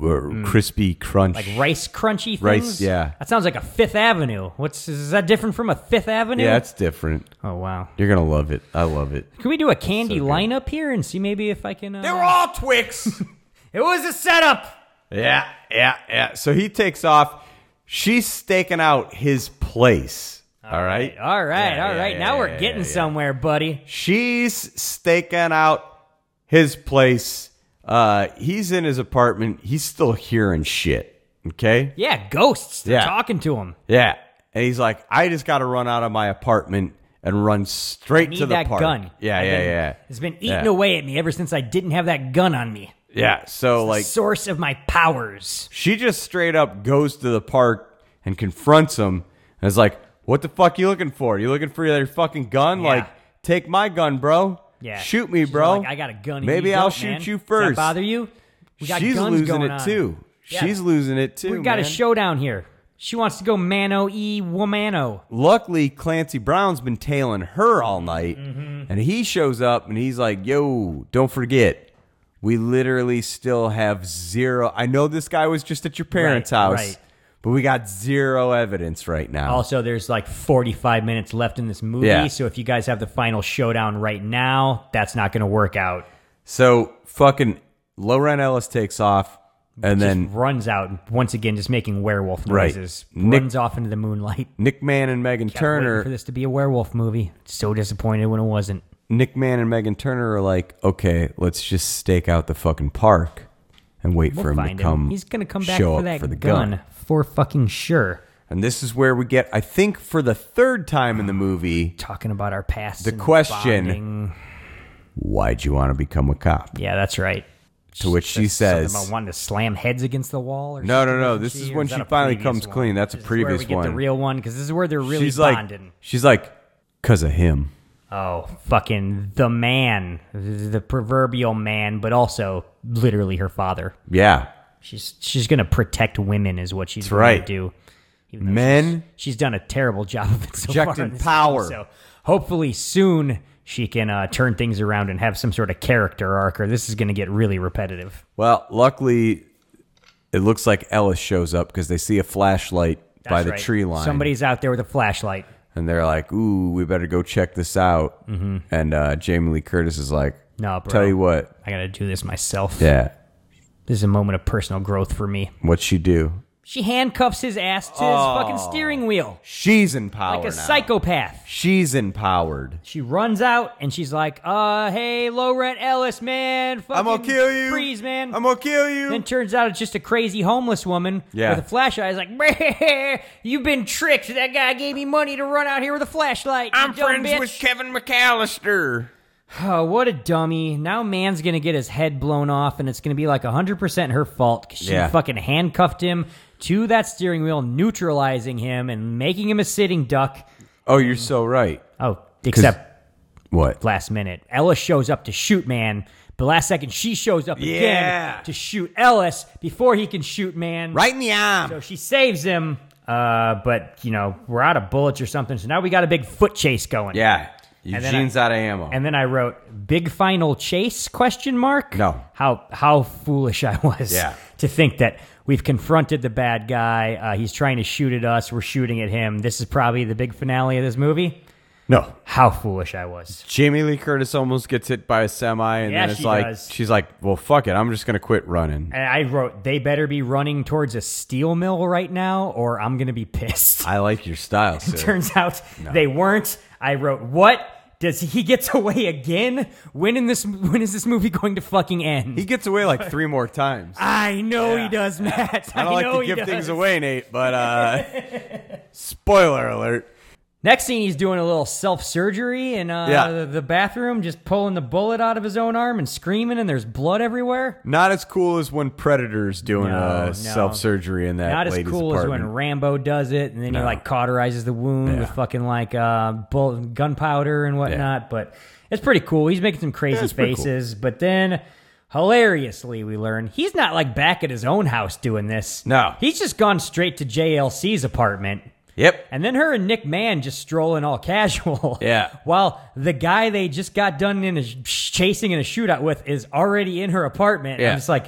[SPEAKER 4] or crispy crunch.
[SPEAKER 5] Hmm. Like rice crunchy things.
[SPEAKER 4] Rice, yeah.
[SPEAKER 5] That sounds like a Fifth Avenue. What's is that different from a Fifth Avenue?
[SPEAKER 4] yeah, it's different.
[SPEAKER 5] oh wow.
[SPEAKER 4] You're gonna love it. I love it.
[SPEAKER 5] Can we do a candy lineup here and see maybe if I can? Uh...
[SPEAKER 4] all Twix.
[SPEAKER 5] It was a setup.
[SPEAKER 4] [laughs] yeah, yeah, yeah. So he takes off. She's staking out his place. all right.
[SPEAKER 5] All right,
[SPEAKER 4] Yeah,
[SPEAKER 5] all
[SPEAKER 4] yeah,
[SPEAKER 5] right.
[SPEAKER 4] yeah,
[SPEAKER 5] now we're
[SPEAKER 4] yeah,
[SPEAKER 5] getting
[SPEAKER 4] yeah, yeah.
[SPEAKER 5] somewhere, buddy.
[SPEAKER 4] She's staking out his place. Uh, he's in his apartment. He's still hearing shit. Okay.
[SPEAKER 5] Yeah, ghosts. They're
[SPEAKER 4] Yeah.
[SPEAKER 5] talking to him.
[SPEAKER 4] Yeah. And he's like, I just got to run out of my apartment and run straight
[SPEAKER 5] Need
[SPEAKER 4] to the
[SPEAKER 5] that
[SPEAKER 4] park.
[SPEAKER 5] gun.
[SPEAKER 4] Yeah,
[SPEAKER 5] I've
[SPEAKER 4] yeah,
[SPEAKER 5] been-
[SPEAKER 4] yeah.
[SPEAKER 5] It's been eating
[SPEAKER 4] Yeah.
[SPEAKER 5] away at me ever since I didn't have that gun on me.
[SPEAKER 4] Yeah. So like,
[SPEAKER 5] Source of my powers.
[SPEAKER 4] she just straight up goes to the park and confronts him and is like, "What the fuck you looking for? You looking for your fucking gun?
[SPEAKER 5] Yeah.
[SPEAKER 4] Like, take my gun, bro.
[SPEAKER 5] Yeah.
[SPEAKER 4] Shoot me,
[SPEAKER 5] She's
[SPEAKER 4] bro.
[SPEAKER 5] like, I got a gun. and
[SPEAKER 4] Maybe
[SPEAKER 5] you
[SPEAKER 4] I'll
[SPEAKER 5] don't,
[SPEAKER 4] shoot
[SPEAKER 5] man.
[SPEAKER 4] you
[SPEAKER 5] Does that
[SPEAKER 4] first.
[SPEAKER 5] bother you? We got
[SPEAKER 4] She's
[SPEAKER 5] guns
[SPEAKER 4] losing
[SPEAKER 5] going
[SPEAKER 4] it
[SPEAKER 5] on.
[SPEAKER 4] too.
[SPEAKER 5] Yeah.
[SPEAKER 4] She's losing it too.
[SPEAKER 5] We got a
[SPEAKER 4] man.
[SPEAKER 5] showdown here. She wants to go mano e womano.
[SPEAKER 4] Luckily, Clancy Brown's been tailing her all night,
[SPEAKER 5] Mm-hmm.
[SPEAKER 4] and he shows up and he's like, "Yo, don't forget." We literally still have zero. I know this guy was just at your parents'
[SPEAKER 5] Right,
[SPEAKER 4] house,
[SPEAKER 5] right.
[SPEAKER 4] but we got zero evidence right now.
[SPEAKER 5] Also, there's like 45 minutes left in this movie,
[SPEAKER 4] Yeah.
[SPEAKER 5] so if you guys have the final showdown right now, that's not going to work out.
[SPEAKER 4] So fucking Loren Ellis takes off, and then
[SPEAKER 5] runs out once again, just making werewolf
[SPEAKER 4] Right.
[SPEAKER 5] noises.
[SPEAKER 4] Nick-
[SPEAKER 5] runs off into the moonlight.
[SPEAKER 4] Nick Mann and Megan
[SPEAKER 5] Waiting for
[SPEAKER 4] Turner.
[SPEAKER 5] this to be a werewolf movie. So disappointed when it wasn't.
[SPEAKER 4] Nick Mann and Megan Turner are like, okay, let's just stake out the fucking park and wait
[SPEAKER 5] We'll
[SPEAKER 4] for him
[SPEAKER 5] find
[SPEAKER 4] to come.
[SPEAKER 5] him. He's gonna come back
[SPEAKER 4] show
[SPEAKER 5] for
[SPEAKER 4] up
[SPEAKER 5] that
[SPEAKER 4] for the
[SPEAKER 5] gun,
[SPEAKER 4] gun.
[SPEAKER 5] for fucking sure.
[SPEAKER 4] And this is where we get, I think, for the third time in the movie,
[SPEAKER 5] Talking about our past.
[SPEAKER 4] the
[SPEAKER 5] and
[SPEAKER 4] question:
[SPEAKER 5] bonding.
[SPEAKER 4] Why'd you want to become a cop?
[SPEAKER 5] Yeah, that's right.
[SPEAKER 4] To which she
[SPEAKER 5] Something
[SPEAKER 4] says,
[SPEAKER 5] about wanting to slam heads against the wall. Or
[SPEAKER 4] No, no,
[SPEAKER 5] something,
[SPEAKER 4] no,
[SPEAKER 5] wasn't
[SPEAKER 4] this is
[SPEAKER 5] Or
[SPEAKER 4] when
[SPEAKER 5] that
[SPEAKER 4] she
[SPEAKER 5] a
[SPEAKER 4] finally
[SPEAKER 5] previous
[SPEAKER 4] comes
[SPEAKER 5] one?
[SPEAKER 4] clean. That's a
[SPEAKER 5] This is where
[SPEAKER 4] previous
[SPEAKER 5] we get the
[SPEAKER 4] one.
[SPEAKER 5] real one because this is where they're really
[SPEAKER 4] she's like,
[SPEAKER 5] bonding.
[SPEAKER 4] she's like, cause of him.
[SPEAKER 5] Oh, fucking the man, the proverbial man, but also literally her father.
[SPEAKER 4] Yeah,
[SPEAKER 5] She's she's gonna protect women, is what she's
[SPEAKER 4] That's
[SPEAKER 5] gonna
[SPEAKER 4] right.
[SPEAKER 5] do. Even though
[SPEAKER 4] men.
[SPEAKER 5] she's done a terrible job of it so
[SPEAKER 4] Projected
[SPEAKER 5] far in this
[SPEAKER 4] power.
[SPEAKER 5] film, so hopefully soon she can uh, turn things around and have some sort of character arc, or this is gonna get really repetitive.
[SPEAKER 4] Well, luckily, it looks like Ellis shows up because they see a flashlight by
[SPEAKER 5] That's
[SPEAKER 4] the
[SPEAKER 5] right.
[SPEAKER 4] tree line.
[SPEAKER 5] Somebody's out there with a flashlight.
[SPEAKER 4] and they're like, "Ooh, we better go check this out." Mm-hmm. And uh, Jamie Lee Curtis is like,
[SPEAKER 5] No, bro.
[SPEAKER 4] "Tell you what,
[SPEAKER 5] I gotta do this myself.
[SPEAKER 4] yeah,
[SPEAKER 5] This is a moment of personal growth for me.
[SPEAKER 4] what she do?"
[SPEAKER 5] She handcuffs his ass to his fucking steering wheel
[SPEAKER 4] She's in Oh. power.
[SPEAKER 5] like a
[SPEAKER 4] now.
[SPEAKER 5] psychopath.
[SPEAKER 4] She's empowered.
[SPEAKER 5] She runs out and she's like, "Uh, hey, low rent Ellis, man, fucking
[SPEAKER 4] I'm gonna kill you.
[SPEAKER 5] freeze, man."
[SPEAKER 4] I'm gonna kill you.
[SPEAKER 5] then turns out it's just a crazy homeless woman
[SPEAKER 4] Yeah.
[SPEAKER 5] with a flashlight. It's like, "Meh, [laughs] you've been tricked. That guy gave me money to run out here with a flashlight. you dumb bitch."
[SPEAKER 4] Kevin McAllister.
[SPEAKER 5] Oh, what a dummy. Now man's going to get his head blown off, and it's going to be like 100% her fault 'cause she
[SPEAKER 4] Yeah.
[SPEAKER 5] fucking handcuffed him to that steering wheel, neutralizing him and making him a sitting duck.
[SPEAKER 4] Oh, you're so right.
[SPEAKER 5] Oh, except
[SPEAKER 4] What?
[SPEAKER 5] last minute. Ellis shows up to shoot man, but last second she shows up
[SPEAKER 4] Yeah.
[SPEAKER 5] again to shoot Ellis before he can shoot man.
[SPEAKER 4] Right in the arm.
[SPEAKER 5] So she saves him, uh, but, you know, we're out of bullets or something. So now we got a big foot chase going.
[SPEAKER 4] yeah.
[SPEAKER 5] then
[SPEAKER 4] Eugene's out of ammo.
[SPEAKER 5] And then I wrote big final chase question mark.
[SPEAKER 4] No.
[SPEAKER 5] How how foolish I was
[SPEAKER 4] Yeah.
[SPEAKER 5] to think that we've confronted the bad guy. Uh, he's trying to shoot at us. We're shooting at him. This is probably the big finale of this movie.
[SPEAKER 4] no.
[SPEAKER 5] How foolish I was.
[SPEAKER 4] Jamie Lee Curtis almost gets hit by a semi, and
[SPEAKER 5] Yeah,
[SPEAKER 4] then it's
[SPEAKER 5] she
[SPEAKER 4] like
[SPEAKER 5] does.
[SPEAKER 4] she's like, "Well, fuck it, I'm just gonna quit running."
[SPEAKER 5] And I wrote they better be running towards a steel mill right now or I'm going to be pissed.
[SPEAKER 4] I like your
[SPEAKER 5] [laughs]
[SPEAKER 4] style, sir.
[SPEAKER 5] Turns out they weren't. I wrote what does he gets [laughs] away again? When in this when is this movie going to fucking end?
[SPEAKER 4] he gets away like three more times.
[SPEAKER 5] [laughs] I know he does, Matt.
[SPEAKER 4] I don't
[SPEAKER 5] know
[SPEAKER 4] like to
[SPEAKER 5] he
[SPEAKER 4] give
[SPEAKER 5] does.
[SPEAKER 4] things away, Nate, but
[SPEAKER 5] [laughs]
[SPEAKER 4] uh, spoiler alert.
[SPEAKER 5] Next scene, he's doing a little self surgery in uh,
[SPEAKER 4] Yeah.
[SPEAKER 5] the, the bathroom, just pulling the bullet out of his own arm and screaming, and there's blood everywhere.
[SPEAKER 4] Not as cool as when Predator's doing
[SPEAKER 5] No,
[SPEAKER 4] uh,
[SPEAKER 5] no.
[SPEAKER 4] self surgery in that
[SPEAKER 5] Not as
[SPEAKER 4] lady's
[SPEAKER 5] cool
[SPEAKER 4] apartment.
[SPEAKER 5] as when Rambo does it, and then he
[SPEAKER 4] No.
[SPEAKER 5] like cauterizes the wound with
[SPEAKER 4] Yeah.
[SPEAKER 5] fucking like uh, bull- gunpowder and whatnot. But it's pretty cool. He's making some crazy
[SPEAKER 4] it's pretty cool.
[SPEAKER 5] faces, but then. Hilariously, we learn he's not like back at his own house doing this.
[SPEAKER 4] No.
[SPEAKER 5] He's just gone straight to JLC's apartment.
[SPEAKER 4] Yep.
[SPEAKER 5] And then her and Nick Mann just strolling all [laughs] casual.
[SPEAKER 4] Yeah.
[SPEAKER 5] While the guy they just got done in a sh- chasing in a shootout with is already in her apartment.
[SPEAKER 4] Yeah.
[SPEAKER 5] I'm just like,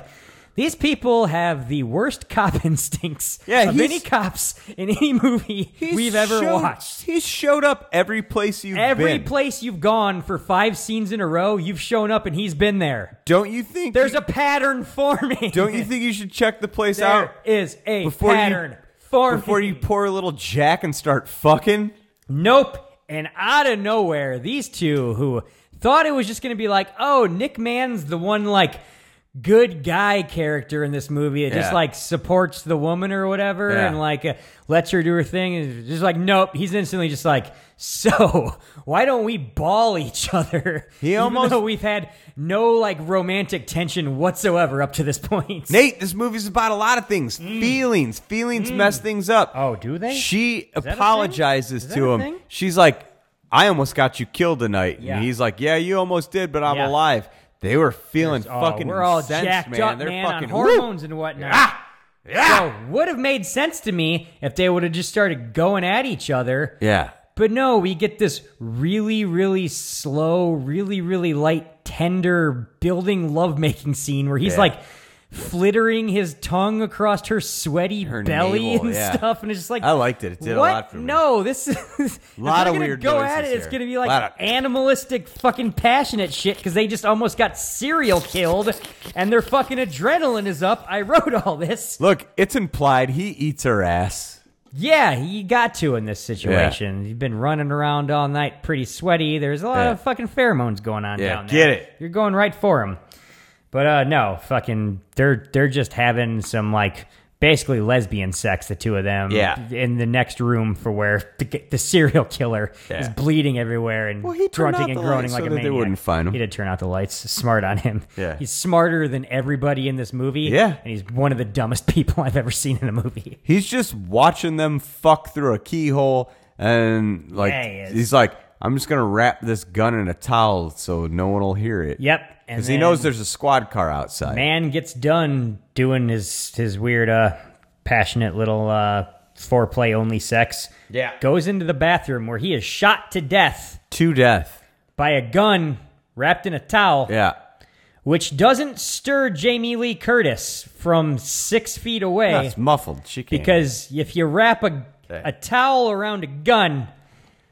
[SPEAKER 5] these people have the worst [laughs] cop instincts
[SPEAKER 4] Yeah,
[SPEAKER 5] of
[SPEAKER 4] he's-
[SPEAKER 5] any cops in any movie
[SPEAKER 4] He's
[SPEAKER 5] we've ever
[SPEAKER 4] showed-
[SPEAKER 5] watched.
[SPEAKER 4] He's showed up every place you've
[SPEAKER 5] Every
[SPEAKER 4] been.
[SPEAKER 5] place you've gone for five scenes in a row, you've shown up and he's been there.
[SPEAKER 4] Don't you think
[SPEAKER 5] There's
[SPEAKER 4] you-
[SPEAKER 5] a pattern forming.
[SPEAKER 4] Don't
[SPEAKER 5] [laughs]
[SPEAKER 4] you think you should check the place out
[SPEAKER 5] there is a
[SPEAKER 4] before you-
[SPEAKER 5] pattern forming?
[SPEAKER 4] before you pour a little jack and start fucking?
[SPEAKER 5] Nope. And out of nowhere, these two who thought it was just going to be like, oh, Nick Mann's the one like good guy character in this movie. It just
[SPEAKER 4] Yeah.
[SPEAKER 5] like supports the woman or whatever
[SPEAKER 4] Yeah.
[SPEAKER 5] and like uh, lets her do her thing. And just like, nope. He's instantly just like, [laughs] so why don't we ball each other?
[SPEAKER 4] He almost-
[SPEAKER 5] Even though we've had no like romantic tension whatsoever up to this point.
[SPEAKER 4] Nate, this movie's about a lot of things. Feelings. Feelings mess things up.
[SPEAKER 5] Mm. Oh, do they?
[SPEAKER 4] She
[SPEAKER 5] that a thing?
[SPEAKER 4] apologizes
[SPEAKER 5] Is that
[SPEAKER 4] to
[SPEAKER 5] a
[SPEAKER 4] him.
[SPEAKER 5] thing?
[SPEAKER 4] She's like, I almost got you killed tonight.
[SPEAKER 5] Yeah.
[SPEAKER 4] And he's like, Yeah, you almost did, but I'm
[SPEAKER 5] Yeah.
[SPEAKER 4] alive. They were feeling
[SPEAKER 5] Oh,
[SPEAKER 4] fucking
[SPEAKER 5] we're all
[SPEAKER 4] incensed,
[SPEAKER 5] jacked
[SPEAKER 4] man.
[SPEAKER 5] up,
[SPEAKER 4] They're
[SPEAKER 5] man,
[SPEAKER 4] fucking
[SPEAKER 5] on hormones and whatnot. So would have made sense to me if they would have just started going at each other.
[SPEAKER 4] Yeah.
[SPEAKER 5] But no, we get this really, really slow, really, really light, tender building lovemaking scene where he's
[SPEAKER 4] Yeah.
[SPEAKER 5] like flittering his tongue across her sweaty belly
[SPEAKER 4] navel,
[SPEAKER 5] and
[SPEAKER 4] yeah.
[SPEAKER 5] stuff, and it's just like
[SPEAKER 4] I liked it. It did a
[SPEAKER 5] what?
[SPEAKER 4] lot for me.
[SPEAKER 5] No, this [laughs] is if
[SPEAKER 4] Lot
[SPEAKER 5] they're
[SPEAKER 4] of
[SPEAKER 5] gonna
[SPEAKER 4] weird
[SPEAKER 5] Go
[SPEAKER 4] noises
[SPEAKER 5] at it. It's
[SPEAKER 4] here.
[SPEAKER 5] gonna be like
[SPEAKER 4] Lot of-
[SPEAKER 5] animalistic, fucking passionate shit because they just almost got serial killed, and their fucking adrenaline is up. I wrote all this.
[SPEAKER 4] Look, it's implied he eats her ass.
[SPEAKER 5] Yeah, he got to in this situation. You've been running around all night, pretty sweaty. There's a lot
[SPEAKER 4] Yeah.
[SPEAKER 5] of fucking pheromones going on
[SPEAKER 4] Yeah,
[SPEAKER 5] down there.
[SPEAKER 4] get it.
[SPEAKER 5] You're going right for him. But uh no, fucking they're they're just having some like basically lesbian sex the two of them
[SPEAKER 4] Yeah.
[SPEAKER 5] in the next room for where the, the serial killer
[SPEAKER 4] Yeah.
[SPEAKER 5] is bleeding everywhere and
[SPEAKER 4] Well, he turned
[SPEAKER 5] grunting
[SPEAKER 4] out
[SPEAKER 5] and
[SPEAKER 4] the
[SPEAKER 5] groaning
[SPEAKER 4] lights
[SPEAKER 5] like
[SPEAKER 4] so
[SPEAKER 5] a
[SPEAKER 4] that they
[SPEAKER 5] maniac.
[SPEAKER 4] wouldn't find him.
[SPEAKER 5] He did turn out the lights. Smart on him.
[SPEAKER 4] Yeah.
[SPEAKER 5] He's smarter than everybody in this movie.
[SPEAKER 4] Yeah.
[SPEAKER 5] And he's one of the dumbest [laughs] people I've ever seen in a movie.
[SPEAKER 4] He's just watching them fuck through a keyhole and like
[SPEAKER 5] Yeah, he is.
[SPEAKER 4] he's like, I'm just gonna wrap this gun in a towel so no one will hear it.
[SPEAKER 5] Yep. and
[SPEAKER 4] Because he
[SPEAKER 5] then-
[SPEAKER 4] knows there's a squad car outside.
[SPEAKER 5] man gets done doing his his weird uh passionate little uh foreplay only sex
[SPEAKER 4] Yeah.
[SPEAKER 5] goes into the bathroom where he is shot to death
[SPEAKER 4] To death.
[SPEAKER 5] by a gun wrapped in a towel
[SPEAKER 4] Yeah.
[SPEAKER 5] which doesn't stir jamie lee curtis from six feet away
[SPEAKER 4] That's muffled. She can't.
[SPEAKER 5] because if you wrap a,
[SPEAKER 4] Okay.
[SPEAKER 5] a towel around a gun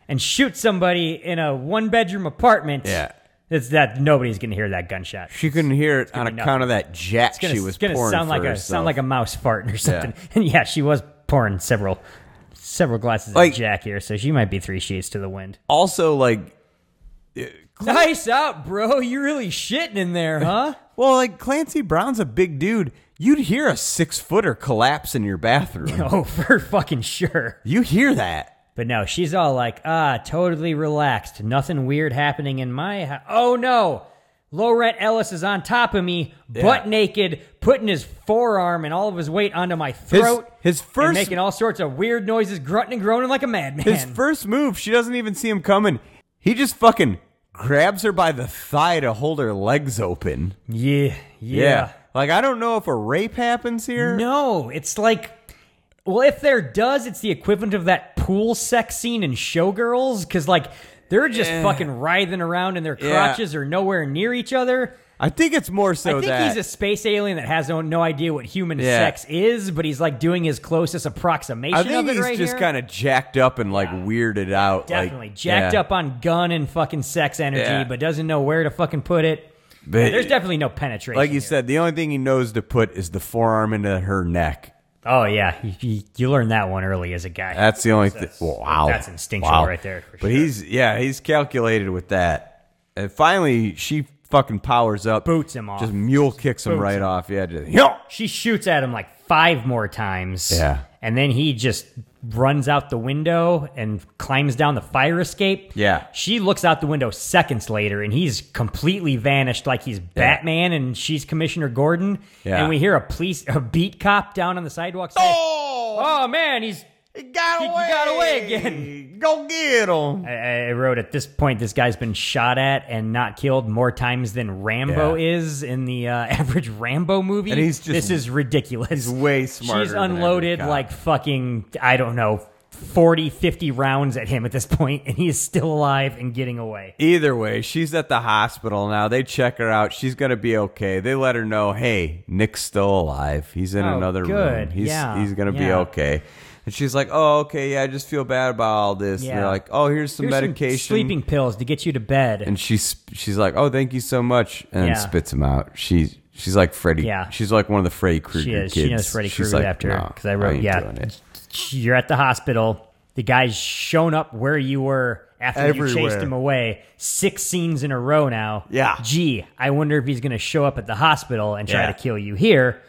[SPEAKER 5] and shoot somebody in a one bedroom apartment
[SPEAKER 4] Yeah.
[SPEAKER 5] It's that nobody's gonna hear that gunshot.
[SPEAKER 4] She couldn't hear it on
[SPEAKER 5] gonna be
[SPEAKER 4] account of that jack
[SPEAKER 5] It's gonna,
[SPEAKER 4] she was
[SPEAKER 5] it's gonna
[SPEAKER 4] pouring
[SPEAKER 5] sound
[SPEAKER 4] for
[SPEAKER 5] like a sound
[SPEAKER 4] herself.
[SPEAKER 5] like a mouse fart or something. [laughs] And yeah, she was pouring several several glasses
[SPEAKER 4] Like-
[SPEAKER 5] of Jack here, so she might be three sheets to the wind.
[SPEAKER 4] also like uh,
[SPEAKER 5] Nice out, bro. You're really shitting in [laughs] there, huh?
[SPEAKER 4] well like Clancy Brown's a big dude. You'd hear a six footer collapse in your
[SPEAKER 5] [laughs]
[SPEAKER 4] bathroom.
[SPEAKER 5] oh, for fucking sure.
[SPEAKER 4] You hear that?
[SPEAKER 5] But no, she's all like, ah, totally relaxed. Nothing weird happening in my house. Oh no! Lorette Ellis is on top of me, butt naked, putting his forearm and all of his weight onto my throat.
[SPEAKER 4] his
[SPEAKER 5] and
[SPEAKER 4] first-
[SPEAKER 5] making all sorts of weird noises, grunting and groaning like a madman.
[SPEAKER 4] His first move, she doesn't even see him coming. He just fucking grabs her by the thigh to hold her legs open.
[SPEAKER 5] yeah, yeah,
[SPEAKER 4] Like I don't know if a rape happens here.
[SPEAKER 5] No, it's like, well, if there does, it's the equivalent of that pool sex scene in Showgirls, because like they're just fucking writhing around and their
[SPEAKER 4] Yeah.
[SPEAKER 5] crotches are nowhere near each other.
[SPEAKER 4] I think it's more so
[SPEAKER 5] I think
[SPEAKER 4] that
[SPEAKER 5] he's a space alien that has no, no idea what human
[SPEAKER 4] Yeah.
[SPEAKER 5] sex is, but he's like doing his closest approximation
[SPEAKER 4] I think
[SPEAKER 5] of it
[SPEAKER 4] he's
[SPEAKER 5] right
[SPEAKER 4] just
[SPEAKER 5] here.
[SPEAKER 4] kind of jacked up and like weirded out.
[SPEAKER 5] Definitely jacked up on gun and fucking sex energy,
[SPEAKER 4] Yeah.
[SPEAKER 5] but doesn't know where to fucking put it.
[SPEAKER 4] But
[SPEAKER 5] There's definitely no penetration.
[SPEAKER 4] like you
[SPEAKER 5] here.
[SPEAKER 4] said, the only thing he knows to put is the forearm into her neck.
[SPEAKER 5] oh yeah, you, you, you learned that one early as a guy.
[SPEAKER 4] That's the only thing. Wow,
[SPEAKER 5] that's instinctual
[SPEAKER 4] Wow.
[SPEAKER 5] right there, for
[SPEAKER 4] but
[SPEAKER 5] sure.
[SPEAKER 4] he's yeah, he's calculated with that. And finally, she fucking powers up,
[SPEAKER 5] Boots him off.
[SPEAKER 4] just mule kicks him
[SPEAKER 5] Boots
[SPEAKER 4] right
[SPEAKER 5] him.
[SPEAKER 4] off. Yeah, just, Yo!
[SPEAKER 5] she shoots at him like five more times.
[SPEAKER 4] Yeah.
[SPEAKER 5] And then he just runs out the window and climbs down the fire escape.
[SPEAKER 4] Yeah.
[SPEAKER 5] She looks out the window seconds later and he's completely vanished like he's Batman and she's Commissioner Gordon.
[SPEAKER 4] Yeah.
[SPEAKER 5] And we hear a police a beat cop down on the sidewalk say,
[SPEAKER 4] Oh,
[SPEAKER 5] "Oh, man, he's
[SPEAKER 4] he got
[SPEAKER 5] He- he
[SPEAKER 4] away!
[SPEAKER 5] got away again.
[SPEAKER 4] [laughs] Go get him!
[SPEAKER 5] I, I wrote at this point this guy's been shot at and not killed more times than Rambo
[SPEAKER 4] Yeah.
[SPEAKER 5] is in the uh, [laughs] average Rambo movie.
[SPEAKER 4] And he's just-
[SPEAKER 5] this is ridiculous. He's
[SPEAKER 4] way smarter
[SPEAKER 5] She's
[SPEAKER 4] than every
[SPEAKER 5] unloaded
[SPEAKER 4] cop.
[SPEAKER 5] like fucking I don't know 40, 50 rounds at him at this [laughs] point, and he is still alive and getting away.
[SPEAKER 4] Either way, she's at the hospital now. They check her out. She's gonna be okay. They let her know, hey, Nick's still alive. He's in
[SPEAKER 5] Oh,
[SPEAKER 4] another room.
[SPEAKER 5] good.
[SPEAKER 4] He's
[SPEAKER 5] Yeah.
[SPEAKER 4] he's gonna be
[SPEAKER 5] Yeah.
[SPEAKER 4] okay. And she's like, oh, okay, yeah, I just feel bad about all this. And
[SPEAKER 5] Yeah.
[SPEAKER 4] they're like, oh, here's some
[SPEAKER 5] Here's some
[SPEAKER 4] medication.
[SPEAKER 5] sleeping pills to get you to bed.
[SPEAKER 4] And she's she's like, oh, thank you so much, and
[SPEAKER 5] Yeah.
[SPEAKER 4] spits him out. She's she's like Freddy.
[SPEAKER 5] Yeah.
[SPEAKER 4] She's like one of the Freddy Krueger
[SPEAKER 5] she is.
[SPEAKER 4] kids.
[SPEAKER 5] She knows Freddy
[SPEAKER 4] She's
[SPEAKER 5] Krueger
[SPEAKER 4] like,
[SPEAKER 5] after
[SPEAKER 4] "No,
[SPEAKER 5] because I
[SPEAKER 4] I
[SPEAKER 5] wrote,
[SPEAKER 4] ain't
[SPEAKER 5] yeah,
[SPEAKER 4] doing it."
[SPEAKER 5] you're at the hospital. The guy's shown up where you were after you
[SPEAKER 4] Everywhere.
[SPEAKER 5] chased him away. Six scenes in a row now.
[SPEAKER 4] Yeah.
[SPEAKER 5] Gee, I wonder if he's going to show up at the hospital and try
[SPEAKER 4] Yeah.
[SPEAKER 5] to kill you here.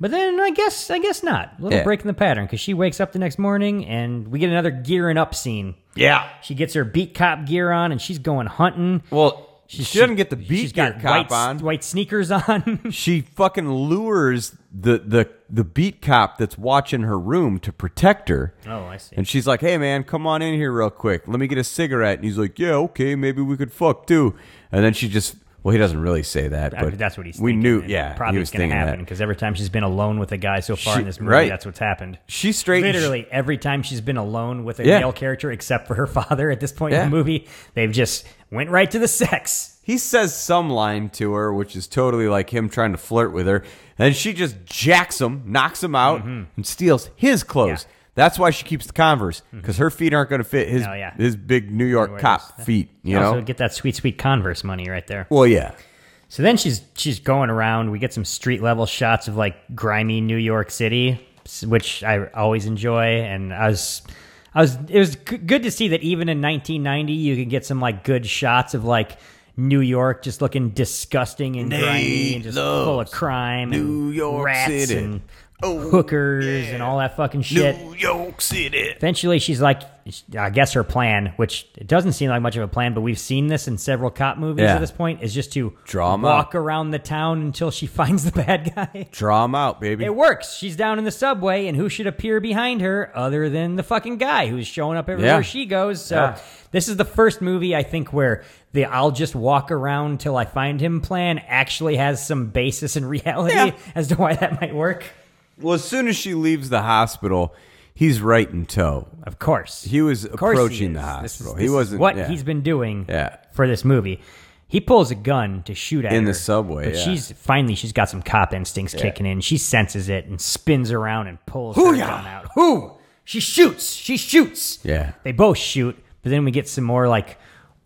[SPEAKER 5] But then I guess I guess not. A little
[SPEAKER 4] Yeah.
[SPEAKER 5] break in the pattern because she wakes up the next morning and we get another gearing up scene.
[SPEAKER 4] Yeah.
[SPEAKER 5] She gets her beat cop gear on and she's going hunting.
[SPEAKER 4] Well, she, doesn't get the beat
[SPEAKER 5] She's got
[SPEAKER 4] gear
[SPEAKER 5] white,
[SPEAKER 4] cop on.
[SPEAKER 5] white sneakers on. [laughs]
[SPEAKER 4] she fucking lures the, the the beat cop that's watching her room to protect her.
[SPEAKER 5] oh, I see.
[SPEAKER 4] And she's like, "Hey man, come on in here real quick. Let me get a cigarette." And he's like, "Yeah, okay, maybe we could fuck too." And then she just well, he doesn't really say that,
[SPEAKER 5] I mean,
[SPEAKER 4] but
[SPEAKER 5] that's what he's.
[SPEAKER 4] We
[SPEAKER 5] thinking,
[SPEAKER 4] knew,
[SPEAKER 5] and
[SPEAKER 4] yeah,
[SPEAKER 5] Probably
[SPEAKER 4] he
[SPEAKER 5] it's
[SPEAKER 4] was
[SPEAKER 5] gonna
[SPEAKER 4] thinking
[SPEAKER 5] happen
[SPEAKER 4] that.
[SPEAKER 5] because every time she's been alone with a guy so far
[SPEAKER 4] She-
[SPEAKER 5] in this movie,
[SPEAKER 4] right.
[SPEAKER 5] that's what's happened.
[SPEAKER 4] She straight
[SPEAKER 5] Literally every time she's been alone with a
[SPEAKER 4] Yeah.
[SPEAKER 5] male character, except for her [laughs] father at this point
[SPEAKER 4] Yeah.
[SPEAKER 5] in the movie, they've just went right to the sex.
[SPEAKER 4] He says some line to her, which is totally like him trying to flirt with her. And she just jacks him, knocks him out, and steals his clothes.
[SPEAKER 5] Mm-hmm. Yeah.
[SPEAKER 4] That's why she keeps the Converse because her feet aren't going to fit his
[SPEAKER 5] No, yeah.
[SPEAKER 4] his big New York
[SPEAKER 5] Wear
[SPEAKER 4] cop
[SPEAKER 5] those.
[SPEAKER 4] feet. You
[SPEAKER 5] also
[SPEAKER 4] know?
[SPEAKER 5] get that sweet, sweet Converse money right there.
[SPEAKER 4] well, yeah.
[SPEAKER 5] So then she's she's going around. We get some street level shots of like grimy New York City, s- which I always enjoy. And I was, I was, it was g- good to see that even in 1990, you can get some like good shots of like New York just looking disgusting and grimy and just full of crime,
[SPEAKER 4] New
[SPEAKER 5] and
[SPEAKER 4] York
[SPEAKER 5] rats
[SPEAKER 4] City. Oh,
[SPEAKER 5] and hookers and all that fucking shit.
[SPEAKER 4] York City.
[SPEAKER 5] Eventually, she's like, I guess her plan, which it doesn't seem like much of a plan, but we've seen this in several cop movies
[SPEAKER 4] Yeah.
[SPEAKER 5] at this point, is just to
[SPEAKER 4] Draw 'em
[SPEAKER 5] walk
[SPEAKER 4] out.
[SPEAKER 5] around the town until she [laughs] finds the bad guy.
[SPEAKER 4] Draw him out, baby.
[SPEAKER 5] It works. She's down in the subway, and who should appear behind her other than the fucking guy who's showing up everywhere
[SPEAKER 4] Yeah.
[SPEAKER 5] she goes? So,
[SPEAKER 4] Yeah.
[SPEAKER 5] this is the first movie I think where the I'll just walk around till I find him plan actually has some basis in reality
[SPEAKER 4] Yeah.
[SPEAKER 5] as to why that might work.
[SPEAKER 4] well, as soon as she leaves the hospital, he's right in tow.
[SPEAKER 5] Of course.
[SPEAKER 4] He was
[SPEAKER 5] Of course he
[SPEAKER 4] approaching the
[SPEAKER 5] is.
[SPEAKER 4] hospital. he
[SPEAKER 5] This is- this is
[SPEAKER 4] wasn't.
[SPEAKER 5] what
[SPEAKER 4] yeah.
[SPEAKER 5] he's been doing
[SPEAKER 4] Yeah.
[SPEAKER 5] for this movie. He pulls a gun to shoot at
[SPEAKER 4] In the
[SPEAKER 5] her,
[SPEAKER 4] subway,
[SPEAKER 5] But
[SPEAKER 4] yeah.
[SPEAKER 5] she's finally she's got some cop instincts kicking in. She senses it and spins around and pulls her
[SPEAKER 4] Hoo-yah!
[SPEAKER 5] gun out. Who? She shoots. She shoots.
[SPEAKER 4] Yeah.
[SPEAKER 5] They both shoot, but then we get some more like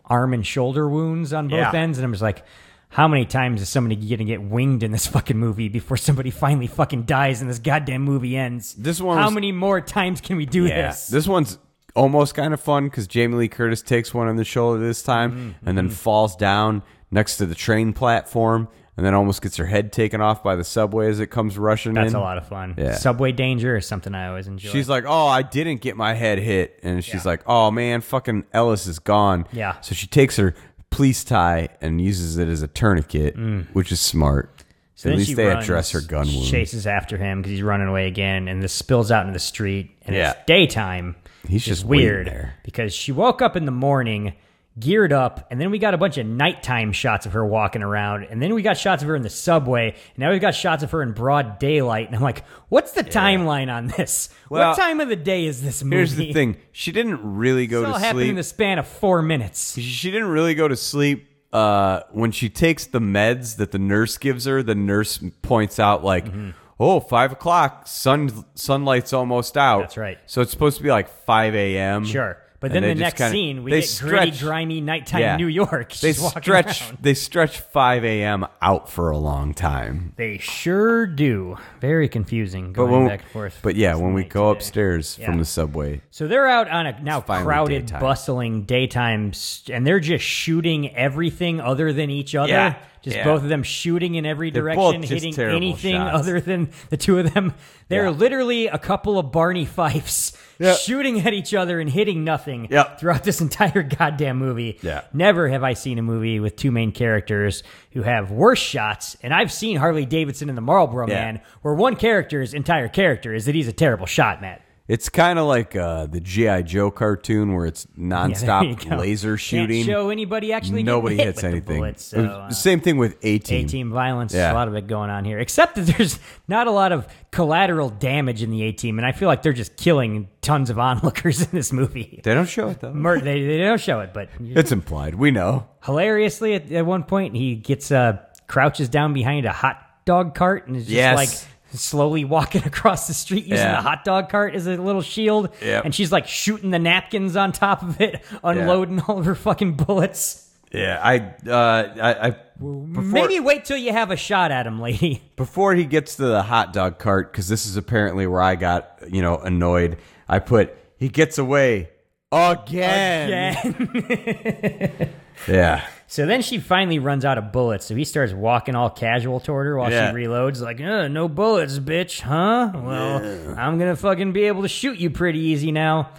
[SPEAKER 5] arm and shoulder wounds on both
[SPEAKER 6] Yeah.
[SPEAKER 5] ends, and I'm just like, how many times is somebody gonna get winged in this fucking movie before somebody finally fucking dies and this goddamn movie ends?
[SPEAKER 4] This one
[SPEAKER 5] How
[SPEAKER 4] was-
[SPEAKER 5] many more times can we do
[SPEAKER 4] Yeah.
[SPEAKER 5] this?
[SPEAKER 4] This one's almost kind of fun because Jamie Lee Curtis takes one on the shoulder this time
[SPEAKER 5] Mm-hmm.
[SPEAKER 4] and then falls down next to the train platform and then almost gets her head taken off by the subway as it comes rushing in.
[SPEAKER 5] That's a lot of fun.
[SPEAKER 4] Yeah.
[SPEAKER 5] Subway Danger is something I always enjoy.
[SPEAKER 4] She's like, "Oh, I didn't get my head hit," and she's like, "Oh man, fucking Ellis is gone."
[SPEAKER 5] Yeah.
[SPEAKER 4] So she takes her police tie and uses it as a tourniquet, which is smart.
[SPEAKER 5] Mm.
[SPEAKER 4] At
[SPEAKER 5] So then
[SPEAKER 4] least
[SPEAKER 5] she
[SPEAKER 4] they
[SPEAKER 5] runs,
[SPEAKER 4] address her gun
[SPEAKER 5] she
[SPEAKER 4] wound.
[SPEAKER 5] Chases after him because he's running away again, and this spills out into the street. And it's
[SPEAKER 4] Yeah.
[SPEAKER 5] daytime.
[SPEAKER 4] He's
[SPEAKER 5] which is
[SPEAKER 4] just waiting
[SPEAKER 5] weird [laughs]
[SPEAKER 4] there.
[SPEAKER 5] because she woke up in the morning, geared up, and then we got a bunch of nighttime shots of her walking around, and then we got shots of her in the subway, and now we've got shots of her in broad daylight. And I'm like, what's the timeline on this?
[SPEAKER 4] Well,
[SPEAKER 5] what time of the day is this movie?
[SPEAKER 4] Here's the thing: she didn't really go
[SPEAKER 5] This all
[SPEAKER 4] to
[SPEAKER 5] happened in
[SPEAKER 4] sleep.
[SPEAKER 5] the span of four minutes.
[SPEAKER 4] She didn't really go to sleep. Uh, when she takes the meds that the nurse gives her, the nurse points out like,
[SPEAKER 5] Mm-hmm.
[SPEAKER 4] "Oh, five o'clock. Sun sunlight's almost out."
[SPEAKER 5] That's right.
[SPEAKER 4] So it's supposed to be like five a.m.
[SPEAKER 5] Sure. But
[SPEAKER 4] Mm. And
[SPEAKER 5] then the
[SPEAKER 4] they just
[SPEAKER 5] next
[SPEAKER 4] kinda-
[SPEAKER 5] scene, we
[SPEAKER 4] they
[SPEAKER 5] get gritty,
[SPEAKER 4] stretch-
[SPEAKER 5] grimy nighttime
[SPEAKER 4] Yeah.
[SPEAKER 5] New York.
[SPEAKER 4] They
[SPEAKER 5] She's walking
[SPEAKER 4] stretch.
[SPEAKER 5] around.
[SPEAKER 4] They stretch five a.m. out for a long time.
[SPEAKER 5] They sure do. Very confusing going
[SPEAKER 4] when,
[SPEAKER 5] back and forth.
[SPEAKER 4] but yeah, when we
[SPEAKER 5] night
[SPEAKER 4] go
[SPEAKER 5] today.
[SPEAKER 4] upstairs
[SPEAKER 5] Yeah.
[SPEAKER 4] from the subway,
[SPEAKER 5] So they're out on a now
[SPEAKER 4] finally
[SPEAKER 5] crowded,
[SPEAKER 4] daytime.
[SPEAKER 5] bustling daytime, s- and they're just shooting everything other than each other.
[SPEAKER 4] Yeah,
[SPEAKER 5] Just
[SPEAKER 4] yeah.
[SPEAKER 5] both of them shooting in every
[SPEAKER 4] They're both
[SPEAKER 5] direction,
[SPEAKER 4] just
[SPEAKER 5] hitting
[SPEAKER 4] terrible
[SPEAKER 5] anything
[SPEAKER 4] shots.
[SPEAKER 5] other than the two of them. They're
[SPEAKER 4] Yeah.
[SPEAKER 5] literally a couple of Barney Fifes
[SPEAKER 4] Yeah.
[SPEAKER 5] shooting at each other and hitting nothing
[SPEAKER 4] Yeah.
[SPEAKER 5] throughout this entire [laughs] goddamn movie.
[SPEAKER 4] Yeah.
[SPEAKER 5] Never have I seen a movie with two main characters who have worse shots, and I've seen Harley Davidson in the Marlboro
[SPEAKER 4] Yeah.
[SPEAKER 5] Man, where one character's entire character is that he's a terrible shot, Matt.
[SPEAKER 4] it's kind of like uh, the GI Joe cartoon where it's
[SPEAKER 5] [laughs] Yeah,
[SPEAKER 4] nonstop
[SPEAKER 5] there you go.
[SPEAKER 4] laser
[SPEAKER 5] Can't
[SPEAKER 4] shooting.
[SPEAKER 5] show anybody actually. getting
[SPEAKER 4] Nobody
[SPEAKER 5] hit
[SPEAKER 4] hits
[SPEAKER 5] with the
[SPEAKER 4] anything.
[SPEAKER 5] bullets, so, uh,
[SPEAKER 4] Same thing with A
[SPEAKER 5] A
[SPEAKER 4] team.
[SPEAKER 5] team violence,
[SPEAKER 4] Yeah.
[SPEAKER 5] a lot of it going on here. Except that there's not a lot of collateral damage in the A team, and I feel like they're just killing tons of onlookers [laughs] in this movie.
[SPEAKER 4] They don't show it though.
[SPEAKER 5] Mur- they, they don't show it, but
[SPEAKER 4] It's implied. We know.
[SPEAKER 5] hilariously, at, at one point he gets uh, crouches down behind a hot dog cart and is just
[SPEAKER 4] Yes.
[SPEAKER 5] like slowly walking [laughs] across the street using
[SPEAKER 4] Yeah.
[SPEAKER 5] the hot dog cart as a little shield.
[SPEAKER 4] Yep.
[SPEAKER 5] And she's like shooting the napkins on top of it, unloading all of her fucking bullets.
[SPEAKER 4] Yeah, I, uh, I, I before,
[SPEAKER 5] Maybe wait till you have a shot at him, lady. [laughs]
[SPEAKER 4] before he gets to the hot dog cart, because this is apparently where I got you know annoyed. I put he gets away again.
[SPEAKER 5] Yeah. [laughs]
[SPEAKER 4] Yeah,
[SPEAKER 5] so then she finally runs out of bullets, so he starts walking all casual toward her while
[SPEAKER 4] Yeah.
[SPEAKER 5] she reloads, like, "Uh, no bullets, bitch, huh? Well, I'm gonna fucking be able to shoot you pretty easy now.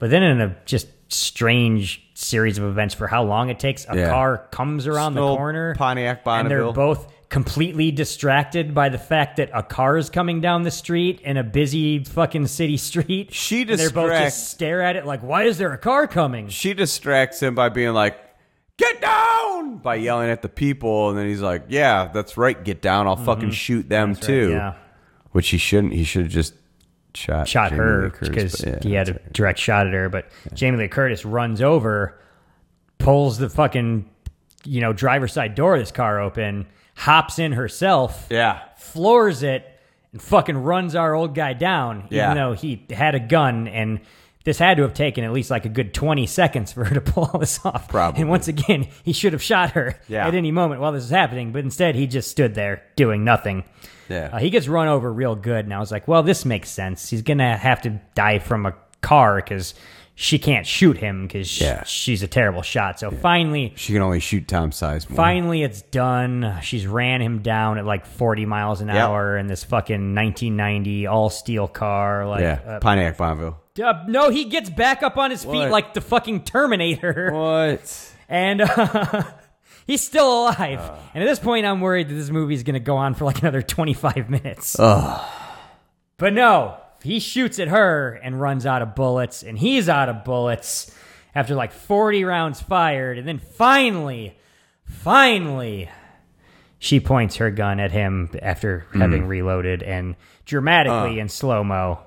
[SPEAKER 5] But then in a just strange series of events for how long it takes, a
[SPEAKER 4] Yeah.
[SPEAKER 5] car comes around the
[SPEAKER 4] Little
[SPEAKER 5] corner.
[SPEAKER 4] Pontiac
[SPEAKER 5] and
[SPEAKER 4] Bonneville.
[SPEAKER 5] they're both completely distracted by the fact that a car is coming down the street in a busy fucking city street.
[SPEAKER 4] She
[SPEAKER 5] and they're both
[SPEAKER 4] distract-
[SPEAKER 5] just stare at it like, why is there a car coming?
[SPEAKER 4] she distracts him by being like, "Get down!" by yelling at the people, and then he's like, "Yeah, that's right. Get down. I'll fucking shoot them too."
[SPEAKER 5] Mm-hmm. Yeah,
[SPEAKER 4] Which he shouldn't. He should have just shot
[SPEAKER 5] shot
[SPEAKER 4] Jamie Lee
[SPEAKER 5] her
[SPEAKER 4] Curtis,
[SPEAKER 5] because
[SPEAKER 4] but yeah,
[SPEAKER 5] he had a direct shot at her. But Jamie Lee Curtis runs over, pulls the fucking you know driver's side door of this car open, hops in herself,
[SPEAKER 4] yeah.
[SPEAKER 5] floors it and fucking runs our old guy down,
[SPEAKER 4] Yeah.
[SPEAKER 5] even though he had a gun and this had to have taken at least like a good 20 seconds for her to [laughs] pull all this off.
[SPEAKER 4] Probably.
[SPEAKER 5] And once again, he should have shot her
[SPEAKER 4] Yeah.
[SPEAKER 5] at any moment while this is happening, but instead he just stood there doing nothing.
[SPEAKER 4] Yeah.
[SPEAKER 5] Uh, he gets run over real good, and I was like, well, this makes sense. He's going to have to die from a car because she can't shoot him because
[SPEAKER 4] Yeah.
[SPEAKER 5] she's a terrible shot. So finally,
[SPEAKER 4] She can only shoot Tom Sizemore.
[SPEAKER 5] Finally, it's done. She's ran him down at like 40 miles an
[SPEAKER 4] Yeah.
[SPEAKER 5] hour in this fucking 1990 all steel car. Like,
[SPEAKER 4] Yeah, Pontiac Bonneville.
[SPEAKER 5] uh, uh, no, he gets back up on his feet
[SPEAKER 4] What?
[SPEAKER 5] like the fucking Terminator,
[SPEAKER 4] What?
[SPEAKER 5] and uh, [laughs] he's still alive. and at this point, I'm worried that this movie's gonna go on for like another 25 minutes. But no, he shoots at her and runs out of bullets, and he's out of bullets after like 40 rounds fired. And then finally, finally, she points her gun at him after having reloaded and dramatically in slow mo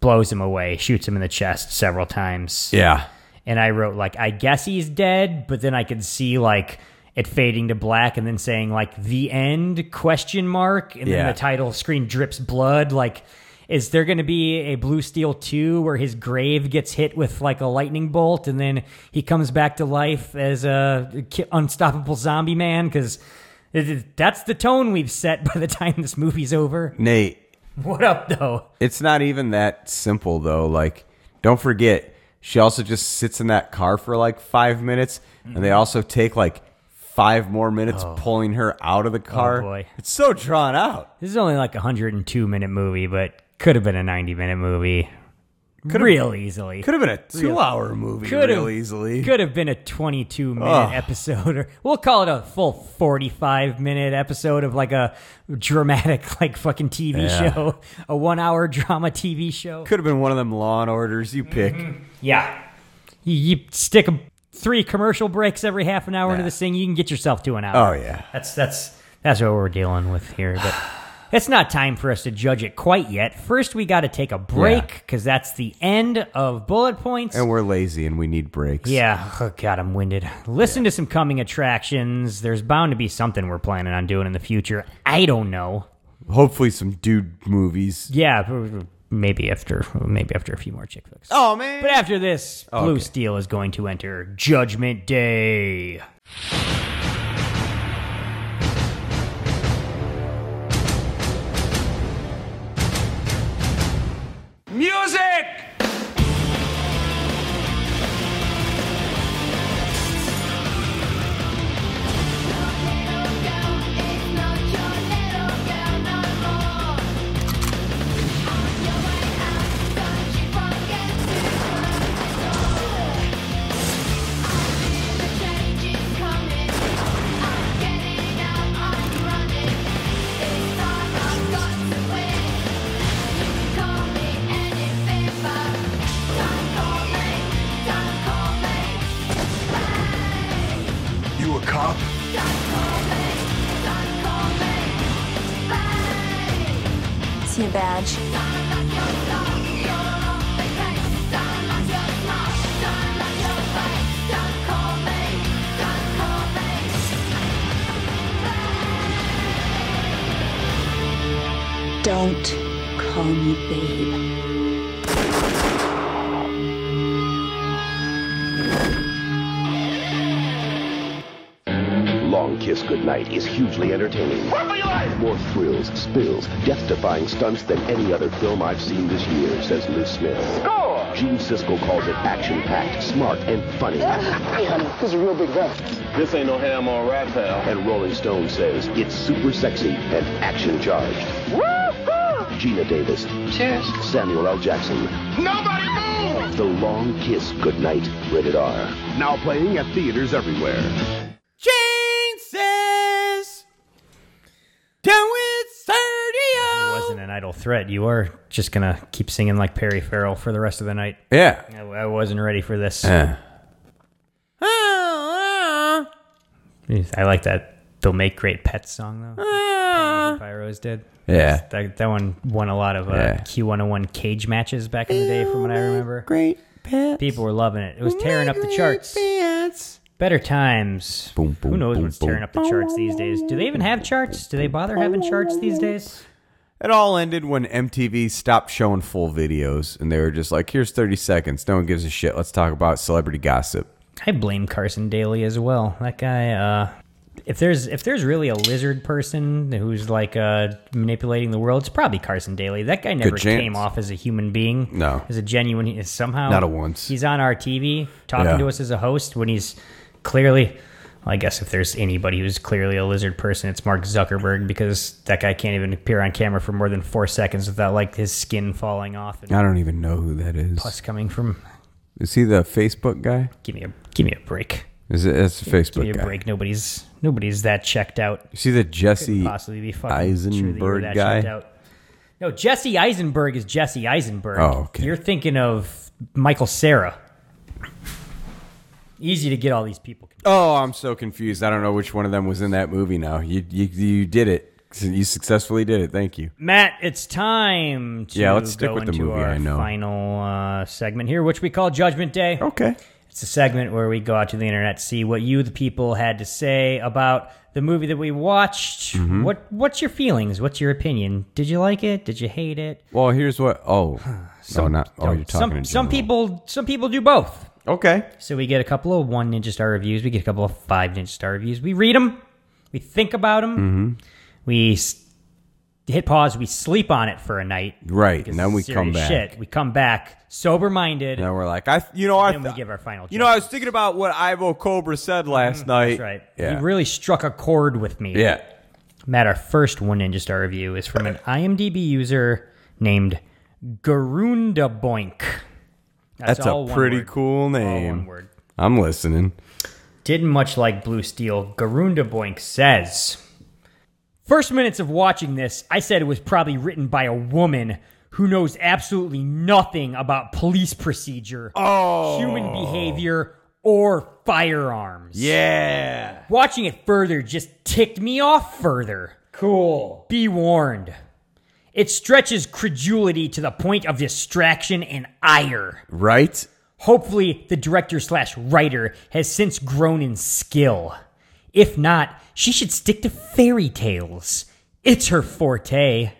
[SPEAKER 5] blows him away, shoots him in the chest several times.
[SPEAKER 4] Yeah.
[SPEAKER 5] And I wrote, like, I guess he's dead, but then I could see, like, it fading to black and then saying like the end question mark and
[SPEAKER 4] Yeah.
[SPEAKER 5] then the title screen drips blood like Is there going to be a Blue Steel 2 where his grave gets hit with like a lightning bolt and then he comes back to life as a ki- unstoppable zombie man? Because that's the tone we've set by the time this movie's over. [laughs]
[SPEAKER 4] Nate,
[SPEAKER 5] What up, though?
[SPEAKER 4] it's not even that simple though. Like, don't forget, she also just sits in that car for like five minutes, and they also take like five more minutes pulling her out of the car.
[SPEAKER 5] Oh. boy.
[SPEAKER 4] It's so drawn out.
[SPEAKER 5] This is only like a 102 minute movie, but could have been a 90 minute movie. real easily.
[SPEAKER 4] Could have been a two-hour movie
[SPEAKER 5] Could've-
[SPEAKER 4] real easily.
[SPEAKER 5] Could have been a 22 minute
[SPEAKER 4] Ugh.
[SPEAKER 5] episode, or we'll call it a full 45 minute episode of like a dramatic, [laughs] like fucking TV show, a one hour drama TV show.
[SPEAKER 4] Could have been one of them Law and Orders you pick.
[SPEAKER 5] Mm-hmm. Yeah. You, you stick a, three commercial breaks every half an hour into this thing, you can get yourself to an hour.
[SPEAKER 4] Oh yeah.
[SPEAKER 5] That's that's that's what we're dealing with here. But it's not time for us to judge it quite yet. First, we got to take a break
[SPEAKER 4] Yeah.
[SPEAKER 5] because that's the end of bullet points.
[SPEAKER 4] And we're lazy and we need breaks.
[SPEAKER 5] Yeah. Oh, God, I'm winded. Listen to some coming attractions. There's bound to be something we're planning on doing in the future. I don't know.
[SPEAKER 4] Hopefully some dude movies.
[SPEAKER 5] Yeah, b- maybe after maybe after a few more chick flicks.
[SPEAKER 4] Oh man.
[SPEAKER 5] But after this, Blue Steel is going to enter Judgment Day. uh,
[SPEAKER 6] You a cop?
[SPEAKER 7] See your badge.
[SPEAKER 2] Don't call me babe.
[SPEAKER 8] Long Kiss Goodnight is hugely entertaining. More thrills, spills, death-defying stunts than any other film I've seen this year, says Liz Smith. Score! Gene Siskel calls it action-packed, smart, and funny. [laughs] hey, honey, this is a real big rat. This ain't no ham on rat, pal. And Rolling Stone says it's super sexy and action-charged. Gina Davis. Cheers. Samuel L. Jackson.
[SPEAKER 6] Nobody move!
[SPEAKER 8] The Long Kiss Goodnight. Rated R. Now playing at theaters everywhere.
[SPEAKER 4] Chances. Down with Sergio.
[SPEAKER 5] Wasn't an idle threat. You are just gonna keep singing like Perry Farrell for the rest of the night.
[SPEAKER 4] Yeah.
[SPEAKER 5] I, I wasn't ready for this. Ah, I like that. They'll make great pets song though. ah. Pyros did.
[SPEAKER 4] Uh. Yeah.
[SPEAKER 5] That, that one won a lot of uh,
[SPEAKER 4] Yeah.
[SPEAKER 5] Q101 cage matches back in the day, from what I remember.
[SPEAKER 4] Great pets.
[SPEAKER 5] People were loving it. It was tearing up the charts. Better times.
[SPEAKER 4] Boom, boom,
[SPEAKER 5] Who knows
[SPEAKER 4] boom,
[SPEAKER 5] what's tearing up the
[SPEAKER 4] boom.
[SPEAKER 5] charts these days? Do they even have charts? Do they bother having charts these days?
[SPEAKER 4] It all ended when MTV stopped showing full videos and they were just like, here's 30 seconds. No one gives a shit. Let's talk about celebrity gossip.
[SPEAKER 5] I blame Carson Daly as well. That guy. Uh, if there's if there's really a lizard person who's like uh, manipulating the world, it's probably Carson Daly. That guy never
[SPEAKER 4] chance.
[SPEAKER 5] came off as a human being.
[SPEAKER 4] No.
[SPEAKER 5] as a genuine somehow.
[SPEAKER 4] Not a once.
[SPEAKER 5] He's on our TV talking
[SPEAKER 4] Yeah.
[SPEAKER 5] to us as a host when he's clearly. I guess if there's anybody who's clearly a lizard person, it's Mark Zuckerberg because that guy can't even appear on camera for more than four seconds without like his skin falling off and
[SPEAKER 4] I don't even know who that is.
[SPEAKER 5] us coming from.
[SPEAKER 4] Is he the Facebook guy?
[SPEAKER 5] Give me a give me a break.
[SPEAKER 4] Is it? That's the
[SPEAKER 5] Give me
[SPEAKER 4] Facebook
[SPEAKER 5] a
[SPEAKER 4] guy.
[SPEAKER 5] break. Nobody's nobody's that checked out.
[SPEAKER 4] You see the Jesse
[SPEAKER 5] possibly be fucking sure that you were
[SPEAKER 4] Eisenberg
[SPEAKER 5] that checked
[SPEAKER 4] guy?
[SPEAKER 5] out. No, Jesse Eisenberg is Jesse Eisenberg.
[SPEAKER 4] Oh, okay.
[SPEAKER 5] You're thinking of Michael Sarah. Easy to get all these people. confused.
[SPEAKER 4] Oh, I'm so confused. I don't know which one of them was in that movie now. You you, you did it. You successfully did it. Thank you.
[SPEAKER 5] Matt, it's time to
[SPEAKER 4] Yeah, let's stick
[SPEAKER 5] go
[SPEAKER 4] with the
[SPEAKER 5] into
[SPEAKER 4] movie
[SPEAKER 5] our
[SPEAKER 4] I know. Oh.
[SPEAKER 5] final uh, segment here, which we call Judgment Day.
[SPEAKER 4] Okay.
[SPEAKER 5] It's a segment where we go out to the internet, see what you, the people, had to say about the movie that we watched.
[SPEAKER 4] Mm-hmm.
[SPEAKER 5] What What's your feelings? What's your opinion? Did you like it? Did you hate it?
[SPEAKER 4] Well, here's what. [sighs] Oh, no, not. Oh, you're talking.
[SPEAKER 5] some
[SPEAKER 4] in
[SPEAKER 5] some
[SPEAKER 4] general.
[SPEAKER 5] people some people do both.
[SPEAKER 4] Okay.
[SPEAKER 5] So we get a couple of one ninja star reviews. We get a couple of five ninja star reviews. We read them. We think about them.
[SPEAKER 4] Mm-hmm.
[SPEAKER 5] We s- hit pause. We sleep on it for a night.
[SPEAKER 4] Right, and then we
[SPEAKER 5] Serious
[SPEAKER 4] come back.
[SPEAKER 5] Shit, we come back sober minded.
[SPEAKER 4] Now we're like, I. You know, I.
[SPEAKER 5] Then we
[SPEAKER 4] thought-
[SPEAKER 5] give our final
[SPEAKER 4] You know, I was thinking about what Ivo Cobra said last night.
[SPEAKER 5] That's right.
[SPEAKER 4] Yeah.
[SPEAKER 5] He really struck a chord with me.
[SPEAKER 4] yeah.
[SPEAKER 5] Matt, our first one ninja star review is from an IMDb user named Garundaboink.
[SPEAKER 4] That's, a
[SPEAKER 5] all one
[SPEAKER 4] pretty
[SPEAKER 5] word.
[SPEAKER 4] cool
[SPEAKER 5] All one
[SPEAKER 4] name.
[SPEAKER 5] word.
[SPEAKER 4] I'm listening.
[SPEAKER 5] didn't much like Blue Steel, Garunda Boink says. First minutes of watching this, I said it was probably written by a woman who knows absolutely nothing about police procedure,
[SPEAKER 4] Oh.
[SPEAKER 5] human behavior, or firearms.
[SPEAKER 4] Yeah.
[SPEAKER 5] Watching it further just ticked me off further. Cool. Be warned. It stretches credulity to the point of distraction and ire.
[SPEAKER 4] Right.
[SPEAKER 5] Hopefully, the director slash writer has since grown in skill. If not, she should stick to fairy tales. It's her forte.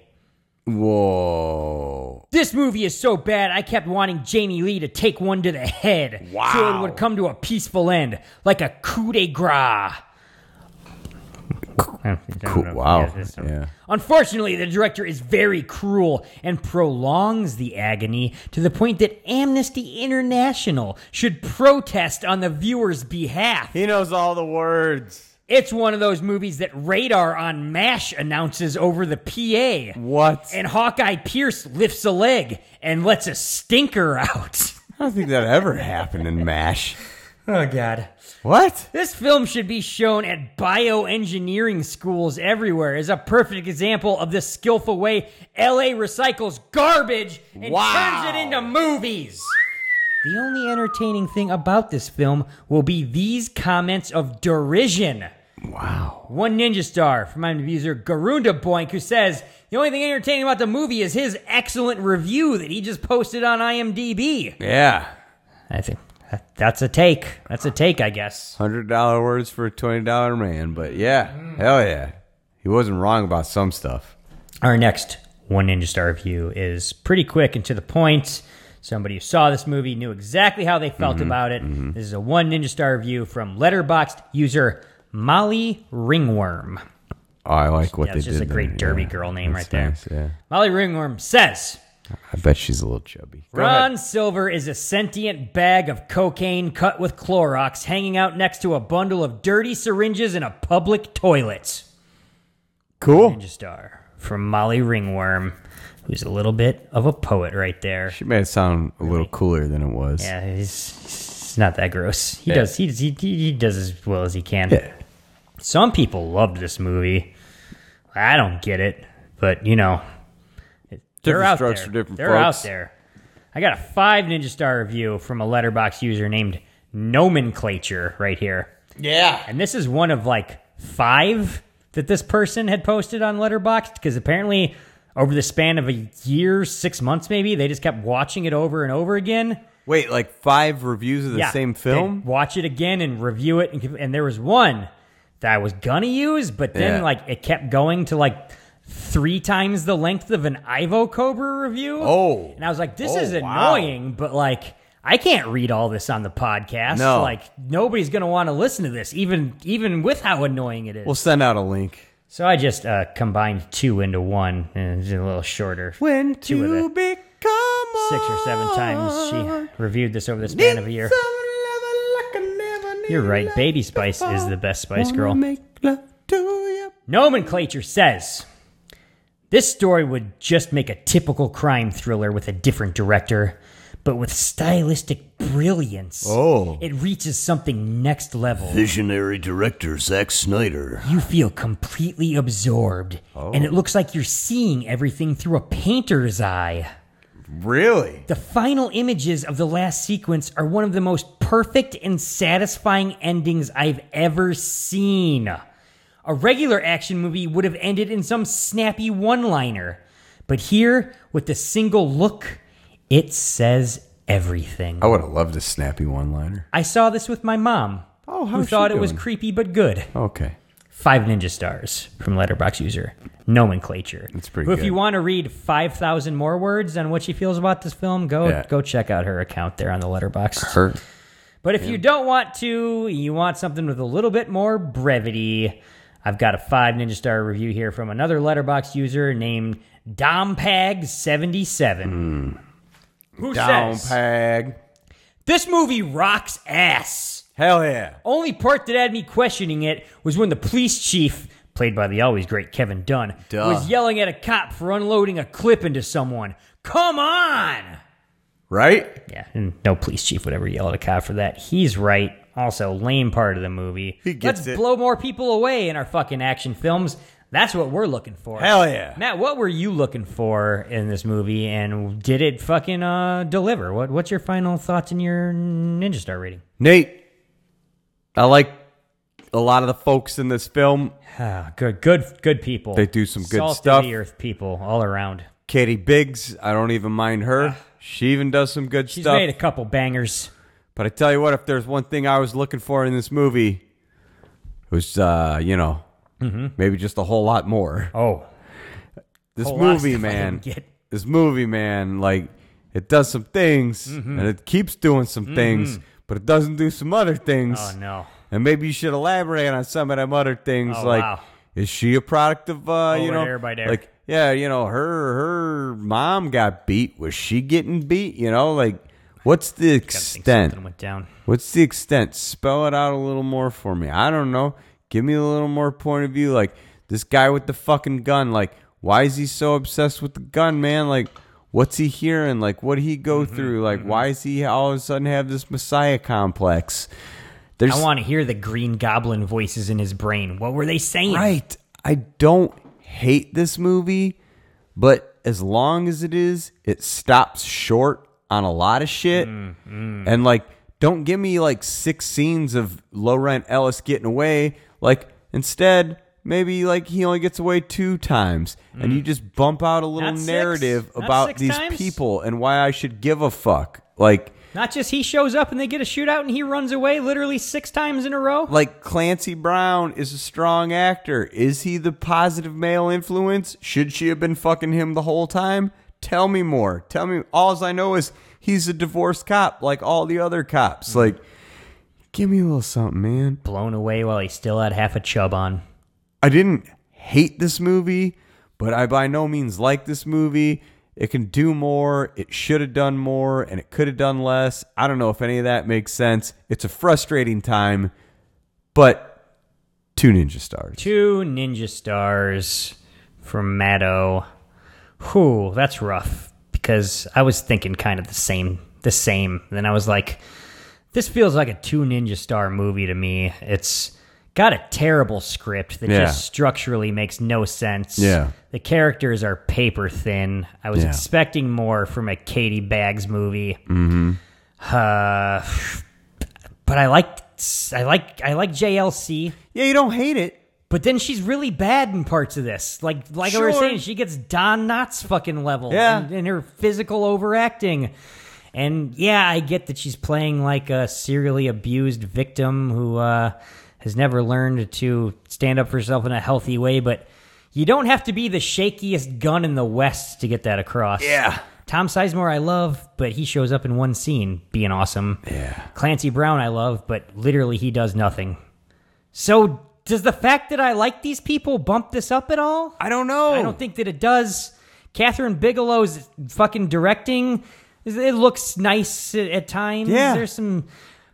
[SPEAKER 4] Whoa.
[SPEAKER 5] This movie is so bad, I kept wanting Jamie Lee to take one to the head. Wow. So it would come to a peaceful end, like a coup de grace.
[SPEAKER 4] Cool. Wow. Yeah.
[SPEAKER 5] Unfortunately, the director is very cruel and prolongs the agony to the point that Amnesty International should protest on the viewer's behalf.
[SPEAKER 4] He knows all the words.
[SPEAKER 5] It's one of those movies that Radar on MASH announces over the PA.
[SPEAKER 4] What?
[SPEAKER 5] And Hawkeye Pierce lifts a leg and lets a stinker out. [laughs]
[SPEAKER 4] I don't think that ever happened in MASH.
[SPEAKER 5] oh, God.
[SPEAKER 4] What?
[SPEAKER 5] This film should be shown at bioengineering schools everywhere as a perfect example of the skillful way LA recycles garbage and
[SPEAKER 4] Wow.
[SPEAKER 5] turns it into movies. The only entertaining thing about this film will be these comments of derision.
[SPEAKER 4] Wow.
[SPEAKER 5] One ninja star from IMDb user Garunda Boink, who says the only thing entertaining about the movie is his excellent review that he just posted on IMDb.
[SPEAKER 4] Yeah.
[SPEAKER 5] I think that- that's a take. That's a take, I guess.
[SPEAKER 4] Hundred dollar words for a twenty dollar man, but yeah, hell yeah, he wasn't wrong about some stuff.
[SPEAKER 5] Our next One Ninja Star review is pretty quick and to the point. Somebody who saw this movie knew exactly how they felt about it. This is a One Ninja Star review from letterboxed user Molly Ringworm.
[SPEAKER 4] Oh, I like what
[SPEAKER 5] Yeah,
[SPEAKER 4] they
[SPEAKER 5] it's
[SPEAKER 4] did.
[SPEAKER 5] just a great
[SPEAKER 4] there.
[SPEAKER 5] derby
[SPEAKER 4] Yeah,
[SPEAKER 5] girl name
[SPEAKER 4] that's
[SPEAKER 5] right there.
[SPEAKER 4] nice, yeah,
[SPEAKER 5] Molly Ringworm says
[SPEAKER 4] I bet she's a little chubby.
[SPEAKER 5] Ron Silver is a sentient bag of cocaine cut with Clorox hanging out next to a bundle of dirty syringes in a public toilet.
[SPEAKER 4] Cool.
[SPEAKER 5] Ninja Star from Molly Ringworm, who's a little bit of a poet right there.
[SPEAKER 4] She made it sound a little cooler than it was.
[SPEAKER 5] Yeah, he's, he's not that gross. He does he, he he does as well as he can. Some people loved this movie. I don't get it, but you know, they're
[SPEAKER 4] Different
[SPEAKER 5] out
[SPEAKER 4] strokes
[SPEAKER 5] there.
[SPEAKER 4] for different
[SPEAKER 5] they're
[SPEAKER 4] folks.
[SPEAKER 5] out there. I got a five ninja star review from a letterbox user named Nomenclature right here. Yeah, and this is one of like five that this person had posted on Letterboxd because apparently over the span of a year, six months maybe, they just kept watching it over and over again
[SPEAKER 4] Wait, like five reviews of the
[SPEAKER 5] yeah,
[SPEAKER 4] same
[SPEAKER 5] they'd
[SPEAKER 4] film?
[SPEAKER 5] Watch it again and review it. And, give- and there was one that I was gonna use, but then
[SPEAKER 4] Yeah.
[SPEAKER 5] like it kept going to like three times the length of an Ivo Cobra review.
[SPEAKER 4] Oh.
[SPEAKER 5] and I was like, this
[SPEAKER 4] Oh,
[SPEAKER 5] is
[SPEAKER 4] wow.
[SPEAKER 5] annoying, but like. I can't read all this on the podcast.
[SPEAKER 4] No.
[SPEAKER 5] Like nobody's gonna want to listen to this, even even with how annoying it is.
[SPEAKER 4] We'll send out a link.
[SPEAKER 5] so I just uh, combined two into one, and it's a little shorter.
[SPEAKER 4] When
[SPEAKER 5] Two of you
[SPEAKER 4] become
[SPEAKER 5] Six or seven times she reviewed this over the span of a year. You're right. Baby Spice is the best Spice Girl. Nomenclature says this story would just make a typical crime thriller with a different director, but with stylistic brilliance.
[SPEAKER 4] Oh.
[SPEAKER 5] It reaches something next level.
[SPEAKER 9] Visionary director Zack Snyder.
[SPEAKER 5] You feel completely absorbed, and it looks like you're seeing everything through a painter's eye.
[SPEAKER 4] Really?
[SPEAKER 5] The final images of the last sequence are one of the most perfect and satisfying endings I've ever seen. A regular action movie would have ended in some snappy one liner, but here, with a single look, it says everything.
[SPEAKER 4] I would have loved a snappy one-liner.
[SPEAKER 5] I saw this with my mom.
[SPEAKER 4] Oh,
[SPEAKER 5] who
[SPEAKER 4] how's she
[SPEAKER 5] thought it was
[SPEAKER 4] doing?
[SPEAKER 5] creepy but good.
[SPEAKER 4] Okay.
[SPEAKER 5] Five ninja stars from Letterbox user nomenclature.
[SPEAKER 4] That's pretty
[SPEAKER 5] Who, If
[SPEAKER 4] good.
[SPEAKER 5] you want to read five thousand more words on what she feels about this film, go
[SPEAKER 4] Yeah.
[SPEAKER 5] go check out her account there on the Letterbox.
[SPEAKER 4] Her.
[SPEAKER 5] But if you don't want to, you want something with a little bit more brevity. I've got a five ninja star review here from another letterbox user named Dompag77.
[SPEAKER 4] Hmm.
[SPEAKER 5] Who
[SPEAKER 4] Down
[SPEAKER 5] says
[SPEAKER 4] pag.
[SPEAKER 5] this movie rocks ass?
[SPEAKER 4] Hell yeah.
[SPEAKER 5] Only part that had me questioning it was when the police chief, played by the always great Kevin Dunn,
[SPEAKER 4] Duh.
[SPEAKER 5] was yelling at a cop for unloading a clip into someone. Come on!
[SPEAKER 4] Right?
[SPEAKER 5] Yeah, and no police chief would ever yell at a cop for that. He's right. Also, lame part of the movie.
[SPEAKER 4] He gets
[SPEAKER 5] Let's
[SPEAKER 4] it.
[SPEAKER 5] blow more people away in our fucking action films. That's what we're looking for.
[SPEAKER 4] Hell yeah.
[SPEAKER 5] Matt, what were you looking for in this movie, and did it fucking uh, deliver? What What's your final thoughts in your Ninja Star rating?
[SPEAKER 4] Nate, I like a lot of the folks in this film.
[SPEAKER 5] Ah, good, good, good people.
[SPEAKER 4] They do some good
[SPEAKER 5] Salt of
[SPEAKER 4] stuff.
[SPEAKER 5] the earth people all around.
[SPEAKER 4] Katie Biggs, I don't even mind her. She even does some good
[SPEAKER 5] Ah. She's
[SPEAKER 4] stuff.
[SPEAKER 5] made a couple bangers.
[SPEAKER 4] But I tell you what, if there's one thing I was looking for in this movie, it was, uh, you know,
[SPEAKER 5] Mm-hmm.
[SPEAKER 4] maybe just a whole lot more.
[SPEAKER 5] Oh,
[SPEAKER 4] This
[SPEAKER 5] whole lot of
[SPEAKER 4] movie,
[SPEAKER 5] stuff I
[SPEAKER 4] man.
[SPEAKER 5] didn't get.
[SPEAKER 4] This movie, man, like, it does some things
[SPEAKER 5] Mm-hmm.
[SPEAKER 4] and it keeps doing some things, but it doesn't do some other things.
[SPEAKER 5] oh no.
[SPEAKER 4] And maybe you should elaborate on some of them other things.
[SPEAKER 5] Oh,
[SPEAKER 4] like,
[SPEAKER 5] wow.
[SPEAKER 4] is she a product of, uh, you
[SPEAKER 5] Over
[SPEAKER 4] know,
[SPEAKER 5] there by there.
[SPEAKER 4] like, yeah, you know, her her mom got beat. Was she getting beat? You know, like, what's the
[SPEAKER 5] Gotta think
[SPEAKER 4] extent?
[SPEAKER 5] Something went down.
[SPEAKER 4] What's the extent? Spell it out a little more for me. I don't know. Give me a little more point of view. Like this guy with the fucking gun. Like why is he so obsessed with the gun, man? Like what's he hearing? Like what he go through? Like why is he all of a sudden have this messiah complex? There's
[SPEAKER 5] I want to hear the Green Goblin voices in his brain. What were they saying?
[SPEAKER 4] right. I don't hate this movie, but as long as it is, it stops short on a lot of shit.
[SPEAKER 5] Mm-hmm.
[SPEAKER 4] And like, don't give me like six scenes of low rent Ellis getting away. Like, instead, maybe like he only gets away two times, and you just bump out a little
[SPEAKER 5] Mm. Not six?
[SPEAKER 4] narrative
[SPEAKER 5] Not
[SPEAKER 4] about
[SPEAKER 5] six
[SPEAKER 4] these
[SPEAKER 5] times?
[SPEAKER 4] people and why I should give a fuck. Like,
[SPEAKER 5] Not just he shows up and they get a shootout and he runs away literally six times in a row.
[SPEAKER 4] like Clancy Brown is a strong actor. Is he the positive male influence? Should she have been fucking him the whole time? Tell me more. Tell me. All I know is he's a divorced cop, like all the other cops. Like, give me a little something, man.
[SPEAKER 5] Blown away while he still had half a chub on.
[SPEAKER 4] I didn't hate this movie, but I by no means like this movie. It can do more. It should have done more, and it could have done less. I don't know if any of that makes sense. It's a frustrating time, but two ninja stars.
[SPEAKER 5] Two ninja stars from Matto. Whew, that's rough because I was thinking kind of the same. The same. Then I was like, this feels like a two ninja star movie to me. It's got a terrible script that
[SPEAKER 4] Yeah.
[SPEAKER 5] just structurally makes no sense.
[SPEAKER 4] Yeah.
[SPEAKER 5] The characters are paper thin. I was expecting more from a Katie Bags movie.
[SPEAKER 4] Mm-hmm.
[SPEAKER 5] Uh, but I liked I like I like JLC.
[SPEAKER 4] Yeah, you don't hate it.
[SPEAKER 5] But then she's really bad in parts of this. Like like I was
[SPEAKER 4] Sure.
[SPEAKER 5] saying, she gets Don Knotts fucking level
[SPEAKER 4] Yeah.
[SPEAKER 5] and, and her physical overacting. And yeah, I get that she's playing like a serially abused victim who uh, has never learned to stand up for herself in a healthy way, but you don't have to be the shakiest gun in the West to get that across. Yeah. Tom Sizemore, I love, but he shows up in one scene being awesome. Yeah. Clancy Brown, I love, but literally he does nothing. So does the fact that I like these people bump this up at all?
[SPEAKER 4] I don't know.
[SPEAKER 5] I don't think that it does. Catherine Bigelow's fucking directing. It looks nice at- at times.
[SPEAKER 4] Yeah.
[SPEAKER 5] There's some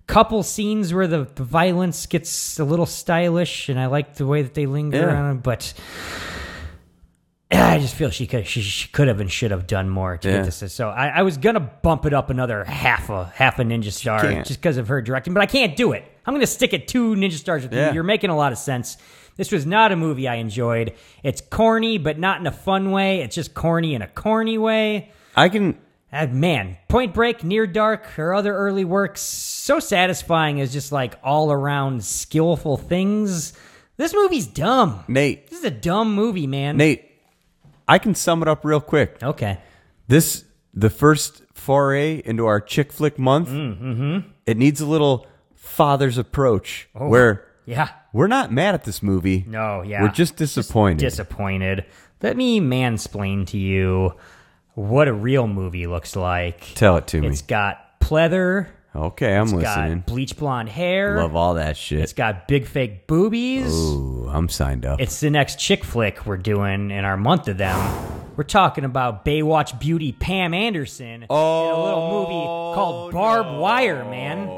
[SPEAKER 5] couple scenes where the, the violence gets a little stylish, and I like the way that they linger
[SPEAKER 4] Yeah.
[SPEAKER 5] on it, but. I just feel she could she, she could have and should have done more to
[SPEAKER 4] Yeah.
[SPEAKER 5] get this. So I, I was gonna bump it up another half a half a ninja star
[SPEAKER 4] can't.
[SPEAKER 5] just because of her directing, but I can't do it. I'm gonna stick at two ninja stars with
[SPEAKER 4] Yeah.
[SPEAKER 5] you. You're making a lot of sense. This was not a movie I enjoyed. It's corny, but not in a fun way. It's just corny in a corny way.
[SPEAKER 4] I can.
[SPEAKER 5] Ah, man, Point Break, Near Dark, her other early works, so satisfying as just like all around skillful things. This movie's dumb.
[SPEAKER 4] Nate,
[SPEAKER 5] This is a dumb movie, man.
[SPEAKER 4] Nate, I can sum it up real quick.
[SPEAKER 5] Okay.
[SPEAKER 4] This, the first foray into our chick flick month,
[SPEAKER 5] Mm, mm-hmm.
[SPEAKER 4] it needs a little father's approach where
[SPEAKER 5] Yeah.
[SPEAKER 4] we're not mad at this movie.
[SPEAKER 5] Oh, No, yeah.
[SPEAKER 4] We're just disappointed.
[SPEAKER 5] Disappointed. Let me mansplain to you what a real movie looks like.
[SPEAKER 4] Tell it to me.
[SPEAKER 5] It's got pleather,
[SPEAKER 4] okay, I'm listening.
[SPEAKER 5] got bleach blonde hair,
[SPEAKER 4] Love all that shit.
[SPEAKER 5] it's got big fake boobies.
[SPEAKER 4] Ooh, I'm signed up.
[SPEAKER 5] It's the next chick flick we're doing in our month of them. We're talking about Baywatch beauty Pam Anderson in a little movie called Barbed Wire, man.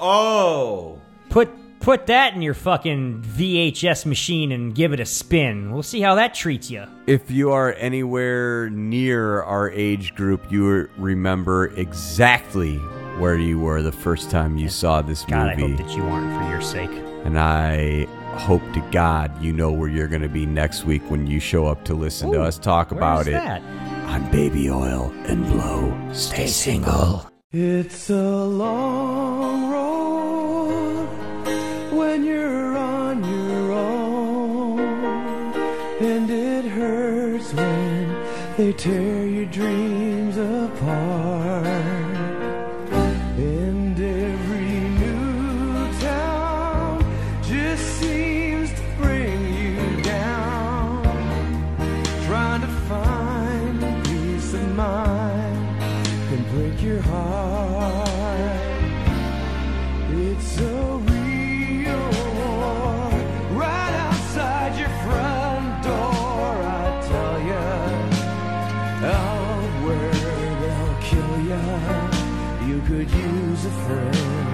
[SPEAKER 4] oh.
[SPEAKER 5] Put put that in your fucking VHS machine and give it a spin. We'll see how that treats you.
[SPEAKER 4] If you are anywhere near our age group, you remember exactly where you were the first time you saw this
[SPEAKER 5] God, I
[SPEAKER 4] movie.
[SPEAKER 5] hope that you aren't for your sake.
[SPEAKER 4] and I hope to God you know where you're going to be next week when you show up to listen to
[SPEAKER 5] Ooh,
[SPEAKER 4] us uh, talk
[SPEAKER 5] Where's
[SPEAKER 4] about it
[SPEAKER 5] that?
[SPEAKER 4] on Baby Oil and Blow. Stay single. It's a long road when you're on your own, and it hurts when they tear your dreams apart. And every new town just seems to bring you down, trying to find a peace of mind can break your heart. It's a real war right outside your front door. I tell ya, oh, where they'll kill ya. You could use a friend.